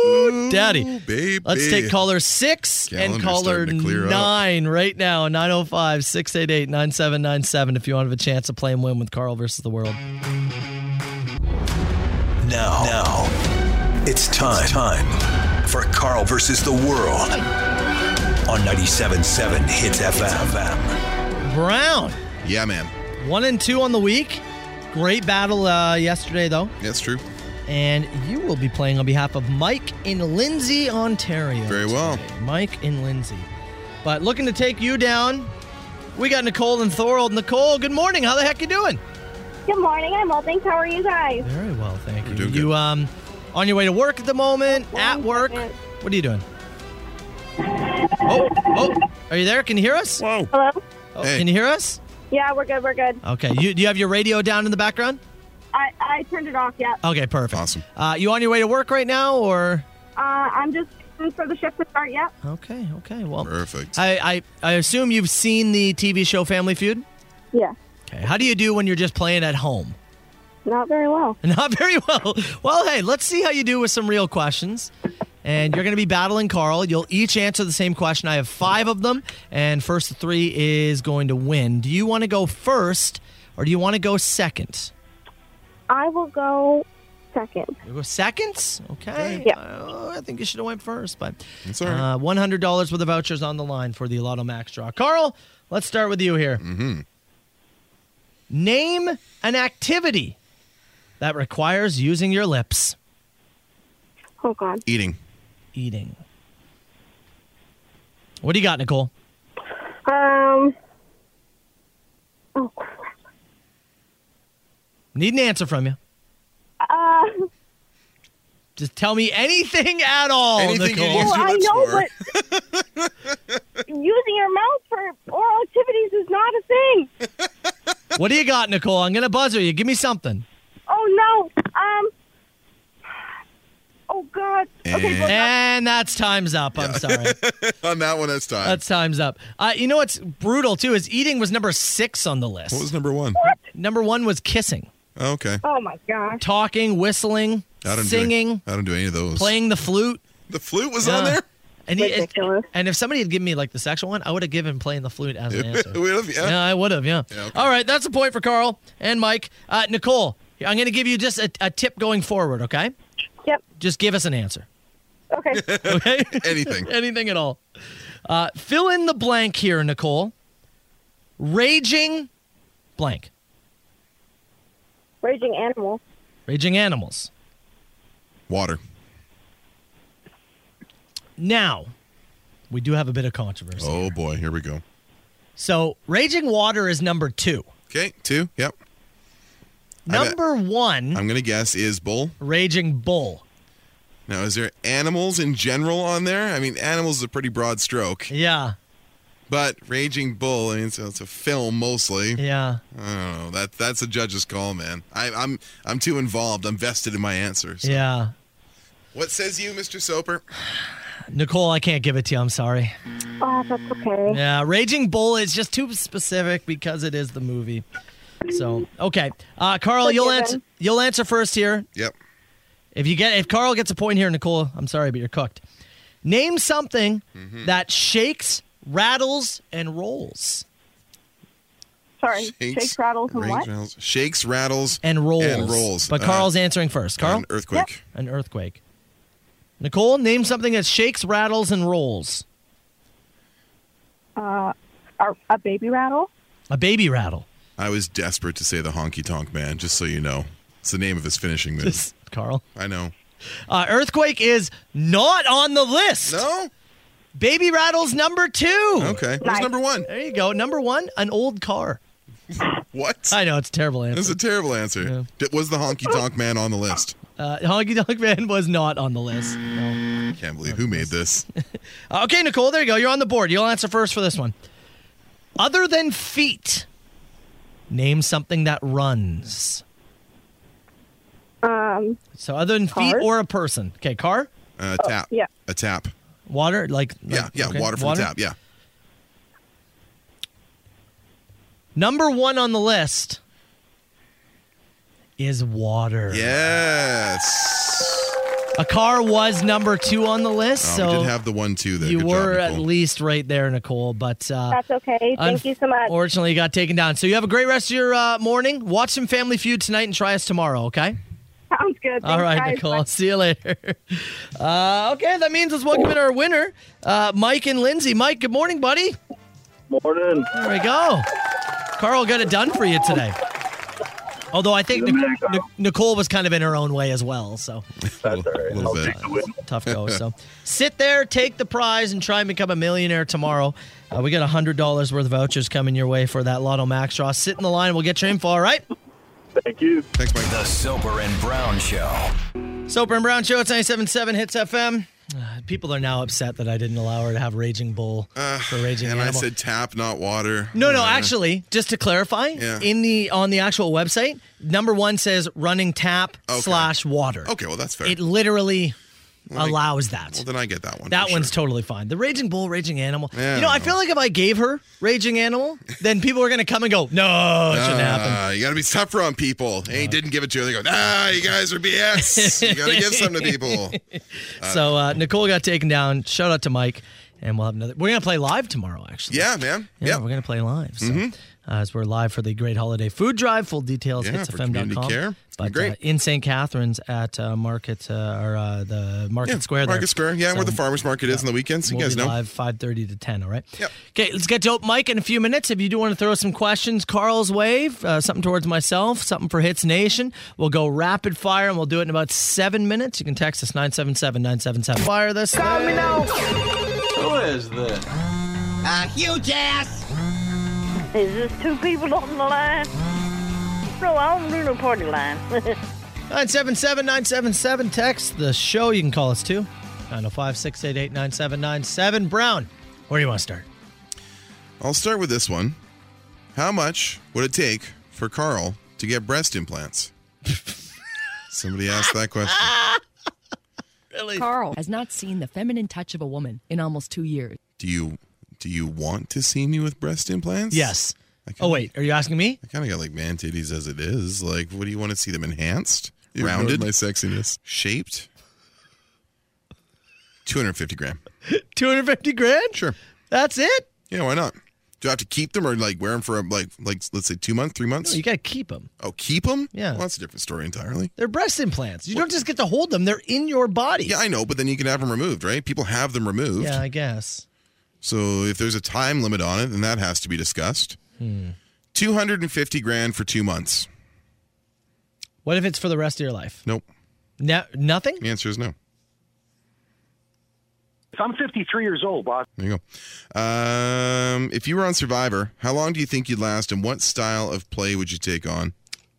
F: Ooh,
E: daddy.
F: baby.
E: Let's take caller six and
F: Calendar's
E: caller
F: starting to clear up.
E: nine oh right now, 905 688 9797, if you want to have a chance to play and win with Carl versus the world.
D: Now, now, it's time, time for Carl versus the world on 97.7 Hits FM.
E: Brown,
F: Yeah, man.
E: one and two on the week. Great battle uh, yesterday, though.
F: That's true.
E: And you will be playing on behalf of Mike in Lindsay, Ontario. Very well. Mike in Lindsay. But looking to take you down, we got Nicole and Thorold. Nicole, good morning. How the heck you doing?
R: Good morning. I'm well. Thanks. How are you guys?
E: Very well, thank you. You um on your way to work at the moment, at work. What are you doing? Oh, oh, are you there? Can you hear us? Whoa.
R: Hello?
E: Oh, Can you hear us?
R: Yeah, we're good. We're good.
E: Okay. You do you have your radio down in the background?
R: I, I turned it off. Yeah. Uh,
E: Okay, perfect. Awesome. Uh, you on your way to work right now, or
R: Uh, I'm just waiting for the shift to start. Yeah.
E: okay? Okay. Well,
F: perfect.
E: I, I I assume you've seen the TV show Family Feud.
R: Yeah.
E: Okay. How do you do when you're just playing at home?
R: Not very well.
E: Not very well. Well, hey, let's see how you do with some real questions. And you're going to be battling Carl. You'll each answer the same question. I have five of them, and first of three is going to win. Do you want to go first, or do you want to go second?
R: I will go second.
E: You go seconds? Okay. Uh, I think you should have went first, but
F: That's all right.
E: uh, $100 worth of vouchers on the line for the Lotto Max draw. Carl, let's start with you here. Mm-hmm. Name an activity that requires using your lips.
R: Oh God.
F: Eating.
E: Eating. What do you got, Nicole?
R: Um. Oh. crap.
E: Need an answer from you.
R: Uh,
E: Just tell me anything at all,
F: Anything you
E: Nicole.
F: use your
R: I
F: lips
R: know,
F: for.
R: but using your mouth for oral activities is not a thing.
E: What do you got, Nicole? I'm gonna buzzer you. Give me something.
R: Oh no. Um. Oh God. Okay.
E: Eh.
R: Well,
E: And that's time's up. I'm sorry.
F: on that one, that's time.
E: That's time's up. Uh, you know what's brutal too is eating was number six on the list.
F: What was number one?
E: Number one was kissing,
F: Okay.
R: oh my gosh.
E: talking, whistling,
F: I don't
E: singing,
F: Do any, I don't do any of those.
E: playing the flute. Uh,
F: The flute was on there?
E: And, he- and if somebody had given me like the sexual one, I would have given playing the flute as an answer.
F: We have- yeah.
E: I would have. Yeah.
F: okay.
E: All right, that's a point for Carl and Mike. Uh, Nicole, I'm going to give you just a, a tip going forward. Okay.
R: Yep.
E: Just give us an answer.
R: Okay.
E: Okay.
F: Anything.
E: Anything at all. Uh, fill in the blank here, Nicole. Raging blank.
R: Raging animal.
E: Raging animals.
F: Water.
E: Now, we do have a bit of controversy.
F: Oh, boy. Here we go.
E: So, raging water is number two.
F: Okay. Two. Yep. I bet-
E: Number one,
F: I'm going to guess is bull.
E: raging bull.
F: Now, is there animals in general on there? I mean, animals is a pretty broad stroke,
E: Yeah.
F: but Raging Bull, I mean, it's, it's a film mostly.
E: Yeah.
F: I don't know. That that's a judge's call, man. I, I'm I'm too involved. I'm vested in my answers.
E: Yeah.
F: What says you, Mr. Soper?
E: Nicole, I can't give it to you. I'm sorry.
R: Oh, that's okay.
E: Yeah, Raging Bull is just too specific because it is the movie. So okay, uh, Carl, you'll
R: Forgiven.
E: answer. You'll answer first here.
F: Yep.
E: If you get, if Carl gets a point here, Nicole, I'm sorry, but you're cooked. Name something
F: Mm-hmm.
E: that shakes, rattles, and rolls.
R: Sorry. Shake, rattles, and what?
F: rattles, shakes, rattles,
E: And rolls.
F: and rolls.
E: But
F: Uh,
E: Carl's answering first. Carl,
F: an earthquake.
E: an earthquake. Nicole, name something that shakes, rattles, and rolls.
R: Uh, a, a baby rattle.
E: A baby rattle.
F: I was desperate to say the honky tonk man, just so you know. It's the name of his finishing move.
E: Just- Carl,
F: I know.
E: uh, earthquake is not on the list.
F: No?
E: Baby rattles number two.
F: Okay. What's
R: Nice.
F: number one?
E: There you go. Number one, an old car.
F: What?
E: I know it's a terrible
F: That's
E: answer.
F: a terrible answer. D Was the honky tonk man on the list?
E: Uh, Honky Tonk Man was not on the list. No.
F: Can't
E: Oh,
F: believe who made this.
E: Okay, Nicole, there you go. You're on the board. You'll answer first for this one. Other than feet, name something that runs.
R: Um.
E: So other than feet
R: Car?
E: or a person. Okay, car,
F: Uh, tap.
R: Yeah.
F: A tap.
E: water, like
F: Yeah,
E: like-
F: yeah.
E: okay,
F: Water from the tap. Yeah.
E: Number one on the list is water.
F: Yes.
E: A car was number two on the list,
F: Oh,
E: so
F: we did have the one two there.
E: you
F: Good
E: were
F: job,
E: at
F: Nicole.
E: least right there, Nicole. But uh,
R: That's okay. Thank you so much.
E: Unfortunately, you got taken down. So you have a great rest of your uh, morning. Watch some Family Feud tonight and try us tomorrow, okay?
R: Sounds good. Thanks,
E: All right,
R: guys.
E: Nicole.
R: Bye.
E: I'll see you later. Uh, okay, that means let's welcome in our winner, uh, Mike and Lindsay. Mike, good morning, buddy.
K: Morning.
E: There we go. Carl got it done for you today. Although I think
S: The
E: Nic-
S: Mac,
E: Nic- Nicole was kind of in her own way as well. So
S: That's all right. I'll take the win.
E: tough go. So sit there, take the prize, and try and become a millionaire tomorrow. Uh, we got a hundred dollars worth of vouchers coming your way for that Lotto Max draw. Sit in the line. We'll get your info. All right.
S: Thank you.
F: Thanks, Mike.
D: The Soper and Brown Show.
E: Soper and Brown Show. It's 97.7 Hits FM. Uh, people are now upset that I didn't allow her to have Raging Bull for Raging
F: Uh, And I
E: Animal.
F: said tap, not water.
E: No, no.
F: Uh,
E: Actually, just to clarify,
F: Yeah.
E: in the on the actual website, number one says running tap
F: Okay.
E: slash water.
F: Okay, well, that's fair.
E: It literally
F: Well, I-
E: allows that.
F: Well, then I get that one.
E: that
F: for
E: one's
F: sure.
E: totally fine. The raging bull, raging animal.
F: Yeah,
E: you know,
F: I
E: I feel like if I gave her raging animal, then people are gonna come and go, no, it shouldn't happen.
F: Ah, you got to be tougher on people. Hey, didn't give it to you. They go, nah, you guys are BS. you got to give some to people.
E: so uh, Nicole got taken down. Shout out to Mike, and we'll have another. We're gonna play live tomorrow, actually.
F: Yeah, man.
E: Yeah, we're gonna play live. So, uh, as we're live for the Great Holiday Food Drive, full details
F: Yeah,
E: hits
F: for community
E: hitsfm.com.
F: care. It's been
E: But
F: great.
E: Uh, in St. Catharines at uh, Market uh, or uh, the Market
F: Yeah,
E: Square. there.
F: Market Square. Yeah, where
E: So
F: the farmers market is on the weekends. You
E: we'll
F: guys
E: be
F: know.
E: live five thirty to ten. All right. Okay, let's get to open mic in a few minutes. If you do want to throw some questions, Carl's wave, uh, something towards myself, something for Hits Nation. We'll go rapid fire and we'll do it in about seven minutes. You can text us 977 977. Fire this.
B: Who is this? A huge ass.
T: Is this two people on the line? No, I don't do no party line.
E: 977 977. Text the show. You can call us too. 905 688 9797. Brown, where do you want to start?
F: I'll start with this one. How much would it take for Carl to get breast implants? Somebody asked that question.
L: Carl has not seen the feminine touch of a woman in almost two years.
F: Do you do you want to see me with breast implants?
E: Yes. Oh, wait. Are you asking me?
F: I kind of got like man titties as it is. Like, what do you want to see them enhanced, rounded, my sexiness, shaped? Two hundred fifty gram.
E: 250 grand?
F: Sure.
E: That's it?
F: Yeah, why not? Do I have to keep them or like wear them for like like let's say two months, three months?
E: No, you got to keep them.
F: Oh, keep them?
E: Yeah.
F: Well, that's a different story entirely.
E: They're breast implants. You don't just get to hold them, they're in your body.
F: Yeah, I know, but then you can have them removed, right? People have them removed.
E: Yeah, I guess.
F: So if there's a time limit on it, then that has to be discussed.
E: Hmm.
F: 250 grand for two months.
E: What if it's for the rest of your life?
F: Nope.
E: No, nothing?
F: The answer is no.
U: I'm 53 years old, boss.
F: There you go. Um, if you were on Survivor, how long do you think you'd last and what style of play would you take on?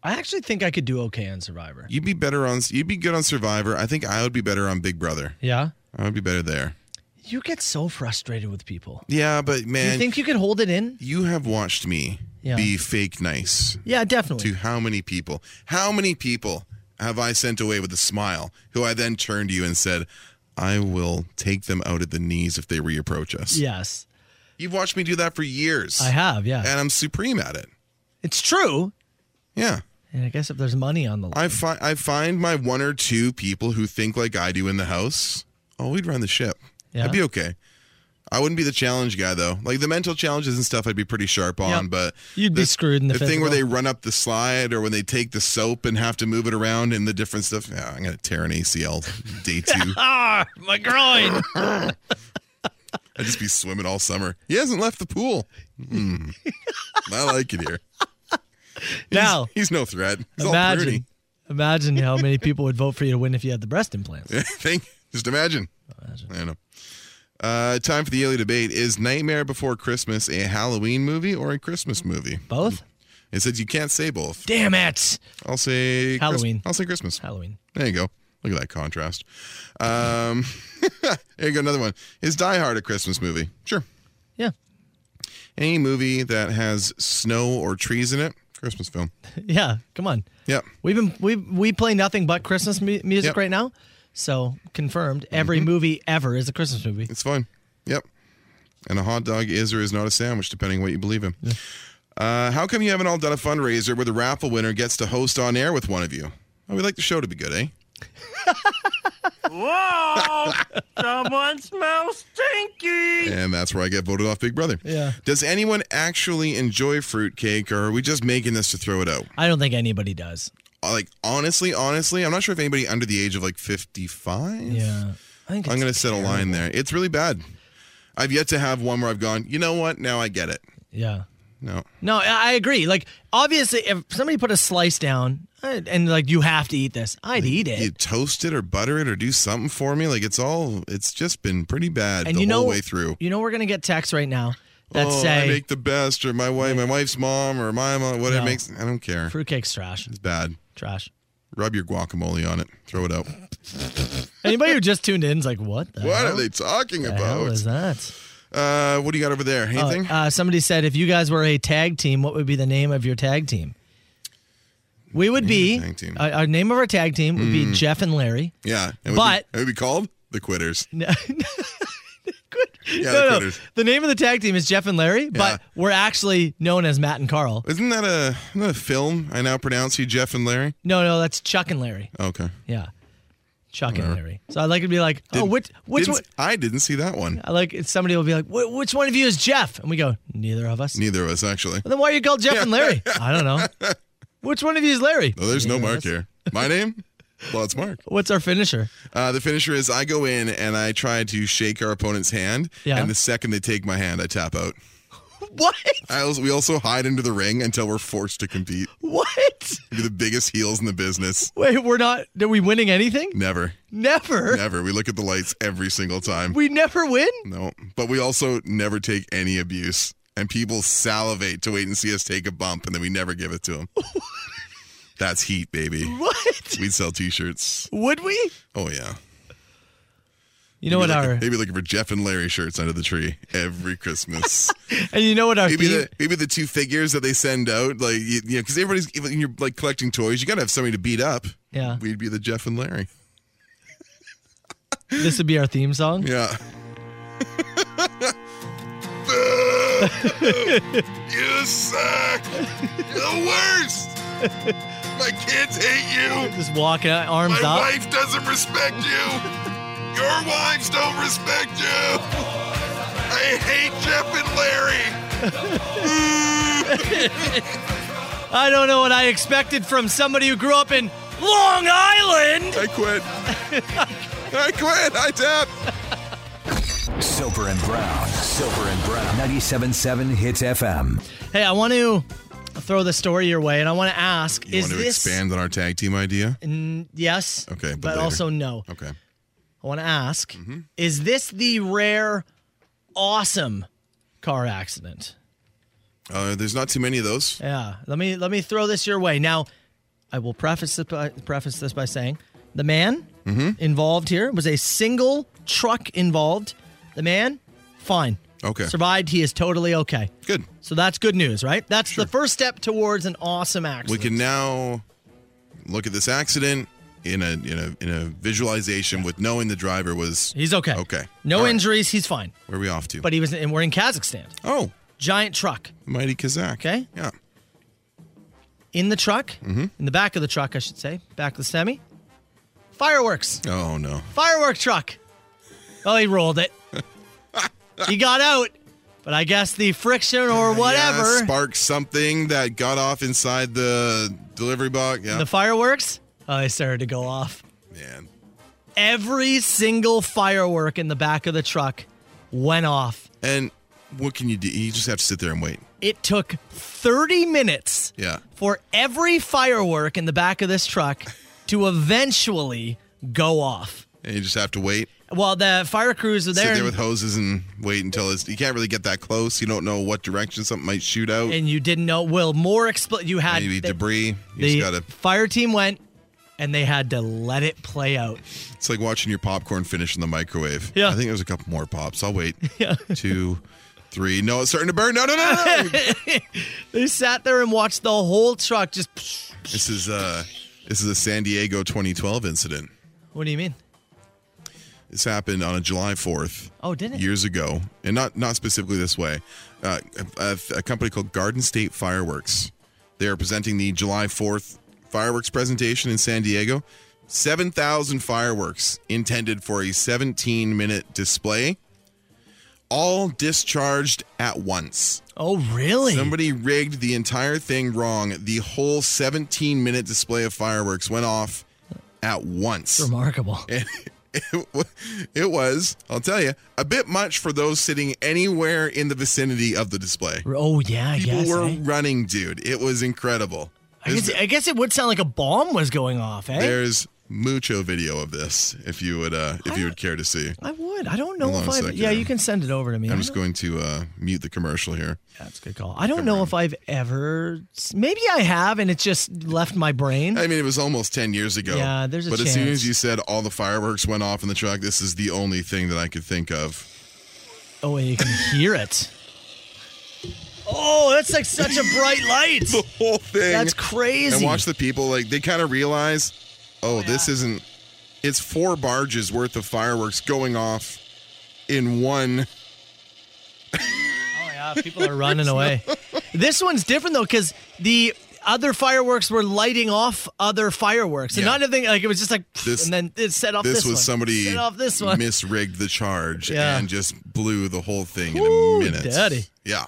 E: I actually think I could do okay on Survivor.
F: You'd be better on you'd be good on Survivor. I think I would be better on Big Brother.
E: Yeah?
F: I would be better there.
E: You get so frustrated with people.
F: Yeah, but man,
E: you think you could hold it in?
F: you have watched me
E: Yeah.
F: be fake nice
E: Yeah, definitely.
F: to how many people? How many people have I sent away with a smile who I then turned to you and said, I will take them out at the knees if they reapproach us?
E: Yes.
F: You've watched me do that for years.
E: I have, yeah.
F: And I'm supreme at it.
E: It's true.
F: Yeah.
E: And I guess if there's money on the line.
F: I, fi- I find my one or two people who think like I do in the house, oh, we'd run the ship.
E: Yeah.
F: I'd be okay. I wouldn't be the challenge guy though. Like the mental challenges and stuff, I'd be pretty sharp on.
E: Yep.
F: But
E: You'd be screwed in the
F: thing where they
E: physical.
F: run up the slide or when they take the soap and have to move it around and the different stuff. Yeah, I'm gonna tear an ACL day two.
E: Ah, my groin.
F: I'd just be swimming all summer. He hasn't left the pool. Mm. I like it here. He's-
E: Now-
F: he's, no threat. He's all pretty.
E: imagine, imagine how many people would vote for you to win if you had the breast implants.
F: Think, just imagine. I don't know. Uh, time for the yearly debate. Is Nightmare Before Christmas a Halloween movie or a Christmas movie?
E: Both.
F: It says you can't say both.
E: Damn it.
F: I'll say Christ-
E: Halloween.
F: I'll say Christmas.
E: Halloween.
F: There you go. Look at that contrast. Um, there you go. Another one. Is Die Hard a Christmas movie? Sure.
E: Yeah.
F: Any movie that has snow or trees in it, Christmas film.
E: Yeah, come on.
F: Yep.
E: We've been we we play nothing but Christmas mu- music right now. So, confirmed, every
F: Mm-hmm.
E: movie ever is a Christmas movie.
F: It's fine. Yep. And a hot dog is or is not a sandwich, depending on what you believe in. Uh, how come you haven't all done a fundraiser where the raffle winner gets to host on air with one of you? Oh, we'd like the show to be good, eh?
B: Whoa! Someone smells stinky.
F: And that's where I get voted off Big Brother.
E: Yeah.
F: Does anyone actually enjoy fruitcake or are we just making this to throw it out?
E: I don't think anybody does.
F: Like, honestly, honestly, I'm not sure if anybody under the age of like 55.
E: Yeah. I think
F: I'm going to set a line there. It's really bad. I've yet to have one where I've gone, you know what? Now I get it.
E: Yeah.
F: No.
E: No, I I agree. Like obviously, if somebody put a slice down eh, and like you have to eat this, I'd eat it.
F: You toast it or butter it or do something for me. Like it's all. It's just been pretty bad
E: and
F: the
E: you know,
F: whole way through.
E: You know, we're gonna get texts right now that
F: oh, I
E: say
F: make the best, or my wife, my wife's mom, or my mom, whatever
E: No.
F: makes. I don't care.
E: fruitcake's trash.
F: It's bad.
E: Trash.
F: Rub your guacamole on it. Throw it out.
E: Anybody who just tuned in is like, what? The
F: what
E: hell?
F: are they talking
E: The
F: about?
E: hell is that?
F: Uh, what do you got over there?
E: Oh,
F: Anything?
E: uh, somebody said if you guys were a tag team, what would be the name of your tag team? We would be uh,
F: Tag team.
E: Our, our name of our tag team would be
F: Mm.
E: Jeff and Larry.
F: yeah. It would
E: but-
F: be, it would be called the Quitters.
E: No,
F: Yeah,
E: no,
F: the
E: no.
F: Quitters.
E: The name of the tag team is Jeff and Larry, but we're actually known as Matt and Carl.
F: Isn't that a, isn't that a film? I now pronounce you Jeff and Larry.
E: No, no, that's Chuck and Larry.
F: Okay.
E: Yeah, Chuck and
F: Whatever.
E: Larry. So I like to be like, oh,
F: Uh-huh. Didn't-
E: which which
F: didn't-
E: one?
F: I didn't see that one.
E: I like somebody will be like, "Wh- which one of you is Jeff? And we go, neither of us.
F: Neither of us actually.
E: Well, then why are you called Jeff and Larry? I don't know. Which one of you is Larry?
F: No, there's no
E: Neither of
F: mark
E: us.
F: here. My name? Well, it's Mark.
E: What's our finisher?
F: Uh, the finisher is I go in and I try to shake our opponent's hand,
E: Yeah.
F: and the second they take my hand, I tap out.
E: What?
F: I also, we also hide into the ring until we're forced to compete.
E: What?
F: We're the biggest heels in the business.
E: Wait, we're not. Are we winning anything?
F: Never,
E: Never.
F: never. We look at the lights every single time.
E: We never win.
F: no, but we also never take any abuse, and people salivate to wait and see us take a bump, and then we never give it to them. That's heat, baby.
E: What?
F: We'd sell T-shirts.
E: Would we?
F: Oh yeah.
E: You know what our
F: Maybe looking for Jeff and Larry shirts under the tree every Christmas.
E: and you know what our
F: maybe
E: theme,
F: the maybe the two figures that they send out, like you, you know, because everybody's even when you're like collecting toys, you gotta have somebody to beat up.
E: Yeah.
F: we'd be the Jeff and Larry.
E: this would be our theme song.
F: Yeah, you suck. You're the worst. My kids hate you.
E: Just walking out, arms
F: My
E: up.
F: wife doesn't respect you. Your wives don't respect you. I hate Jeff and Larry.
E: I don't know what I expected from somebody who grew up in Long Island.
F: I quit. I quit. I tap.
D: Silver and Brown. Silver and Brown. 97.7 Hits FM.
E: Hey, I want to throw the story your way, and I want to ask:
F: You
E: Is
F: want to
E: this
F: expand on our tag team idea?
E: Mm, yes?
F: Okay, but
E: but,
F: later. Mm-hmm.
E: also no.
F: Okay.
E: I want to ask: Is this the rare, awesome car accident?
F: Uh, there's not too many of those.
E: Yeah. Let me let me throw this your way. Now, I will preface this by, preface this by saying the man
F: Mm-hmm.
E: involved here was a single truck involved. The man, fine.
F: Okay.
E: Survived. He is totally okay.
F: Good.
E: So that's good news, right? That's the first step towards an awesome accident.
F: We can now look at this accident in a in a in a visualization with knowing the driver was
E: He's okay.
F: okay.
E: No
F: All right.
E: injuries. He's fine.
F: Where are we off to?
E: But he was. And we're in Kazakhstan.
F: oh,
E: Giant truck.
F: mighty Kazakh.
E: Okay.
F: Yeah.
E: In the truck.
F: Mm-hmm.
E: In the back of the truck, I should say. Back of the semi. Fireworks.
F: Oh no.
E: firework truck. Well, he rolled it. he got out, but I guess the friction or whatever,
F: Yeah, sparked something that got off inside the delivery box. Yeah.
E: the fireworks, oh, they started to go off.
F: Man.
E: Every single firework in the back of the truck went off.
F: And what can you do? You just have to sit there and wait.
E: It took 30 minutes
F: Yeah.
E: for every firework in the back of this truck to eventually go off.
F: And you just have to wait.
E: Well, the fire crews are there,
F: Sit there
E: and-
F: with hoses and wait until it's. You can't really get that close. You don't know what direction something might shoot out.
E: and you didn't know. Well, more expl- you had
F: Maybe
E: the-
F: debris. You
E: the
F: just gotta.
E: fire team went and they had to let it play out.
F: It's like watching your popcorn finish in the microwave.
E: Yeah.
F: I think there's a couple more pops. I'll wait.
E: Yeah.
F: Two, three. No, it's starting to burn. No, no, no, no.
E: They sat there and watched the whole truck just.
F: this is uh, this is a San Diego 2012 incident.
E: What do you mean?
F: This happened on a July 4th.
E: Oh, did it?
F: Years ago, and not not specifically this way. Uh, a, a company called Garden State Fireworks. They are presenting the July 4th fireworks presentation in San Diego. 7,000 fireworks intended for a 17 minute display, all discharged at once.
E: Oh, really?
F: Somebody rigged the entire thing wrong. The whole 17 minute display of fireworks went off at once.
E: Remarkable.
F: And, It, wa- it was, I'll tell you, a bit much for those sitting anywhere in the vicinity of the display.
E: Oh yeah, I
F: People
E: guess.
F: were
E: eh?
F: running, dude. It was incredible.
E: I guess, I guess it would sound like a bomb was going off, eh?
F: There's mucho video of this if you would uh if you would care to see.
E: I would. I don't know
F: Hold on
E: if
F: a
E: I.
F: second
E: Yeah,
F: here.
E: you can send it over to me.
F: I'm
E: I
F: just
E: don't-
F: going to uh mute the commercial here.
E: That's a good call. I don't know if I've ever. Maybe I have, and it just left my brain.
F: I mean, it was almost 10 years ago.
E: Yeah, there's a
F: But as soon
E: chance.
F: as you said all the fireworks went off in the truck, this is the only thing that I could think of.
E: Oh, and you can hear it. Oh, that's like such a bright light. the
F: whole thing.
E: That's crazy.
F: And watch the people, like, they kind of realize, oh, this isn't, it's four barges worth of fireworks going off in one.
E: Oh, yeah, people are running away. This one's different though, because the other fireworks were lighting off other fireworks, and
F: Yeah.
E: not everything. Like it was just like,
F: This-
E: and then it set off. This,
F: this was
E: one.
F: somebody
E: Set off this one.
F: misrigged the charge
E: Yeah.
F: and just blew the whole thing
E: Ooh,
F: in a minute.
E: daddy.
F: Yeah.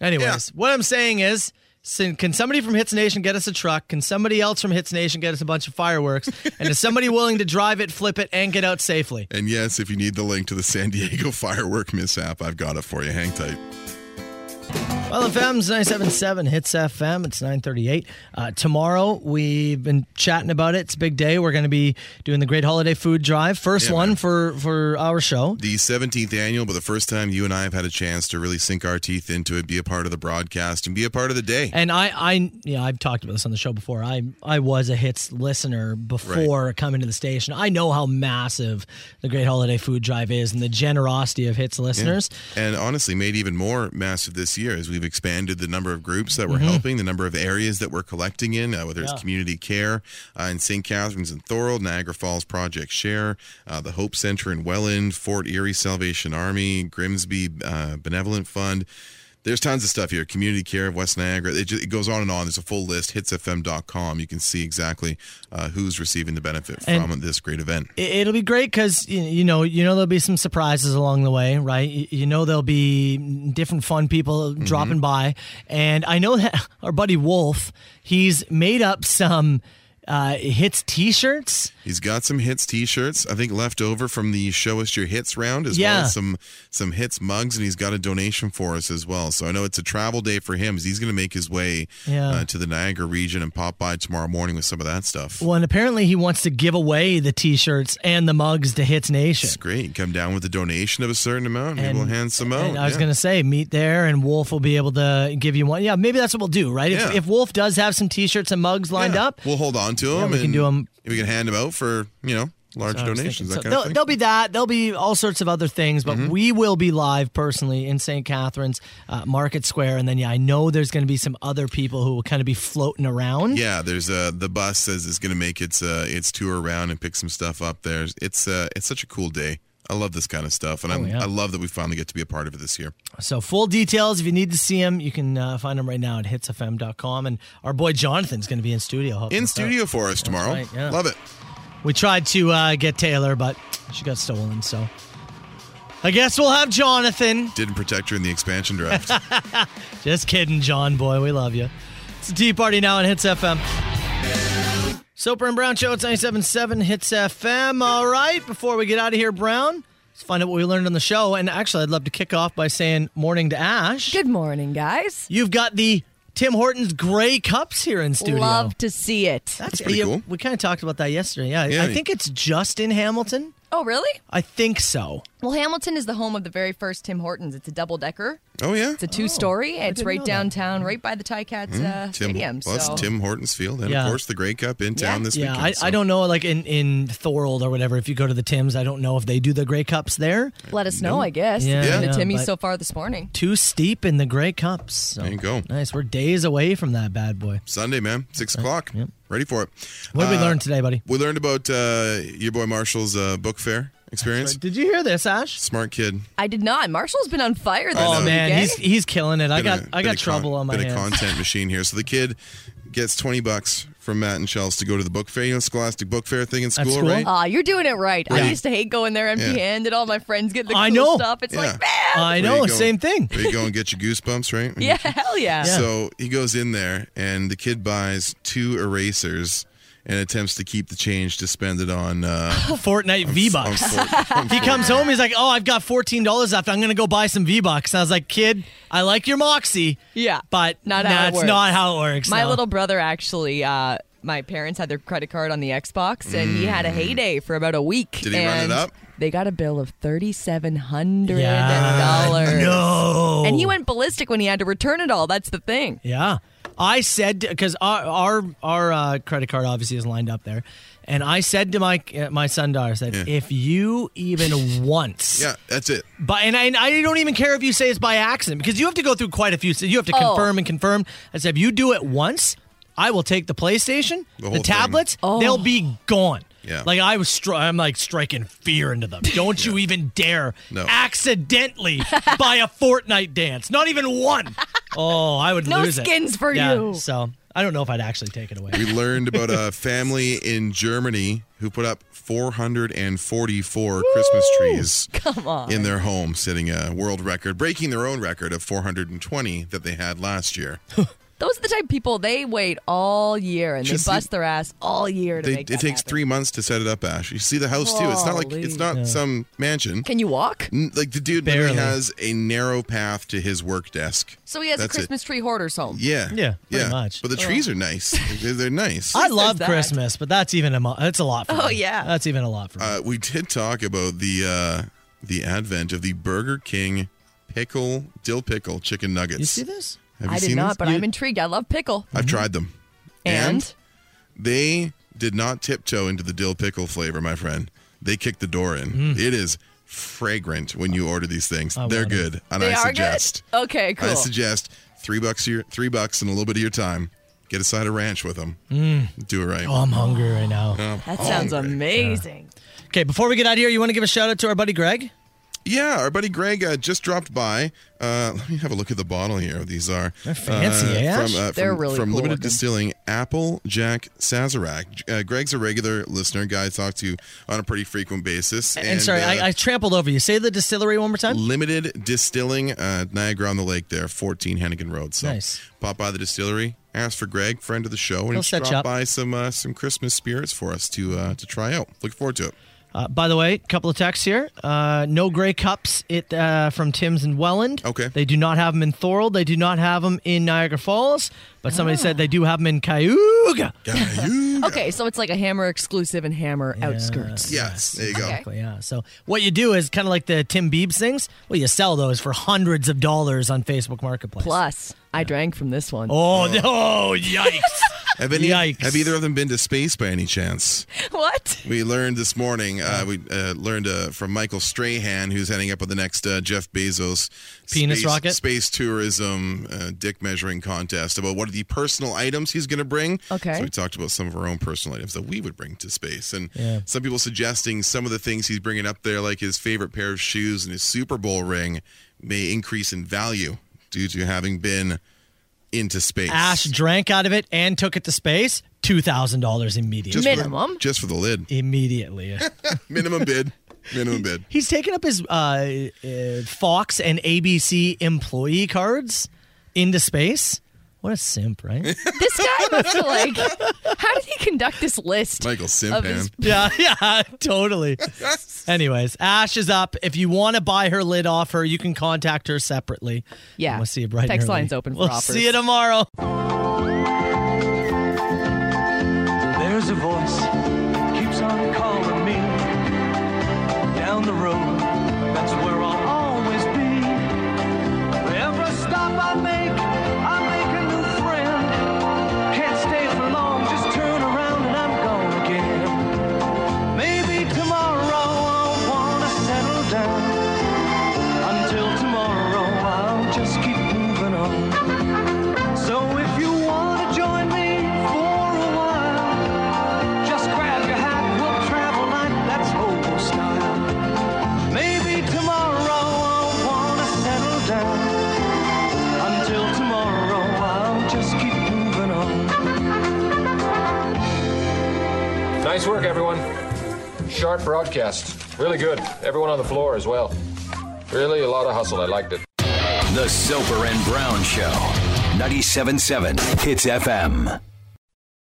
E: Anyways, what I'm saying is, sin- can somebody from Hits Nation get us a truck? Can somebody else from Hits Nation get us a bunch of fireworks? and is somebody willing to drive it, flip it, and get out safely?
F: And yes, if you need the link to the San Diego firework mishap, I've got it for you. Hang tight.
E: Well, FM's 977 hits FM. It's 938. Uh, tomorrow, we've been chatting about it. It's a big day. We're going to be doing the Great Holiday Food Drive. First
F: Yeah,
E: one for, for our show.
F: The 17th annual, but the first time you and I have had a chance to really sink our teeth into it, be a part of the broadcast, and be a part of the day.
E: And I, I, yeah, I've talked about this on the show before. I, I was a hits listener before coming to the station. I know how massive the Great Holiday Food Drive is and the generosity of hits listeners.
F: And honestly, made even more massive this year as we've expanded the number of groups that we're
E: Mhm.
F: helping, the number of areas that we're collecting in, uh, whether it's
E: Yeah.
F: community care uh, in St. Catharines and Thorold, Niagara Falls Project Share, uh, the Hope Center in Welland, Fort Erie Salvation Army, Grimsby uh, Benevolent Fund. There's tons of stuff here. Community Care of West Niagara. It, just, it goes on and on. There's a full list. Hitsfm.com. You can see exactly uh, who's receiving the benefit
E: And-
F: from this great event.
E: It- It'll be great because you know you know there'll be some surprises along the way, right? You- You know there'll be different fun people
F: Mm-hmm.
E: dropping by, and I know that our buddy Wolf, he's made up some uh, hits T-shirts.
F: He's got some hits T-shirts, I think left over from the Show Us Your Hits round, as well
E: Yeah.
F: as some some hits mugs, and he's got a donation for us as well. So I know it's a travel day for him. 'cause He's going to make his way
E: Yeah.
F: uh, to the Niagara region and pop by tomorrow morning with some of that stuff.
E: Well, and apparently he wants to give away the T-shirts and the mugs to Hits Nation.
F: It's great. Come down with a donation of a certain amount, and,
E: And-
F: we'll hand some out.
E: And I was
F: Yeah.
E: going to say, meet there, and Wolf will be able to give you one. Yeah, maybe that's what we'll do, right?
F: Yeah.
E: If, if Wolf does have some T-shirts and mugs lined
F: Yeah.
E: up,
F: We'll hold on to
E: Yeah,
F: them.
E: we can
F: and
E: do 'em-
F: We can hand them out for you know large
E: So I was
F: donations.
E: thinking-
F: That
E: so
F: kind
E: there'll,
F: of thing. Mm-hmm.
E: there'll be that. There'll be all sorts of other things, but we will be live personally in St. Catharines uh, Market Square, and then yeah, I know there's going to be some other people who will kind of be floating around.
F: Yeah, there's uh the bus says it's going to make its uh its tour around and pick some stuff up there. It's uh it's such a cool day. I love this kind of stuff, and
E: Oh,
F: I'm,
E: yeah. Oh,
F: I love that we finally get to be a part of it this year.
E: So full details, if you need to see them, you can uh, find them right now at hitsfm.com, and our boy Jonathan's going to be in studio. helping
F: In
E: us out.
F: studio for us tomorrow.
E: right, yeah.
F: Love it.
E: We tried to uh, get Taylor, but she got stolen. So I guess we'll have Jonathan.
F: Didn't protect her in the expansion draft.
E: Just kidding, John boy. We love you. It's a tea party now on Hits FM. Soper and Brown Show, it's 97.7 Hits FM. All right, before we get out of here, Brown, let's find out what we learned on the show. And actually, I'd love to kick off by saying morning to Ash.
C: Good morning, guys.
E: You've got the Tim Hortons Grey Cups here in studio.
C: Love to see it. That's
E: Yeah, We kind of talked about that yesterday. Yeah, I-
C: Yeah.
E: I think it's just in Hamilton.
C: Oh, really?
E: I think so.
C: Well, Hamilton is the home of the very first Tim Hortons. It's a double decker.
F: Oh yeah,
C: It's a two-story.
E: I
C: it's
E: didn't
C: right
E: know that.
C: downtown, right by the Tie Cats uh,
F: Mm, Tim,
C: stadium.
F: plus
C: so.
F: Tim Hortons Field, and
E: Yeah.
F: of course the Grey Cup in town this
E: yeah,
F: weekend.
E: I, I don't know, like in, in Thorold or whatever, if you go to the Tim's, I don't know if they do the Grey Cups there.
C: Let us know, I guess.
E: Yeah,
C: Been
E: yeah,
C: to Timmy's
E: but-
C: so far this morning.
E: Too steep in the Grey Cups. So.
F: There you go.
E: Nice. We're days away from that bad boy.
F: Sunday, man, six o'clock. Ready for it.
E: What did we
F: Uh,
E: learn today, buddy?
F: We learned about uh, your boy Marshall's uh, book fair experience.
E: Did you hear this, Ash?
F: Smart kid.
C: I did not. Marshall's been on fire this
E: Oh
C: weekend.
E: man, he's he's killing it. I
F: Bit
E: got
F: of a-
E: I
F: bit
E: got
F: of con-
E: trouble on my
F: bit of
E: hands.
F: content machine here. So the kid gets twenty bucks from Matt and Shells to go to the book fair, you know, Scholastic Book Fair thing in school, right?
C: Aw, Ah, you're doing it right.
F: Yeah.
C: I used to hate going there empty-handed. All my friends get the cool
E: I know.
C: stuff. It's like, man,
E: I
F: Where you
E: know,
F: go-
E: same thing.
F: Where you go and get your goosebumps, right?
C: yeah, hell yeah.
F: So he goes in there and the kid buys two erasers and attempts to keep the change to spend it on uh,
E: Fortnite V Bucks. He comes home. He's like, "Oh, I've got fourteen dollars left. I'm gonna go buy some V Bucks." I was like, "Kid, I like your moxie,
C: Yeah.
E: but
C: Not how it
E: that's
C: works.
E: not how it works."
C: My
E: no."
C: little brother actually. Uh, my parents had their credit card on the Xbox, and he had a heyday for about a week.
F: Mm. Did he run it
C: and
F: up?
C: They got a bill of thirty-seven hundred dollars.
E: Yeah. No.
C: and he went ballistic when he had to return it all. That's the thing.
E: Yeah. I said because our our, our uh, credit card obviously is lined up there, and I said to my uh, my son Dar, I said, if you even once,
F: yeah, that's it.
E: But and I, and I don't even care if you say it's by accident because you have to go through quite a few. So you have to
C: Oh.
E: confirm and confirm. I said, if you do it once, I will take the PlayStation,
F: The
E: the,
F: whole thing.
E: tablets, they'll be
C: Oh.
E: gone.
F: Yeah.
E: Like I was, stri- I'm like striking fear into them. Don't you even dare
F: No.
E: accidentally buy a Fortnite dance. Not even one. Oh, I would
C: No
E: lose it.
C: skins for
E: Yeah,
C: you.
E: So I don't know if I'd actually take it away.
F: We learned about a family in Germany who put up 444 Christmas trees
C: Come on.
F: in their home, setting a world record, breaking their own record of 420 that they had last year.
C: Those are the type of people they wait all year and
F: Just
C: they bust their ass all year to
F: They, it
C: make
F: takes
C: that
F: three months to set it up, Ash. You see the house too. It's not like it's not
C: Holy.
F: some mansion.
C: Can you walk?
F: N- Like the dude literally
E: Barely.
F: has a narrow path to his work desk.
C: So he has
F: That's
C: a
F: it.
C: Christmas Oh. tree hoarder's home.
F: Yeah.
E: Yeah, pretty much.
F: But the
C: Ugh.
F: trees are nice. They're, they're nice.
E: I love
C: that?
E: Christmas, but that's even a mo- that's a lot. For
C: Oh,
E: me.
C: yeah.
E: that's even a lot for me.
F: Uh, we did talk about the uh, the advent of the Burger King pickle dill pickle chicken nuggets.
E: You see this?
F: Have you
C: I did
F: seen
C: not,
F: this?
C: but I'm intrigued. I love pickle.
F: I've tried them.
C: And?
F: they did not tiptoe into the dill pickle flavor, my friend. They kicked the door in.
C: Mm.
F: It is fragrant when you order these things. They're good, and
C: they
F: I
C: are
F: suggest.
C: good. Okay, cool.
F: I suggest three bucks your three bucks and a little bit of your time. Get a side of ranch with them.
C: Mm.
F: Do it right.
E: Oh, I'm hungry right now.
F: I'm
C: that sounds
F: hungry.
C: amazing.
E: Okay, before we get out of here, you want to give a shout out to our buddy Greg?
F: Yeah, our buddy Greg uh, just dropped by. Uh, let me have a look at the bottle here. These are
E: They're fancy,
F: uh,
E: eh, Ash?
F: From, uh,
C: They're
F: from,
C: really
F: from
C: cool
F: Limited
C: looking.
F: Distilling Apple Jack Sazerac. Uh, Greg's a regular listener, guy I talk to on a pretty frequent basis.
E: And, sorry,
F: uh,
E: I, I trampled over you. Say the distillery one more time.
F: Limited Distilling, uh, Niagara on the Lake, there, 14 Hennigan Road. So
E: Nice.
F: pop by the distillery, ask for Greg, friend of the show, and
E: He'll
F: just
E: set you
F: drop
E: up.
F: by some uh, some Christmas spirits for us to uh, to try out. Looking forward to it.
E: Uh, by the way, couple of texts here. Uh, no gray cups. It uh, from Tim's in Welland.
F: Okay.
E: They do not have them in Thorold. They do not have them in Niagara Falls. But somebody said they do have them in Cayuga.
C: Okay, so it's like a hammer exclusive and hammer outskirts.
F: Yes, there you go.
E: Exactly. Yeah. So what you do is kind of like the Tim Biebs things. Well, you sell those for hundreds of dollars on Facebook Marketplace.
C: Plus, I drank from this one.
E: Oh no! Yikes!
F: Have, any,
E: Yikes.
F: have either of them been to space by any chance?
C: What?
F: We learned this morning. Uh, we uh, learned uh, from Michael Strahan, who's heading up on the next uh, Jeff Bezos
E: Penis
F: space,
E: rocket?
F: space tourism uh, dick measuring contest about what are the personal items he's going to bring.
C: Okay.
F: So we talked about some of our own personal items that we would bring to space, and
E: Yeah.
F: some people suggesting some of the things he's bringing up there, like his favorite pair of shoes and his Super Bowl ring, may increase in value due to having been into space.
E: Ash drank out of it and took it to space. Two thousand dollars immediately.
F: Just for the-
C: Minimum.
F: just for the lid.
E: immediately.
F: Minimum bid. Minimum bid.
E: He's taken up his uh, uh, Fox and ABC employee cards into space. What a simp, right?
C: This guy must have like. How did he conduct this list?
F: Michael
C: Of his-
F: Simpan.
E: yeah, yeah, totally. Anyways, Ash is up. If you want to buy her lid off her, you can contact her separately.
C: Yeah.
E: And we'll see you bright and
C: Text
E: early.
C: line's open for
E: We'll
C: offers.
E: see you tomorrow.
A: There's a voice keeps on calling me down the road. That's where I'll always be. Every stop I make, I make a new friend. Can't stay for long, just turn around and I'm gone again. Maybe tomorrow I'll wanna settle down. Until tomorrow I'll just keep moving on. So if you wanna join me for a while, just grab your hat, we'll travel like that's old style. Maybe tomorrow I'll wanna settle down. Until tomorrow I'll just keep moving on.
V: Nice work, everyone. Sharp broadcast. Really good. Everyone on the floor as well. Really a lot of hustle. I liked it.
D: The Soper and Brown Show. 97.7 Hits FM.